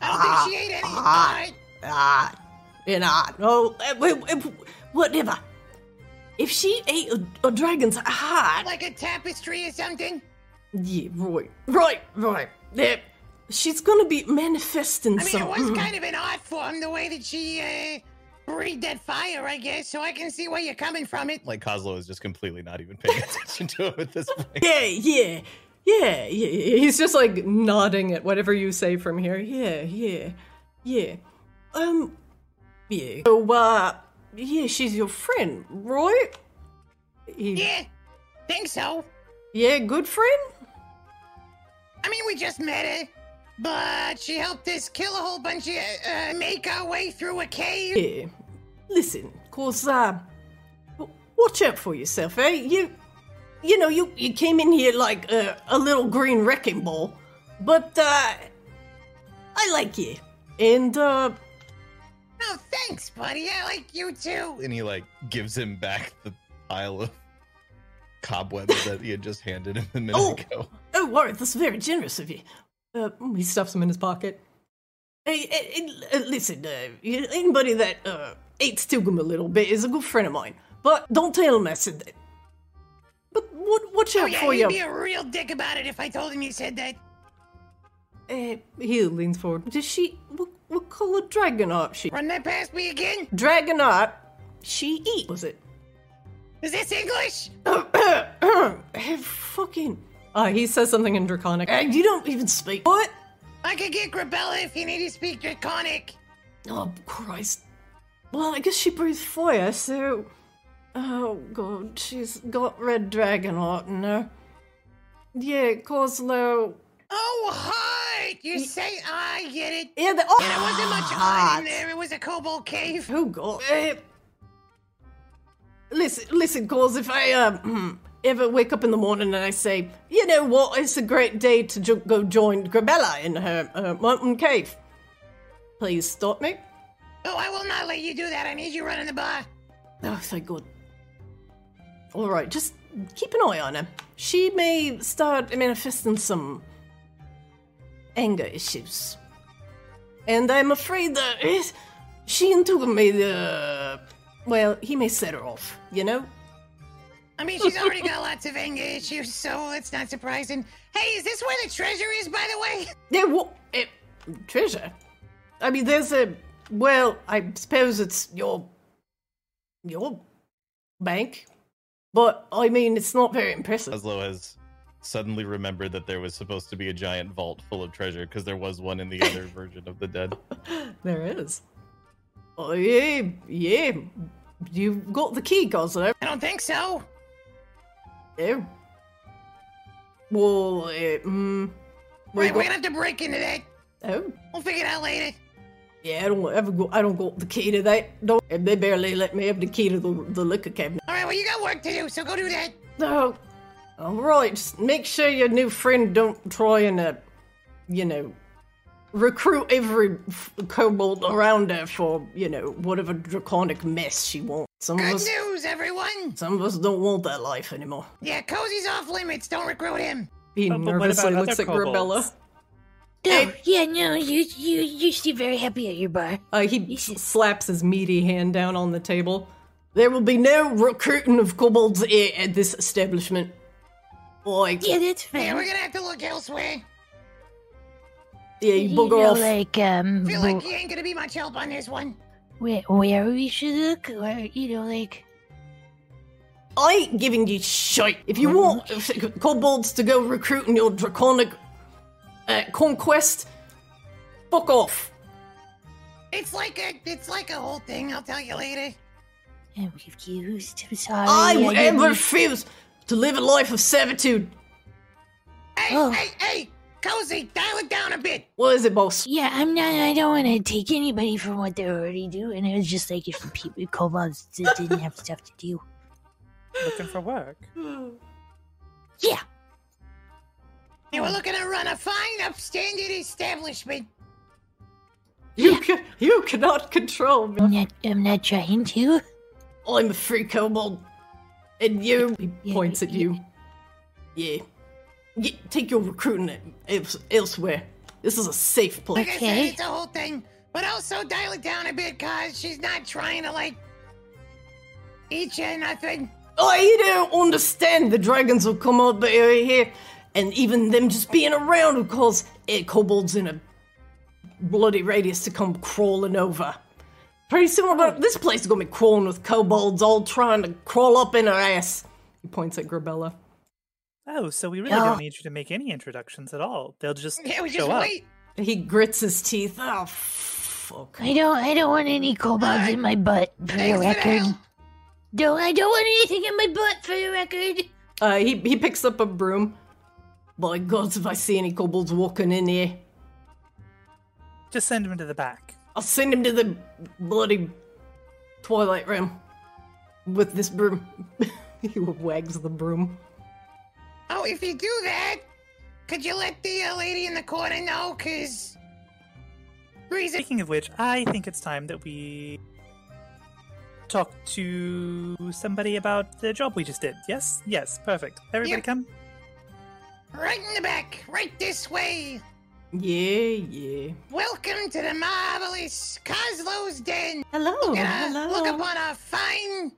S8: I don't think she ate any heart.
S1: heart, an heart. Oh, uh, w- w- whatever. If she ate a, a dragon's heart,
S8: Like a tapestry or something.
S1: yeah, right, right, right. There, she's gonna be manifesting
S8: I mean,
S1: some.
S8: it was kind of an art form the way that she uh, breathed that fire, I guess. So I can see where you're coming from. It.
S2: Like Kozlo is just completely not even paying attention to him at this point.
S1: yeah, yeah, yeah, yeah.
S10: He's just like nodding at whatever you say from here. He-
S1: Yeah, yeah, yeah. Um, yeah. So, uh, yeah, she's your friend, right?
S10: he-
S8: Yeah, think so.
S1: Yeah, good friend?
S8: I mean, we just met her, but she helped us kill a whole bunch of, uh, make our way through a cave.
S1: Yeah. Listen, cause, uh, w- watch out for yourself, eh? You, you know, you, you came in here like a, a little green wrecking ball, but uh, I like you. And uh,
S8: Oh, thanks, buddy. I like you too.
S2: And he like gives him back the pile of cobwebs that he had just handed him a minute
S1: Oh.
S2: ago.
S1: oh, Warren, that's very generous of you. Uh, he stuffs them in his pocket. Hey, hey, hey, uh, listen, uh, you- anybody that uh, hates Tugum a little bit is a good friend of mine, but don't tell him I said that. But what, watch out
S8: Oh, yeah,
S1: for
S8: he'd
S1: you.
S8: be a real dick about it if I told him you said that.
S1: Uh, he leans forward. Does she? What, what color dragonite? She
S8: Run that past me again?
S1: dragonite? She eat? Was it?
S8: Is this English?
S1: Eh, fucking.
S11: Uh, he says something in Draconic.
S1: eh, you don't even speak. What?
S8: I could get Grabella if you need to speak Draconic.
S1: Oh Christ. Well, I guess she breathes fire, so. Oh God, she's got red dragonite in her. Yeah, Coslow.
S8: Oh, hi! You say I get it.
S1: Yeah, the. Oh,
S8: There wasn't much hot in there. It was a cobalt cave.
S1: Oh god. Eh, listen, listen, cause if I um ever wake up in the morning and I say, you know what, it's a great day to jo- go join Grabella in her uh, mountain cave. Please stop me.
S8: Oh, I will not let you do that. I need you running the bar.
S1: Oh, thank God. All right, just keep an eye on her. She may start manifesting some anger issues, and I'm afraid that eh, she and Tuga may, uh, well, he may set her off. You know.
S8: I mean, she's already got lots of anger issues, so it's not surprising. Hey, is this where the treasure is, by the way?
S1: Yeah, what eh, treasure? I mean, there's a well, I suppose it's your your bank, but I mean, it's not very impressive.
S2: Laszlo has suddenly remembered that there was supposed to be a giant vault full of treasure because there was one in the other version of the dead.
S11: There is.
S1: Oh yeah, yeah. You've got the key, Goslow.
S8: I don't think so.
S1: Yeah. Well, eh, mm, we
S8: Right, we're
S1: got,
S8: gonna have to break into that.
S1: oh,
S8: We'll figure it out later.
S1: yeah. I don't ever go. I don't got the key to that. Don't. And they barely let me have the key to the, the liquor cabinet.
S8: All right, well, you got work to do, so go do that.
S1: No. All right. Just make sure your new friend don't try and, uh, you know, recruit every f- kobold around her for you know whatever draconic mess she wants. Some of
S8: Good
S1: us,
S8: news, everyone.
S1: some of us don't want that life anymore.
S8: Yeah, Cozy's off limits. Don't recruit him.
S11: He
S5: Oh, But- but what
S11: nervously
S5: about
S11: looks
S5: other
S11: at Grabella.
S5: kobolds?
S6: Oh, yeah, no, you you you seem very happy at your bar.
S11: Uh, he
S6: Yes.
S11: slaps his meaty hand down on the table.
S1: There will be no recruiting of kobolds here at this establishment. Like, yeah,
S6: Yeah, that's
S8: Yeah, we're
S6: fair.
S8: gonna have to look elsewhere.
S1: you
S6: You
S1: bugger
S6: know,
S1: off.
S6: like um,
S8: Feel
S6: wh-
S8: like you ain't gonna be much help on this one.
S6: where, where we should look, or you know, like
S1: I ain't giving you shit. If you want f- kobolds to go recruiting your draconic uh, conquest, fuck off.
S8: It's like a, it's like a whole thing. I'll tell you later.
S6: I'm confused. I'm sorry.
S1: I
S6: I
S1: am
S6: didn't-
S1: refuse to live a life of servitude.
S8: Hey,
S6: Oh.
S8: hey, hey, Cozy, dial it down a bit.
S1: What is it, boss?
S6: Yeah, I'm not. I don't want to take anybody from what they already do. And it was just like if people kobolds d- didn't have stuff to do.
S5: Looking for work.
S6: Yeah,
S8: You were looking to run a fine, upstanding establishment.
S1: You ca- you cannot control me.
S6: I'm not. I'm not trying to.
S1: I'm a free kobold, and you.
S6: Yeah,
S11: Points at
S6: yeah.
S11: you.
S1: Yeah. Ye- take your recruiting else- elsewhere. This is a safe place.
S8: Like I said,
S6: Okay.
S8: it's a whole thing. But also dial it down a bit, cause she's not trying to like eat you or nothing.
S1: I don't understand. The dragons will come up here, and even them just being around will cause air kobolds in a bloody radius to come crawling over. Pretty soon, we're gonna- this place is gonna be crawling with kobolds all trying to crawl up in our ass.
S11: He points at Grabella.
S5: Oh, so we really
S6: Yeah.
S5: don't need you to make any introductions at all. They'll just
S8: Yeah, we just
S5: show up.
S8: wait.
S1: He grits his teeth. Oh, fuck.
S6: I don't. I don't want any kobolds in my butt. For the
S8: Thanks for the
S6: record,
S8: help.
S6: don't. I don't want anything in my butt. For the record.
S11: Uh, he he picks up a broom.
S1: By gods, if I see any kobolds walking in here,
S5: Just send them to the back.
S1: I'll send him to the bloody twilight realm with this broom.
S11: He wags the broom.
S8: Now, Oh, if you do that, could you let the uh, lady in the corner know? Cause reason.
S5: Speaking of which, I think it's time that we talk to somebody about the job we just did. Yes? Yes, perfect. Everybody
S8: Yeah.
S5: come.
S8: Right in the back, right this way.
S12: Yeah, yeah.
S8: Welcome to the marvelous Coslow's Den.
S1: Hello,
S8: Gonna
S1: hello.
S8: look upon our fine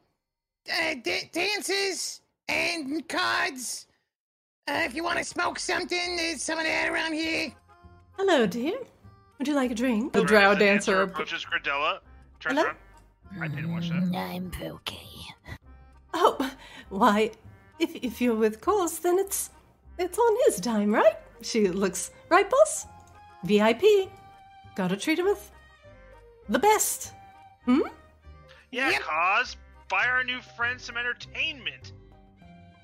S8: uh, da- dances and cards. Uh, if you want to smoke something, there's some of that around here.
S1: Hello, dear. Would you like a drink?
S13: The drow
S4: As the dancer
S13: dancer.
S4: approaches Gradella. Turns
S1: Hello? Mm-hmm.
S4: around. I didn't watch that.
S6: I'm okay.
S1: Oh, why? If if you're with Cause, then it's it's on his time, right? She looks right, boss. VIP. Gotta treat him with the best.
S4: Yeah,
S8: Yep.
S4: cause buy our new friend some entertainment.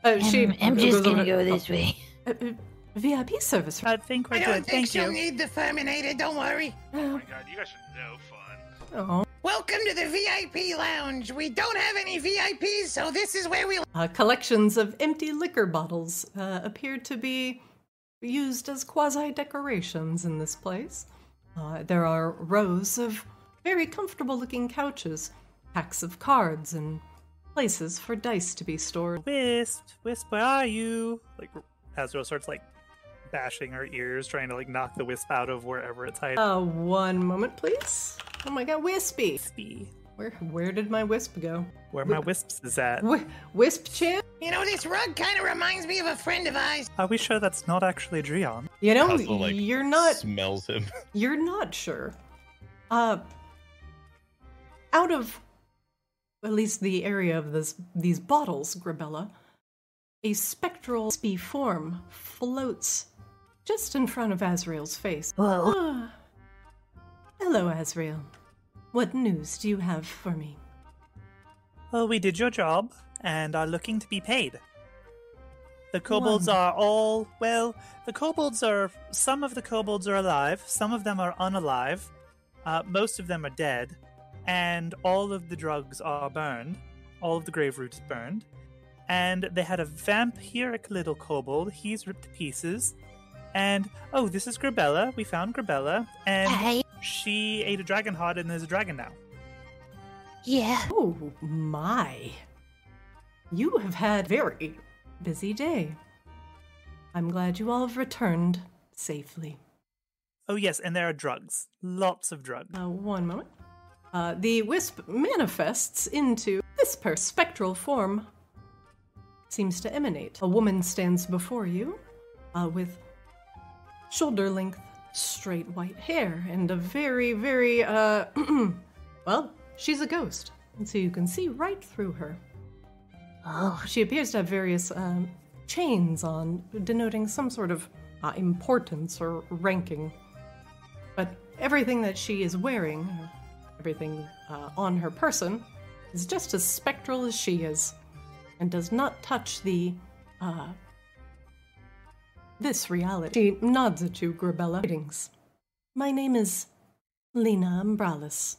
S4: Oh
S1: Uh,
S6: I'm,
S1: she.
S6: I'm just
S1: goes over
S6: gonna
S1: to-
S6: go this way.
S1: Uh, uh, VIP service.
S5: I think we're
S8: I
S5: good.
S8: don't think
S5: Thank
S8: she'll
S5: you.
S8: need the Ferminator, don't worry.
S4: Oh my god, you guys are no fun.
S1: Oh,
S8: Welcome to the VIP lounge. We don't have any VIPs, so this is where we.
S1: Uh, collections of empty liquor bottles uh, appear to be used as quasi decorations in this place. Uh, there are rows of very comfortable looking couches, packs of cards, and places for dice to be stored.
S5: Wisp, Wisp, where are you? Like, Azrael starts, like, bashing her ears, trying to, like, knock the Wisp out of wherever it's hiding.
S1: Uh, one moment, please. Oh my god, Wispy!
S5: Wispy.
S1: Where, where did my Wisp go?
S5: Where my Wisps is at.
S1: Wh- wisp champ?
S8: You know, this rug kind of reminds me of a friend of ours.
S5: Are we sure that's not actually Dreon?
S1: You know,
S2: Hazel, like,
S1: you're not
S2: Smells him.
S1: You're not sure. Uh out of at least the area of this these bottles, Grabella, a spectral spee form floats just in front of Azrael's face.
S6: Whoa.
S1: Ah. Hello, Azrael. What news do you have for me?
S5: Well, we did your job and are looking to be paid. The kobolds
S1: Wow.
S5: are all, well, the kobolds are, some of the kobolds are alive, some of them are unalive, uh, most of them are dead, and all of the drugs are burned, all of the grave roots burned. And they had a vampiric little kobold, he's ripped to pieces. And, oh, this is Grabella, we found Grabella, and
S6: I,
S5: she ate a dragon heart and there's a dragon now.
S6: yeah.
S1: Oh my. You have had a very busy day. I'm glad you all have returned safely.
S5: Oh, yes, and there are drugs. Lots of drugs.
S1: Uh, one moment. Uh, the wisp manifests into this per spectral form. Seems to emanate. A woman stands before you uh, with shoulder length, straight white hair, and a very, very, uh, well, she's a ghost. And so you can see right through her.
S6: Oh,
S1: She appears to have various um, chains on, denoting some sort of uh, importance or ranking. But everything that she is wearing, everything uh, on her person, is just as spectral as she is, and does not touch the uh, this reality. She nods at you, Grabella. Greetings. My name is Lena Umbralis,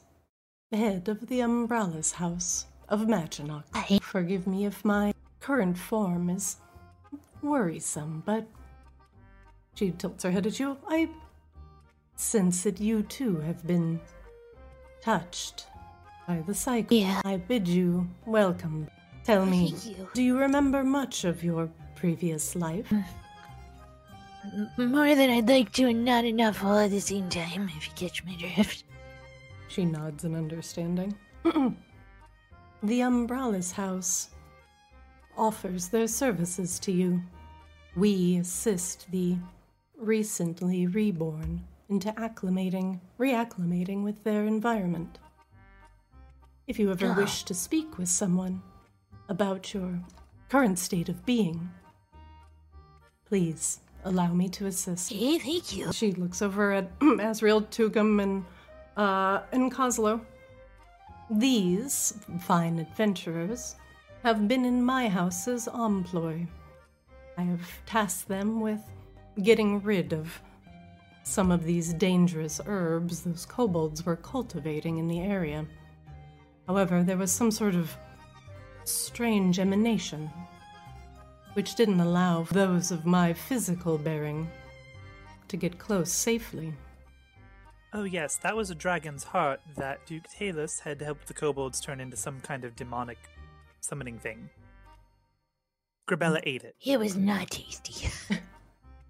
S1: head of the Umbralis House of Maginok.
S6: I,
S1: Forgive me if my current form is worrisome, but. She tilts her head at you. I sense that you too have been touched by the cycle.
S6: Yeah.
S1: I bid you welcome. Tell me,
S6: Thank you.
S1: do you remember much of your previous life?
S6: m- more than I'd like to, and not enough all at the same time, if you catch my drift.
S1: She nods in understanding. the Umbralis House offers their services to you. We assist the recently reborn into acclimating, reacclimating with their environment. If you ever
S6: Ah.
S1: wish to speak with someone about your current state of being, please allow me to assist.
S6: Hey, thank you.
S1: She looks over at Asriel, Tugum, and uh, and Coslow. These fine adventurers have been in my house's employ. I have tasked them with getting rid of some of these dangerous herbs those kobolds were cultivating in the area. However, there was some sort of strange emanation which didn't allow for those of my physical bearing to get close safely.
S5: Oh, yes, that was a dragon's heart that Duke Talus had helped the kobolds turn into some kind of demonic summoning thing. Grabella ate it.
S6: It was not tasty.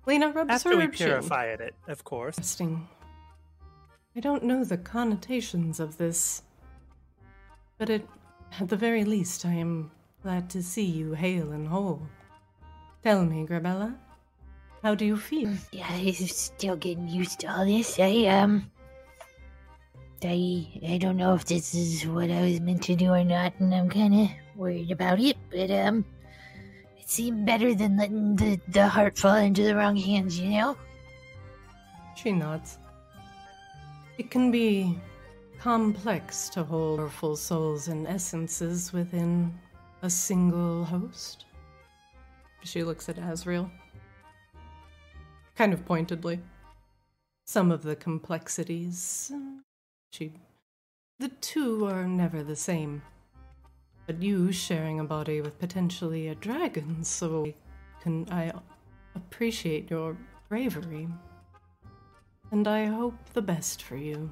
S1: Lena rubs
S5: After
S1: her
S5: we
S1: chin.
S5: purified it, of course.
S1: Interesting. I don't know the connotations of this, but it, at the very least, I am glad to see you hale and whole. Tell me, Grabella, how do you feel?
S6: Yeah, I'm still getting used to all this. I um, I I don't know if this is what I was meant to do or not, and I'm kind of worried about it. But um, it seemed better than letting the the heart fall into the wrong hands, you know.
S1: She nods. It can be complex to hold powerful souls and essences within a single host. She looks at Azrael, kind of pointedly. Some of the complexities. uh, She. The two are never the same. But you sharing a body with potentially a dragon, so I can I appreciate your bravery. And I hope the best for you.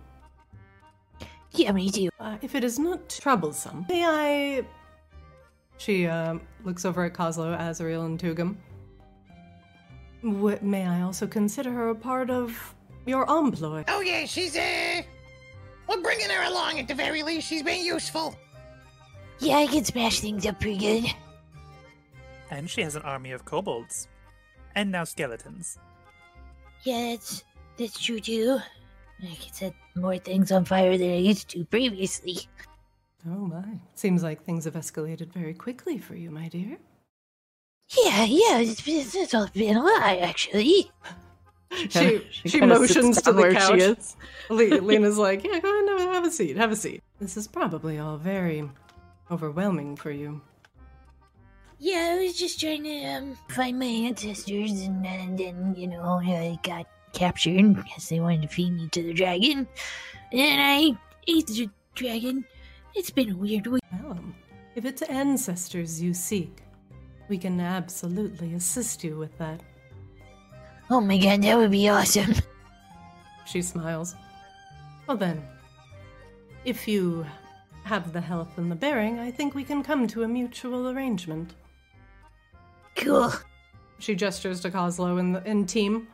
S6: Yeah, me too.
S1: Uh, if it is not troublesome, may I. She um, looks over at Coslow, Azrael, and Tugum. W- may I also consider her a part of your employ?
S8: Oh yeah, she's uh, we're bringing her along at the very least. She's been useful.
S6: Yeah, I can smash things up pretty good.
S5: And she has an army of kobolds. And now skeletons.
S6: Yeah, that's that's true too. I can set more things on fire than I used to previously.
S1: Oh my. Seems like things have escalated very quickly for you, my dear.
S6: Yeah, yeah, it's, it's, it's all been a lot actually.
S1: She, she, motions to the couch. Le- Lena's like, yeah, go ahead and have a seat, have a seat. This is probably all very overwhelming for you.
S6: Yeah, I was just trying to um, find my ancestors, and, and then you know I got captured because they wanted to feed me to the dragon, and I ate the dragon. It's been a weird week.
S1: Well, if it's ancestors you seek, we can absolutely assist you with that.
S6: Oh my god, that would be awesome.
S1: She smiles. Well then, if you have the health and the bearing, I think we can come to a mutual arrangement.
S6: Cool.
S1: She gestures to Coslow and, and team.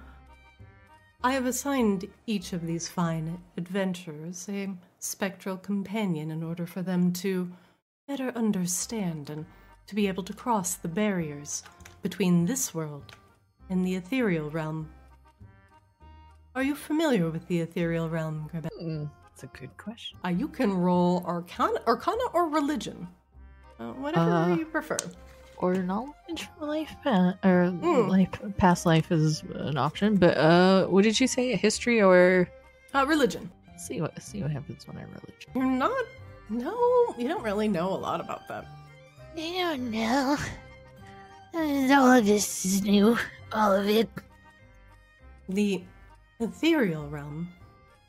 S1: I have assigned each of these fine adventurers a spectral companion in order for them to better understand and to be able to cross the barriers between this world and the ethereal realm. Are you familiar with the ethereal realm, Gribet?
S3: Mm, That's a good question.
S1: Uh, you can roll Arcana, Arcana or Religion, uh, whatever
S3: Uh,
S1: you prefer.
S3: Or knowledge for life, pa- or life, past life is an option. But uh, what did you say? History or
S1: Uh, religion.
S3: see what see what happens when I religion.
S1: You're not. No, you don't really know a lot about that.
S6: I don't know. Uh, All of this is new. All of it.
S1: The ethereal realm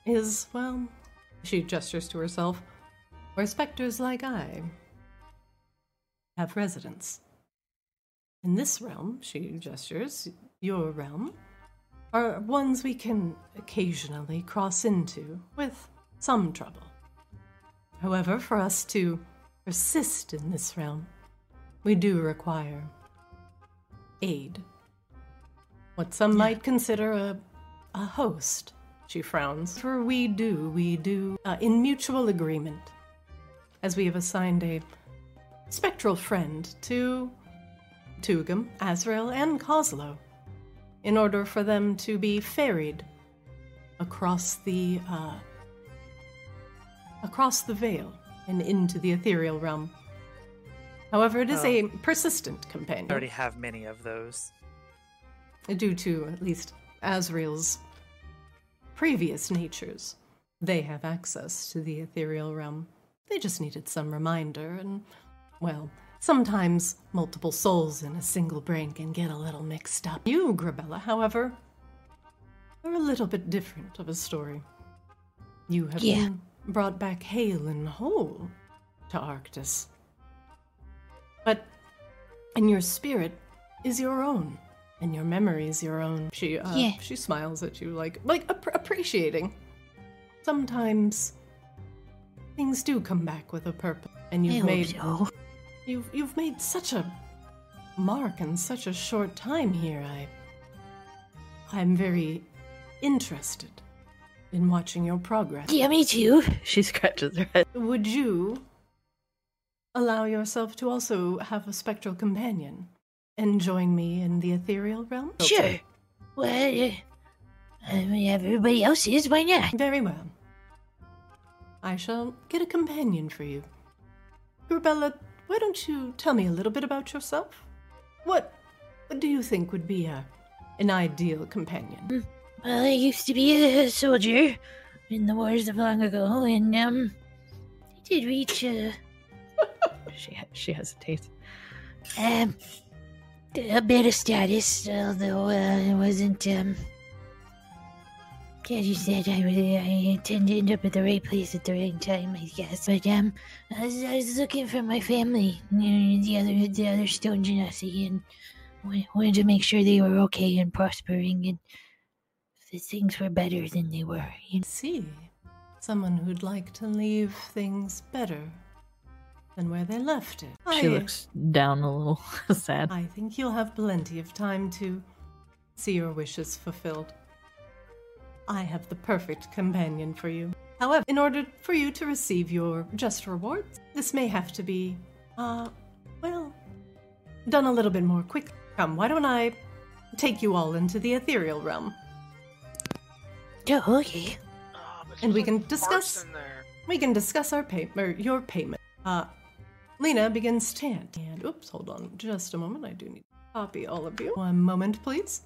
S1: is, well, she gestures to herself, where specters like I have residence. In this realm, she gestures, your realm, are ones we can occasionally cross into with some trouble. However, for us to persist in this realm, we do require aid. What some might consider a, a host. She frowns. For we do, we do uh, in mutual agreement, as we have assigned a spectral friend to Tugum, Azrael, and Coslow, in order for them to be ferried across the uh, across the veil and into the ethereal realm. However, it is
S5: Oh.
S1: a persistent companion
S5: I already have many of those.
S1: due to at least Azrael's previous natures. They have access to the ethereal realm. They just needed some reminder, and, well, sometimes multiple souls in a single brain can get a little mixed up. You, Grabella, however, are a little bit different of a story. You have
S6: Yeah.
S1: been brought back hale and whole to Arctis. But in your spirit, is your own, and your memory is your own. She uh,
S6: Yeah.
S1: she smiles at you like like ap- appreciating. Sometimes things do come back with a purpose, and
S6: I
S1: you've
S6: hope
S1: made
S6: so.
S1: you've you've made such a mark in such a short time here. I I'm very interested in watching your progress.
S6: Yeah, me too.
S3: She scratches her head.
S1: Would you allow yourself to also have a spectral companion and join me in the ethereal realm?
S6: Sure. Well, uh, I mean, everybody else is. Why not?
S1: Very well. I shall get a companion for you. Grubella, why don't you tell me a little bit about yourself? What what do you think would be a, an ideal companion?
S6: Well, I used to be a soldier in the wars of long ago, and um, I did reach a,
S3: She she hesitates.
S6: um, a bit of status, although uh, it wasn't um. As you said, I really I tend to end up at the right place at the right time, I guess. But um, I was, I was looking for my family, you know, the other the other stone genasi, and wa- wanted to make sure they were okay and prospering, and that things were better than they were. You know?
S1: See, someone who'd like to leave things better than where they left it.
S3: She looks down a little sad.
S1: I think you'll have plenty of time to see your wishes fulfilled. I have the perfect companion for you. However, in order for you to receive your just rewards, this may have to be, uh, well, done a little bit more quickly. Come, why don't I take you all into the ethereal realm?
S6: Oh, okay.
S4: Ah, but
S1: And we
S4: there's a
S1: can discuss-
S4: person there.
S1: We can discuss our pay- or your payment. Uh, Lena begins chant. And oops, hold on just a moment. I do need to copy all of you. One moment, please.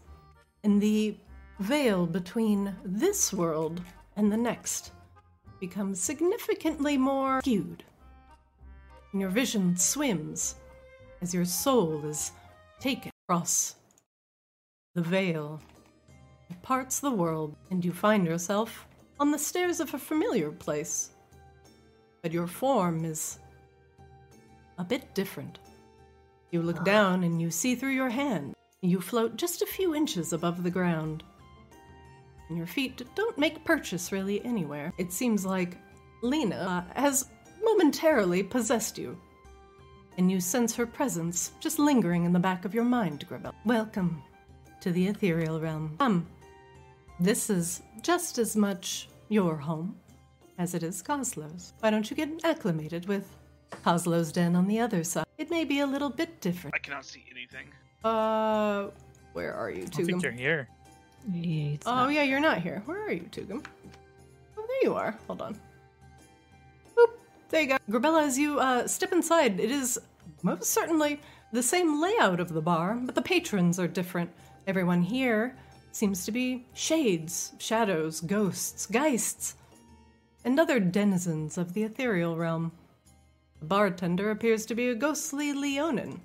S1: And the veil between this world and the next becomes significantly more skewed. And your vision swims as your soul is taken across the veil it parts the world, and you find yourself on the stairs of a familiar place. But your form is a bit different. You look down and you see through your hand. You float just a few inches above the ground. And your feet don't make purchase really anywhere. It seems like Lena uh, has momentarily possessed you. And you sense her presence just lingering in the back of your mind, Gribble. Welcome to the ethereal realm. Come. This is just as much your home as it is Coslow's. Why don't you get acclimated with Coslow's den on the other side? It may be a little bit different.
S4: I cannot see anything.
S1: Uh, where are you,
S5: I don't think
S1: Tugum?
S5: you're Oh, here.
S3: It's
S1: Oh,
S3: not-
S1: yeah, you're not here. Where are you, Tugum? Oh, there you are. Hold on. Boop. There you go. Grabella, as you uh, step inside, it is most certainly the same layout of the bar, but the patrons are different. Everyone here seems to be shades, shadows, ghosts, geists, and other denizens of the ethereal realm. The bartender appears to be a ghostly Leonin,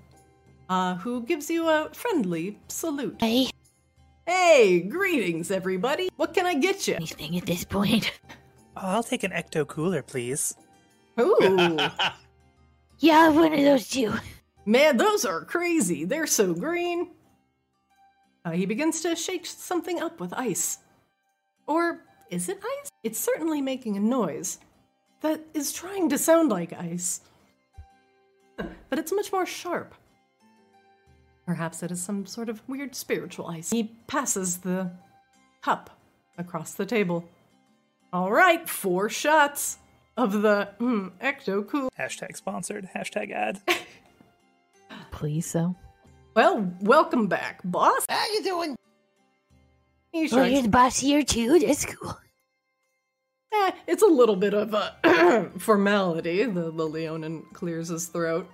S1: uh, who gives you a friendly salute.
S6: Hey,
S1: Hey, greetings, everybody. What can I get you?
S6: anything at this point.
S5: Oh, I'll take an ecto cooler, please.
S1: Ooh,
S6: Yeah, one of those two.
S1: man, those are crazy. They're so green. Uh, he begins to shake something up with ice. Or is it ice? It's certainly making a noise that is trying to sound like ice, but it's much more sharp. Perhaps it is some sort of weird spiritual ice. He passes the cup across the table. All right, four shots of the mm, ecto cool.
S5: Hashtag sponsored. Hashtag ad.
S3: Please, so.
S1: Well, welcome back, boss.
S8: How you doing?
S1: He
S6: Oh,
S1: shrugs.
S6: you're the boss here too. That's cool.
S1: Eh, it's a little bit of a formality. The, the Leonin clears his throat.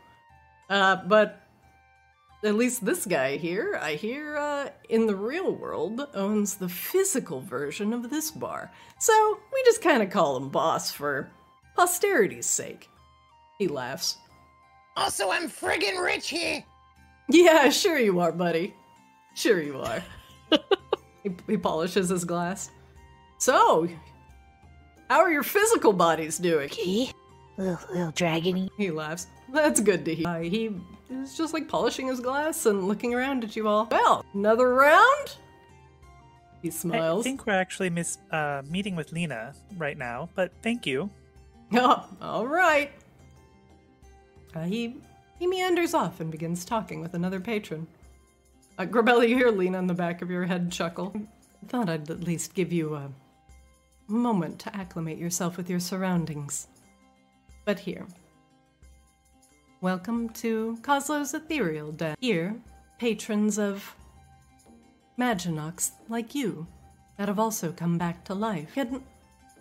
S1: Uh, but at least this guy here, I hear, uh, in the real world, owns the physical version of this bar. So we just kind of call him boss for posterity's sake. He laughs.
S8: Also, I'm friggin' rich here.
S1: Yeah, sure you are, buddy. Sure you are. he, he polishes his glass. So, how are your physical bodies doing?
S6: Okay, little, little dragony.
S1: He laughs. That's good to hear. Uh, he He was just like polishing his glass and looking around at you all. Well, another round? He
S5: I
S1: smiles.
S5: think we're actually miss uh, meeting with Lena right now, but thank you.
S1: Oh, all right. Uh, he he meanders off and begins talking with another patron. Uh, Grabelli, you hear Lena on the back of your head chuckle. Thought I'd at least give you a moment to acclimate yourself with your surroundings. But here. Welcome to Coslow's Ethereal Den. Here, patrons of Maginox like you that have also come back to life can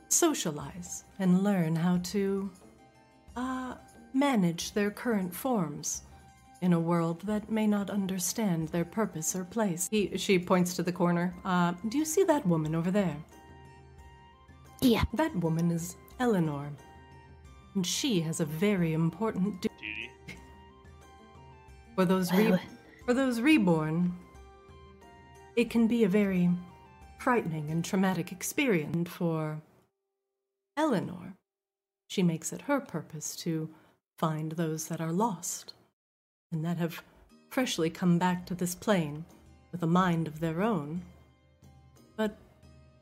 S1: socialize and learn how to uh, manage their current forms in a world that may not understand their purpose or place. He, she points to the corner. Uh, do you see that woman over there?
S6: Yeah.
S1: That woman is Eleanor. And she has a very important duty.
S4: Duty.
S1: For those re-
S6: Well-
S1: for those reborn, it can be a very frightening and traumatic experience And for Eleanor. She makes it her purpose to find those that are lost and that have freshly come back to this plane with a mind of their own, but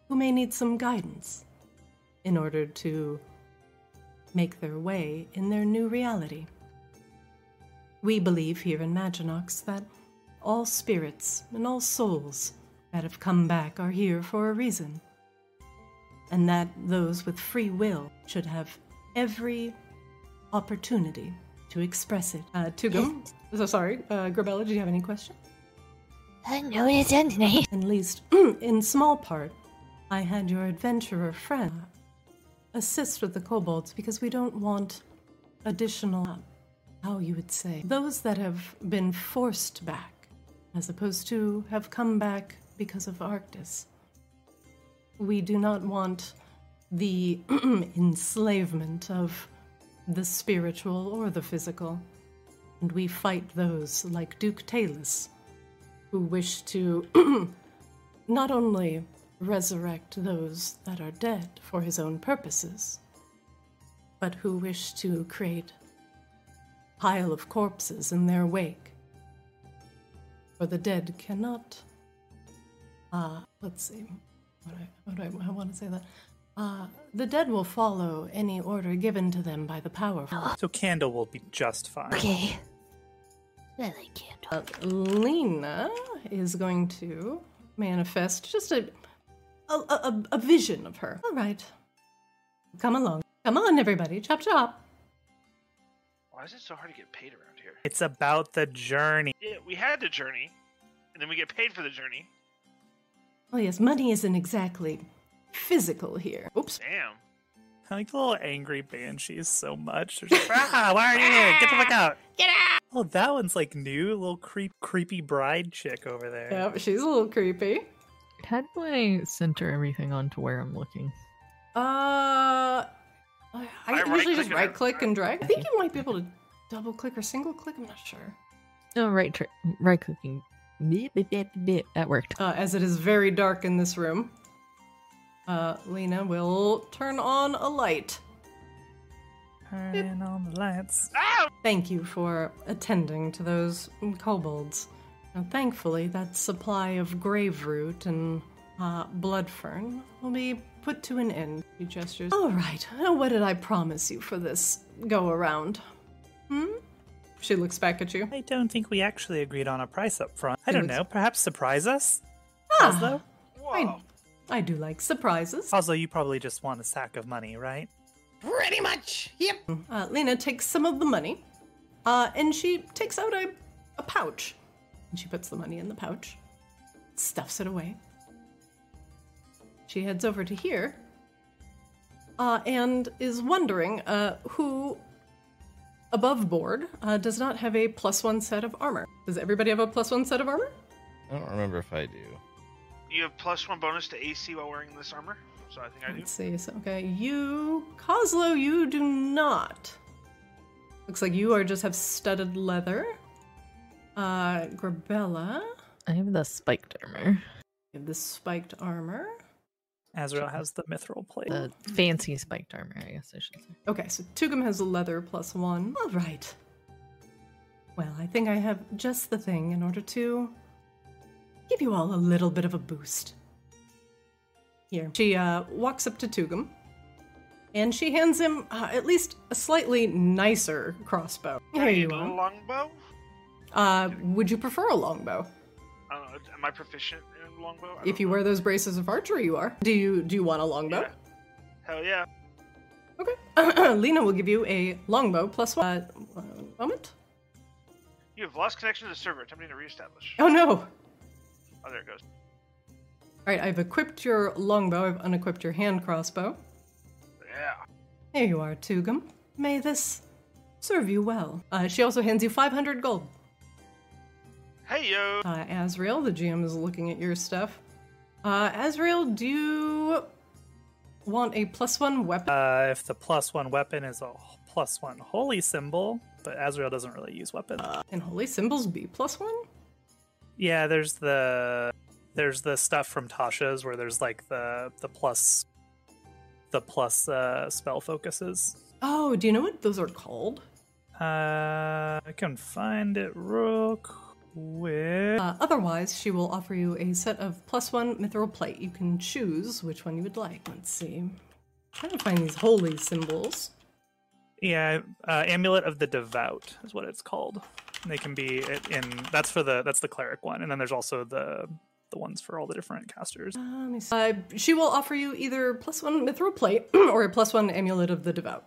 S1: who may need some guidance in order to make their way in their new reality. We believe here in Maginox that all spirits and all souls that have come back are here for a reason, and that those with free will should have every opportunity to express it. Uh, Tugum, so sorry, uh, Grabella, do you have any questions?
S6: I know it's Anthony.
S1: At least, in small part, I had your adventurer friend assist with the kobolds because we don't want additional, uh, how you would say, those that have been forced back, as opposed to have come back because of Arctis. We do not want the enslavement of the spiritual or the physical, and we fight those like Duke Talus who wish to not only resurrect those that are dead for his own purposes, but who wish to create a pile of corpses in their wake. For the dead cannot. Uh, let's see. What do I, what do I, I want to say that. Uh, the dead will follow any order given to them by the powerful.
S5: So Candle will be just fine.
S6: Okay. I like it.
S1: Uh, Lena is going to manifest just a a, a a vision of her. All right, come along, come on, everybody, chop chop.
S4: Why is it so hard to get paid around here?
S5: It's about the journey.
S4: Yeah, we had the journey, and then we get paid for the journey.
S1: Oh yes, money isn't exactly physical here. Oops.
S4: Damn.
S5: I like the little angry banshees so much. They're just like, ah, why are you here? Get the fuck out! Get out! Oh, that one's like new, little creep, creepy bride chick over there.
S1: Yep, she's a little creepy.
S3: How do I center everything onto where I'm looking?
S1: Uh, I, I usually
S4: right-click
S1: just
S4: and
S1: right click and drag. I think
S3: Okay.
S1: you might be able to double click or single click. I'm not sure.
S3: No, Oh, right, tr- right clicking. Beep, beep, beep, beep, beep. That worked.
S1: uh, as it is very dark in this room. Uh, Lena will turn on a light.
S5: Turn on the lights.
S4: Ah!
S1: Thank you for attending to those kobolds. Now, thankfully, that supply of grave root and uh, blood fern will be put to an end. He gestures. All right. Now, what did I promise you for this go around? Hmm. She looks back at you.
S5: I don't think we actually agreed on a price up front. I don't know. Perhaps surprise us?
S1: Ah,
S4: Whoa.
S1: I do like surprises.
S5: Also, you probably just want a sack of money, right?
S8: Pretty much. Yep.
S1: Uh, Lena takes some of the money, uh, and she takes out a, a pouch. And she puts the money in the pouch, stuffs it away. She heads over to here, uh, and is wondering uh, who, above board, uh, does not have a plus one set of armor. Does everybody have a plus one set of armor?
S2: I don't remember if I do.
S4: You have plus one bonus to AC while wearing this armor, so I think I do.
S1: Let's see. So, okay, you, Coslow, you do not. Looks like you are just have studded leather. Uh, Grabella,
S3: I have the spiked armor,
S1: you have the spiked armor.
S5: Azrael has the mithril plate.
S3: the fancy spiked armor, I guess I should say.
S1: Okay, so Tugum has a leather plus one. All right. Well, I think I have just the thing in order to give you all a little bit of a boost. Here. She uh, walks up to Tugum and she hands him uh, at least a slightly nicer crossbow. Here you
S4: A
S1: are.
S4: longbow?
S1: Uh, would you prefer a longbow?
S4: I don't know. Am I proficient in longbow? I
S1: If
S4: don't
S1: you
S4: know.
S1: wear those braces of archery, you are. Do you do you want a longbow?
S4: Yeah. Hell yeah.
S1: Okay. Lena will give you a longbow plus one. Uh, one moment.
S4: You have lost connection to the server. Attempting to reestablish.
S1: Oh no!
S4: Oh, there it goes.
S1: All right, I've equipped your longbow. I've unequipped your hand crossbow.
S4: Yeah.
S1: Here you are, Tugum. May this serve you well. Uh, she also hands you 500 gold.
S4: Hey yo.
S1: Uh, Azrael, the GM is looking at your stuff. Uh, Azrael, do you want a plus one weapon?
S5: Uh, if the plus one weapon is a h- plus one holy symbol, but Azrael doesn't really use weapons.
S1: and holy symbols be plus one?
S5: yeah, there's the there's the stuff from Tasha's where there's like the the plus the plus uh, spell focuses.
S1: Oh, do you know what those are called?
S5: Uh, I can find it real quick.
S1: Uh, otherwise, she will offer you a set of plus one mithril plate. You can choose which one you would like. Let's see. trying to find these holy symbols.
S5: Yeah, uh, amulet of the devout is what it's called. And They can be i- in that's for the that's the cleric one, and then there's also the the ones for all the different casters.
S1: Uh, let me see. Uh, she will offer you either plus one mithril plate or a plus one amulet of the devout.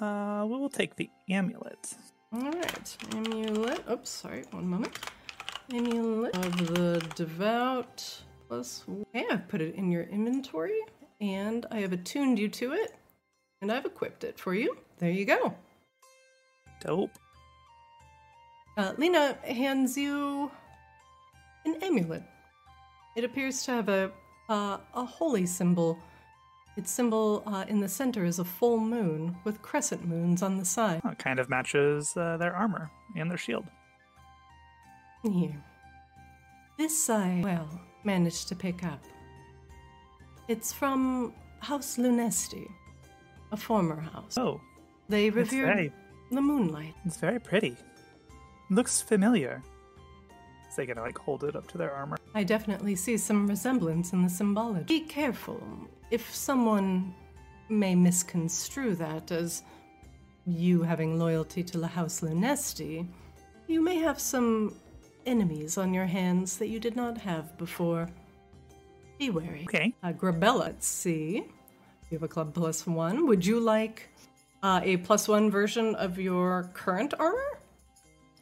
S5: Uh, we will take the amulet.
S1: All right, amulet. Oops, sorry. One moment. Amulet of the devout plus. Hey, I've put it in your inventory, and I have attuned you to it, and I've equipped it for you. There you go.
S5: Dope.
S1: Uh, Lena hands you an amulet. It appears to have a uh, a holy symbol. Its symbol uh, in the center is a full moon with crescent moons on the side.
S5: Uh, kind of matches uh, their armor and their shield.
S1: Here. This I, well, managed to pick up. It's from House Lunesti, a former house.
S5: Oh,
S1: they
S5: it's
S1: revered
S5: very
S1: the moonlight.
S5: it's very pretty. Looks familiar. Is they gonna like hold it up to their armor?
S1: I definitely see some resemblance in the symbology. Be careful. If someone may misconstrue that as you having loyalty to La House Lunesti, you may have some enemies on your hands that you did not have before. Be wary.
S5: Okay.
S1: Uh, Grabella, let's see. You have a club plus one. Would you like uh, a plus one version of your current armor?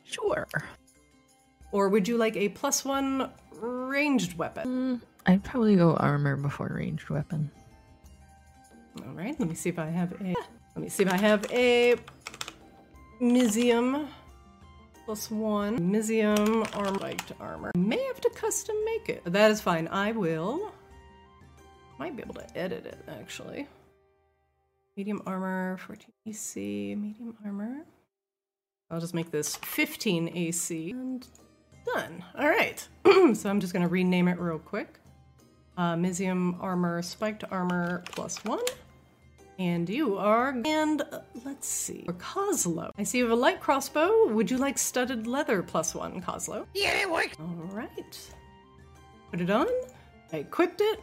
S3: Sure.
S1: Or would you like a plus one ranged weapon?
S3: I'd probably go armor before ranged weapon.
S1: All right, let me see if I have a. Let me see if I have a. Mizium plus one. Mizium armor. Liked armor. May have to custom make it. That is fine. I will. Might be able to edit it, actually. Medium armor, 14 AC, medium armor. I'll just make this 15 AC and done. All right. so I'm just going to rename it real quick. Uh, Mizium armor, spiked armor plus one. And you are. And uh, let's see. For Coslo. I see you have a light crossbow. Would you like studded leather plus one, Coslo?
S8: Yeah, that works.
S1: All right. Put it on. I equipped it.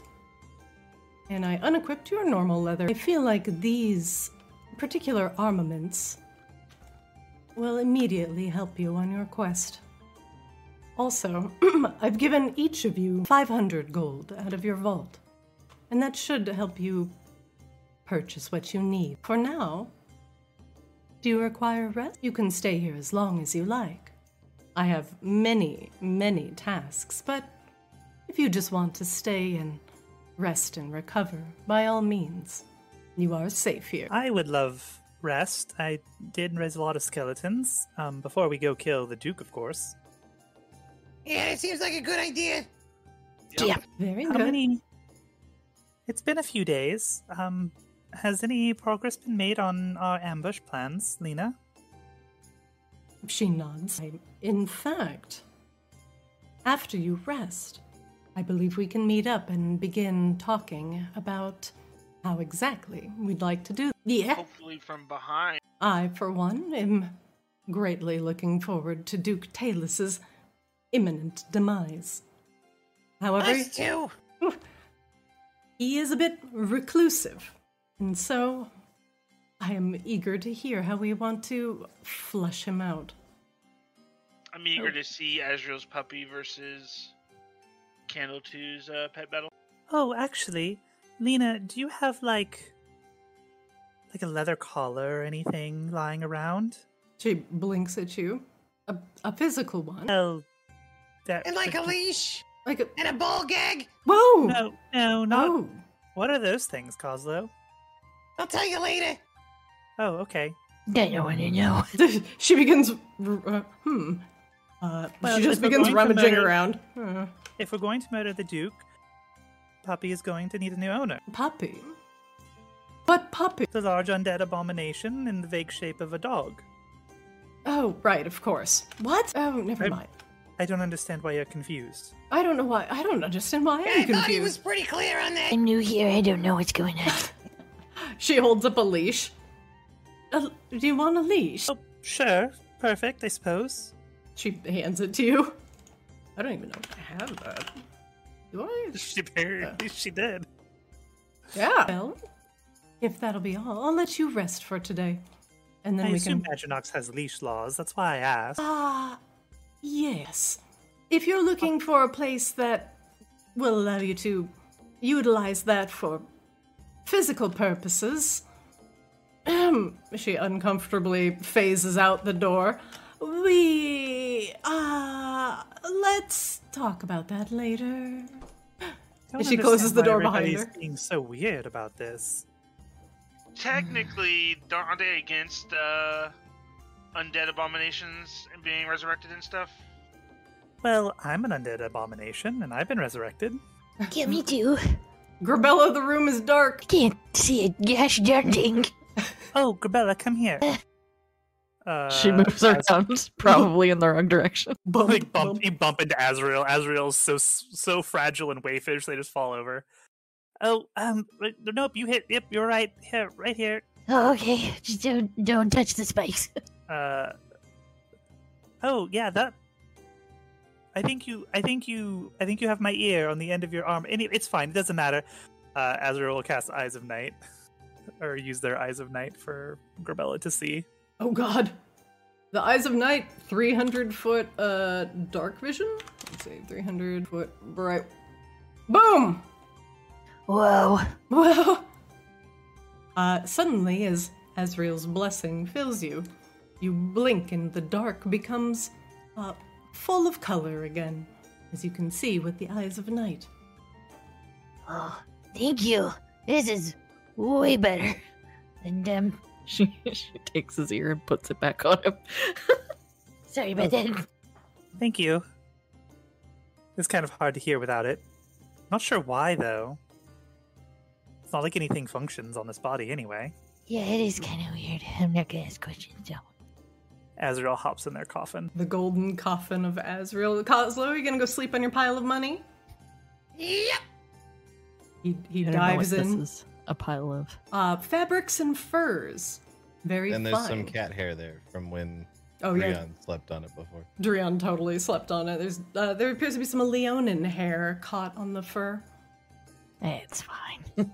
S1: And I unequipped your normal leather. I feel like these particular armaments will immediately help you on your quest. Also, I've given each of you 500 gold out of your vault, and that should help you purchase what you need. For now, do you require rest? You can stay here as long as you like. I have many, many tasks, but if you just want to stay and rest and recover, by all means, you are safe here.
S5: I would love rest. I did raise a lot of skeletons. Um, before we go kill the Duke, of course.
S8: Yeah, that seems like a good idea.
S1: Very
S5: How
S1: good.
S5: many? It's been a few days. Um, has any progress been made on our ambush plans, Lena?
S1: She nods. I- In fact, after you rest, I believe we can meet up and begin talking about how exactly we'd like to do.
S7: Yeah.
S4: Hopefully from behind.
S1: I, for one, am greatly looking forward to Duke Talus's imminent demise. However,
S8: Us too.
S1: he is a bit reclusive, and so I am eager to hear how we want to flush him out.
S4: I'm
S1: Oh.
S4: eager to see Azrael's puppy versus Candle 2's uh, pet battle.
S5: Oh, actually, Lena, do you have like like a leather collar or anything lying around?
S1: She blinks at you. A, a physical one.
S5: Well, that
S8: And like a leash
S1: Like a.
S8: and a ball gag.
S1: Whoa!
S5: no, no, not.
S1: Oh!
S5: What are those things, Coslow?
S8: I'll tell you later.
S5: Oh, okay.
S6: Don't want to know.
S1: she begins. r- Uh, hmm. Uh,
S5: Well,
S1: she just
S5: if we're
S1: begins
S5: going to
S1: rummaging
S5: murder-
S1: around. Uh,
S5: If we're going to murder the Duke, Puppy is going to need a new owner.
S1: puppy. What puppy?
S5: The large undead abomination in the vague shape of a dog.
S1: Oh, right, of course. What? Oh, never
S5: I'm-
S1: mind.
S5: I don't understand why you're confused.
S1: I don't know why. I don't understand why
S8: I
S1: I'm
S8: thought he was
S1: confused.
S8: pretty clear on that.
S6: I'm new here. I don't know what's going on.
S1: She holds up a leash. A, do you want a leash?
S5: Oh, sure. Perfect, I suppose.
S1: She hands it to you. I don't even know if I have that. Do I?
S5: She
S1: Uh,
S5: barely, she did.
S1: Yeah. Well, if that'll be all, I'll let you rest for today, and then
S5: I
S1: we
S5: assume
S1: can.
S5: Maginox has leash laws. That's why I asked.
S1: Ah, yes. If you're
S5: Oh.
S1: looking for a place that will allow you to utilize that for physical purposes, Ahem. she uncomfortably phases out the door. We ah, let's talk about that later.
S5: Don't
S1: She closes
S5: understand
S1: the
S5: why
S1: door behind
S5: everybody's
S1: her.
S5: Being so weird about this.
S4: Technically, aren't they against uh, undead abominations and being resurrected and stuff?
S5: Well, I'm an undead abomination, and I've been resurrected.
S6: Get me too.
S1: Grabella, the room is dark.
S6: Can't see it. Gosh darn thing.
S5: Oh, Grabella, come here. Uh,
S3: she moves around, probably in the wrong direction.
S1: Bump,
S5: Like bump,
S1: bump.
S5: you bump into Azrael. Azrael's so so fragile and wayfish, they just fall over. Oh, um, right- nope. You hit. Yep, you're right. Here, right here.
S6: Oh, okay. Just don't don't touch the spikes.
S5: Uh. Oh yeah, that. I think you. I think you. I think you have my ear on the end of your arm. Any, it's fine. It doesn't matter. Uh, Azrael will cast Eyes of Night, or use their Eyes of Night for Grabella to see.
S1: Oh god. The Eyes of Night, 300 foot uh, dark vision? Let's see, 300 foot bright. Boom!
S6: Whoa.
S1: Whoa! Uh, suddenly, as Azrael's blessing fills you, you blink and the dark becomes uh, full of color again, as you can see with the Eyes of Night.
S6: Oh, thank you. This is way better. And um,
S3: She she takes his ear and puts it back on him.
S6: sorry about that.
S5: Thank you. It's kind of hard to hear without it. Not sure why, though. It's not like anything functions on this body anyway.
S6: Yeah, it is kind of weird. I'm not gonna ask questions though.
S5: Azrael hops in their coffin.
S1: The golden coffin of Azrael. Coslow, are you gonna go sleep on your pile of money?
S8: Yep.
S1: He, he
S3: I don't know what
S1: dives in.
S3: This is a pile of.
S1: Uh, fabrics and furs. Very
S2: And there's
S1: fine.
S2: some cat hair there from when
S1: Oh
S2: Rion
S1: yeah,
S2: slept on it before.
S1: Dreon totally slept on it. There's uh, there appears to be some Leonin hair caught on the fur.
S6: It's fine.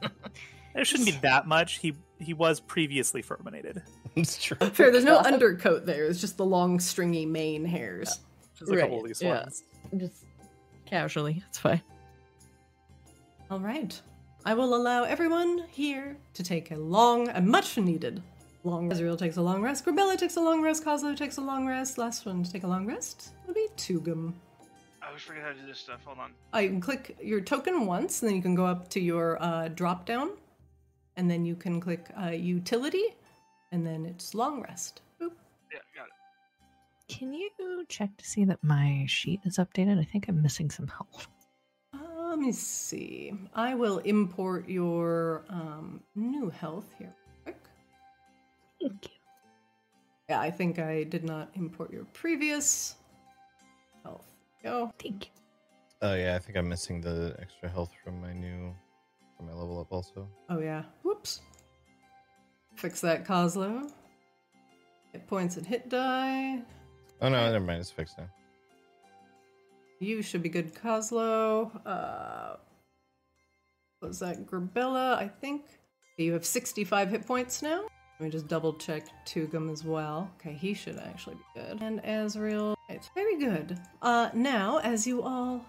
S5: There shouldn't be that much. He he was previously ferminated.
S2: it's true.
S1: Fair, there's no undercoat there. It's just the long stringy mane hairs.
S5: Just a couple
S3: Right,
S5: of these
S3: yeah.
S5: ones.
S3: Just casually, it's fine.
S1: All right, I will allow everyone here to take a long, a much needed long. rest. Azriel takes a long rest. Grabella takes a long rest. Coslow takes a long rest. Last one to take a long rest will be Tugum.
S4: I always forget how to do this stuff. Hold on.
S1: Uh, you can click your token once, and then you can go up to your uh, drop down, and then you can click uh, utility, and then it's long rest. Boop.
S4: Yeah, got it.
S3: Can you check to see that my sheet is updated? I think I'm missing some health.
S1: Uh, let me see. I will import your um, new health here. Quick.
S3: Thank you.
S1: Yeah, I think I did not import your previous health. Go.
S3: Thank you.
S2: Oh yeah, I think I'm missing the extra health from my new, from my level up also.
S1: Oh yeah. Whoops. Fix that, Coslow. Hit points and hit die.
S2: Oh no, never mind. It's fixed now.
S1: You should be good, Coslow. Uh, what was that? Grabella, I think. You have 65 hit points now. Let me just double check Tugum as well. Okay, he should actually be good. And Azrael, it's very good. Uh, now, as you all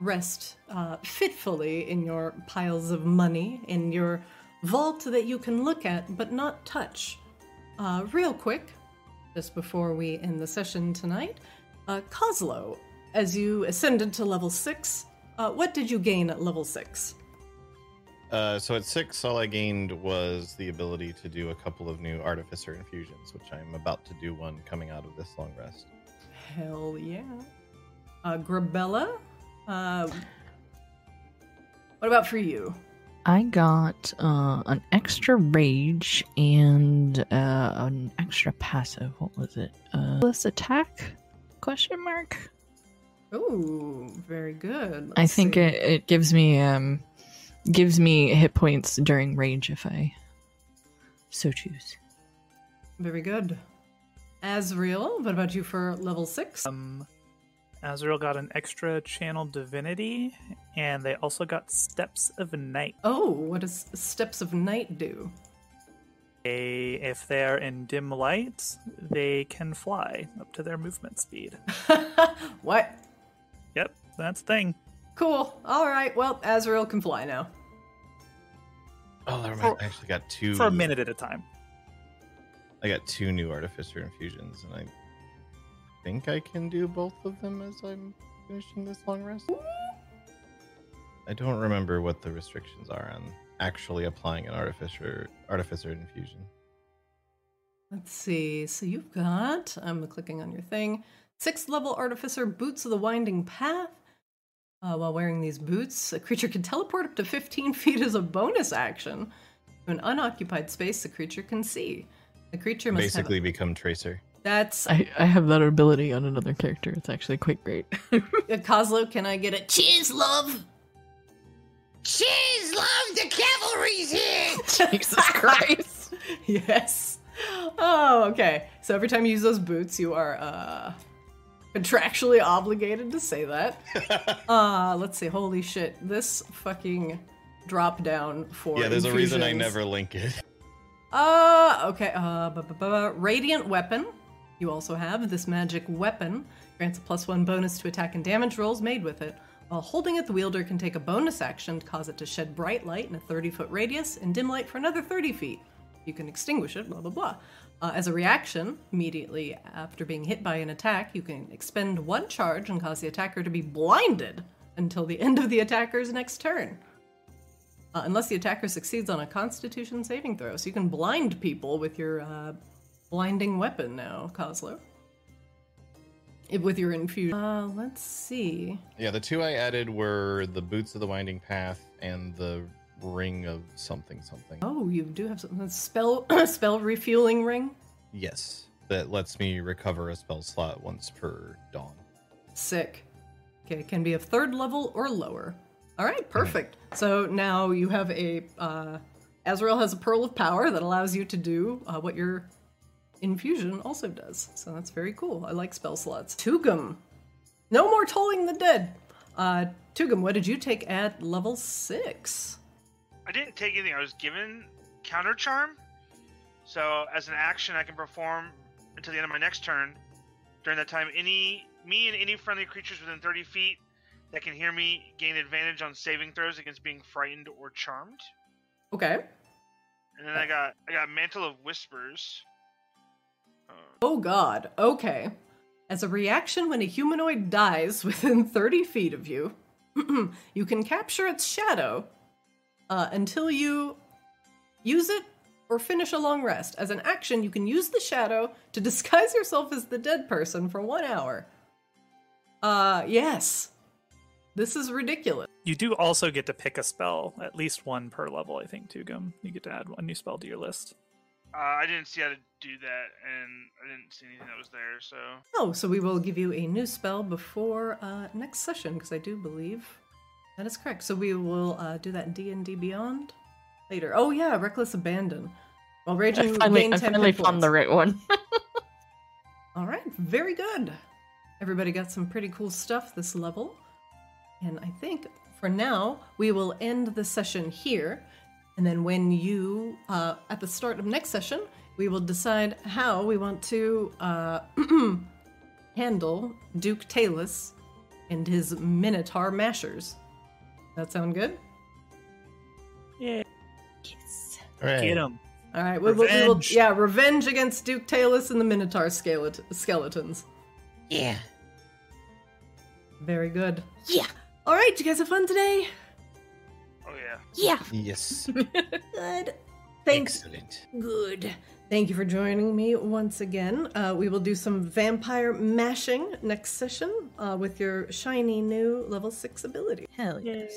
S1: rest uh, fitfully in your piles of money, in your vault that you can look at but not touch, uh, real quick, just before we end the session tonight, uh, Coslow, as you ascended to level six, uh, what did you gain at level six?
S2: Uh, so at six, all I gained was the ability to do a couple of new artificer infusions, which I'm about to do one coming out of this long rest.
S1: Hell yeah. Uh, Grabella, uh, what about for you?
S3: I got uh, an extra rage and uh, an extra passive. What was it? Uh, less attack? Question mark.
S1: Oh, very good.
S3: I
S1: Let's
S3: think
S1: see.
S3: it, it gives me um gives me hit points during rage if I so choose.
S1: Very good. Azriel, what about you for level six?
S5: Um, Azrael got an extra channel divinity, and they also got steps of night.
S1: oh, what does Steps of Night do?
S5: They, if they are in dim light, they can fly up to their movement speed.
S1: What?
S5: Yep, that's a thing.
S1: Cool. All right. Well, Azrael can fly now.
S2: Oh, never
S5: mind.
S2: I actually got two.
S5: for a minute at a time.
S2: I got two new artificer infusions, and I think I can do both of them as I'm finishing this long rest. I don't remember what the restrictions are on actually applying an artificer artificer infusion.
S1: Let's see. So you've got, I'm clicking on your thing, sixth level artificer, Boots of the Winding Path. Uh, while wearing these boots, a creature can teleport up to 15 feet as a bonus action to an unoccupied space the creature can see. The creature must have-
S2: Basically, become tracer.
S1: That's uh,
S3: I, I have that ability on another character. It's actually quite great.
S1: uh, Coslo. Can I get a cheers, love?
S8: Cheese, love, the cavalry's here!
S3: Jesus Christ.
S1: Yes. Oh, okay. So every time you use those boots, you are uh, contractually obligated to say that. uh, let's see. Holy shit. This fucking drop down for.
S2: Yeah, there's a reason I
S1: infusions.
S2: never link it.
S1: Uh, okay. Uh, bu- bu- bu- bu- Radiant Weapon. You also have this magic weapon. Grants a plus one bonus to attack and damage rolls made with it. While holding it, the wielder can take a bonus action to cause it to shed bright light in a 30 foot radius and dim light for another 30 feet. You can extinguish it, blah, blah, blah. Uh, as a reaction, immediately after being hit by an attack, you can expend one charge and cause the attacker to be blinded until the end of the attacker's next turn. Uh, unless the attacker succeeds on a constitution saving throw. So you can blind people with your uh, blinding weapon now, Coslo. If- With your infusion. Uh, let's see.
S2: Yeah, the two I added were the boots of the winding path and the ring of something something.
S1: Oh, you do have something. that's Spell, spell refueling ring.
S2: Yes, that lets me recover a spell slot once per dawn.
S1: Sick. Okay, it can be a third level or lower. All right, perfect. So now you have a. Uh, Azrael has a pearl of power that allows you to do uh, what your infusion also does. So that's very cool. I like spell slots. Tugum. No more tolling the dead. Uh, Tugum, what did you take at level six?
S4: I didn't take anything. I was given counter charm. So as an action, I can perform until the end of my next turn. During that time, any me and any friendly creatures within 30 feet that can hear me gain advantage on saving throws against being frightened or charmed.
S1: Okay.
S4: And then I got I got mantle of whispers.
S1: Oh god, okay. As a reaction when a humanoid dies within 30 feet of you, you can capture its shadow uh, until you use it or finish a long rest. As an action, you can use the shadow to disguise yourself as the dead person for one hour. Uh, yes. This is ridiculous.
S5: You do also get to pick a spell, at least one per level, I think, Tugum. You get to add one new spell to your list.
S4: Uh, I didn't see how to do that, and I didn't see anything that was there. So
S1: Oh, so we will give you a new spell before uh, next session because I do believe that is correct. So we will uh, do that in D and D Beyond later. Oh yeah, reckless abandon. Well, Raging
S3: I finally,
S1: gained
S3: I
S1: 10
S3: finally
S1: hit
S3: found the
S1: points.
S3: right one.
S1: All right, very good. Everybody got some pretty cool stuff this level. And I think for now, we will end the session here. And then when you, uh, at the start of next session, we will decide how we want to uh, handle Duke Talus and his Minotaur Mashers. That sound good?
S2: Hooray.
S5: Get him.
S1: All right, we will, we will,
S5: Revenge.
S1: yeah, revenge against Duke Talus and the Minotaur skelet- skeletons.
S8: Yeah.
S1: Very good.
S6: Yeah.
S1: All right, you guys have fun today.
S4: Oh yeah.
S6: Yeah.
S2: Yes.
S1: Good. Thanks.
S2: Excellent.
S1: Good. Thank you for joining me once again. Uh, we will do some vampire mashing next session uh, with your shiny new level six ability.
S3: Hell yes.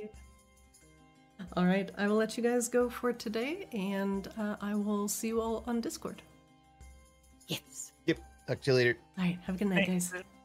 S1: All right, I will let you guys go for today, and uh, I will see you all on Discord.
S6: Yes.
S2: Yep. Talk to you later.
S1: All right, have a good night, guys.
S4: Thanks.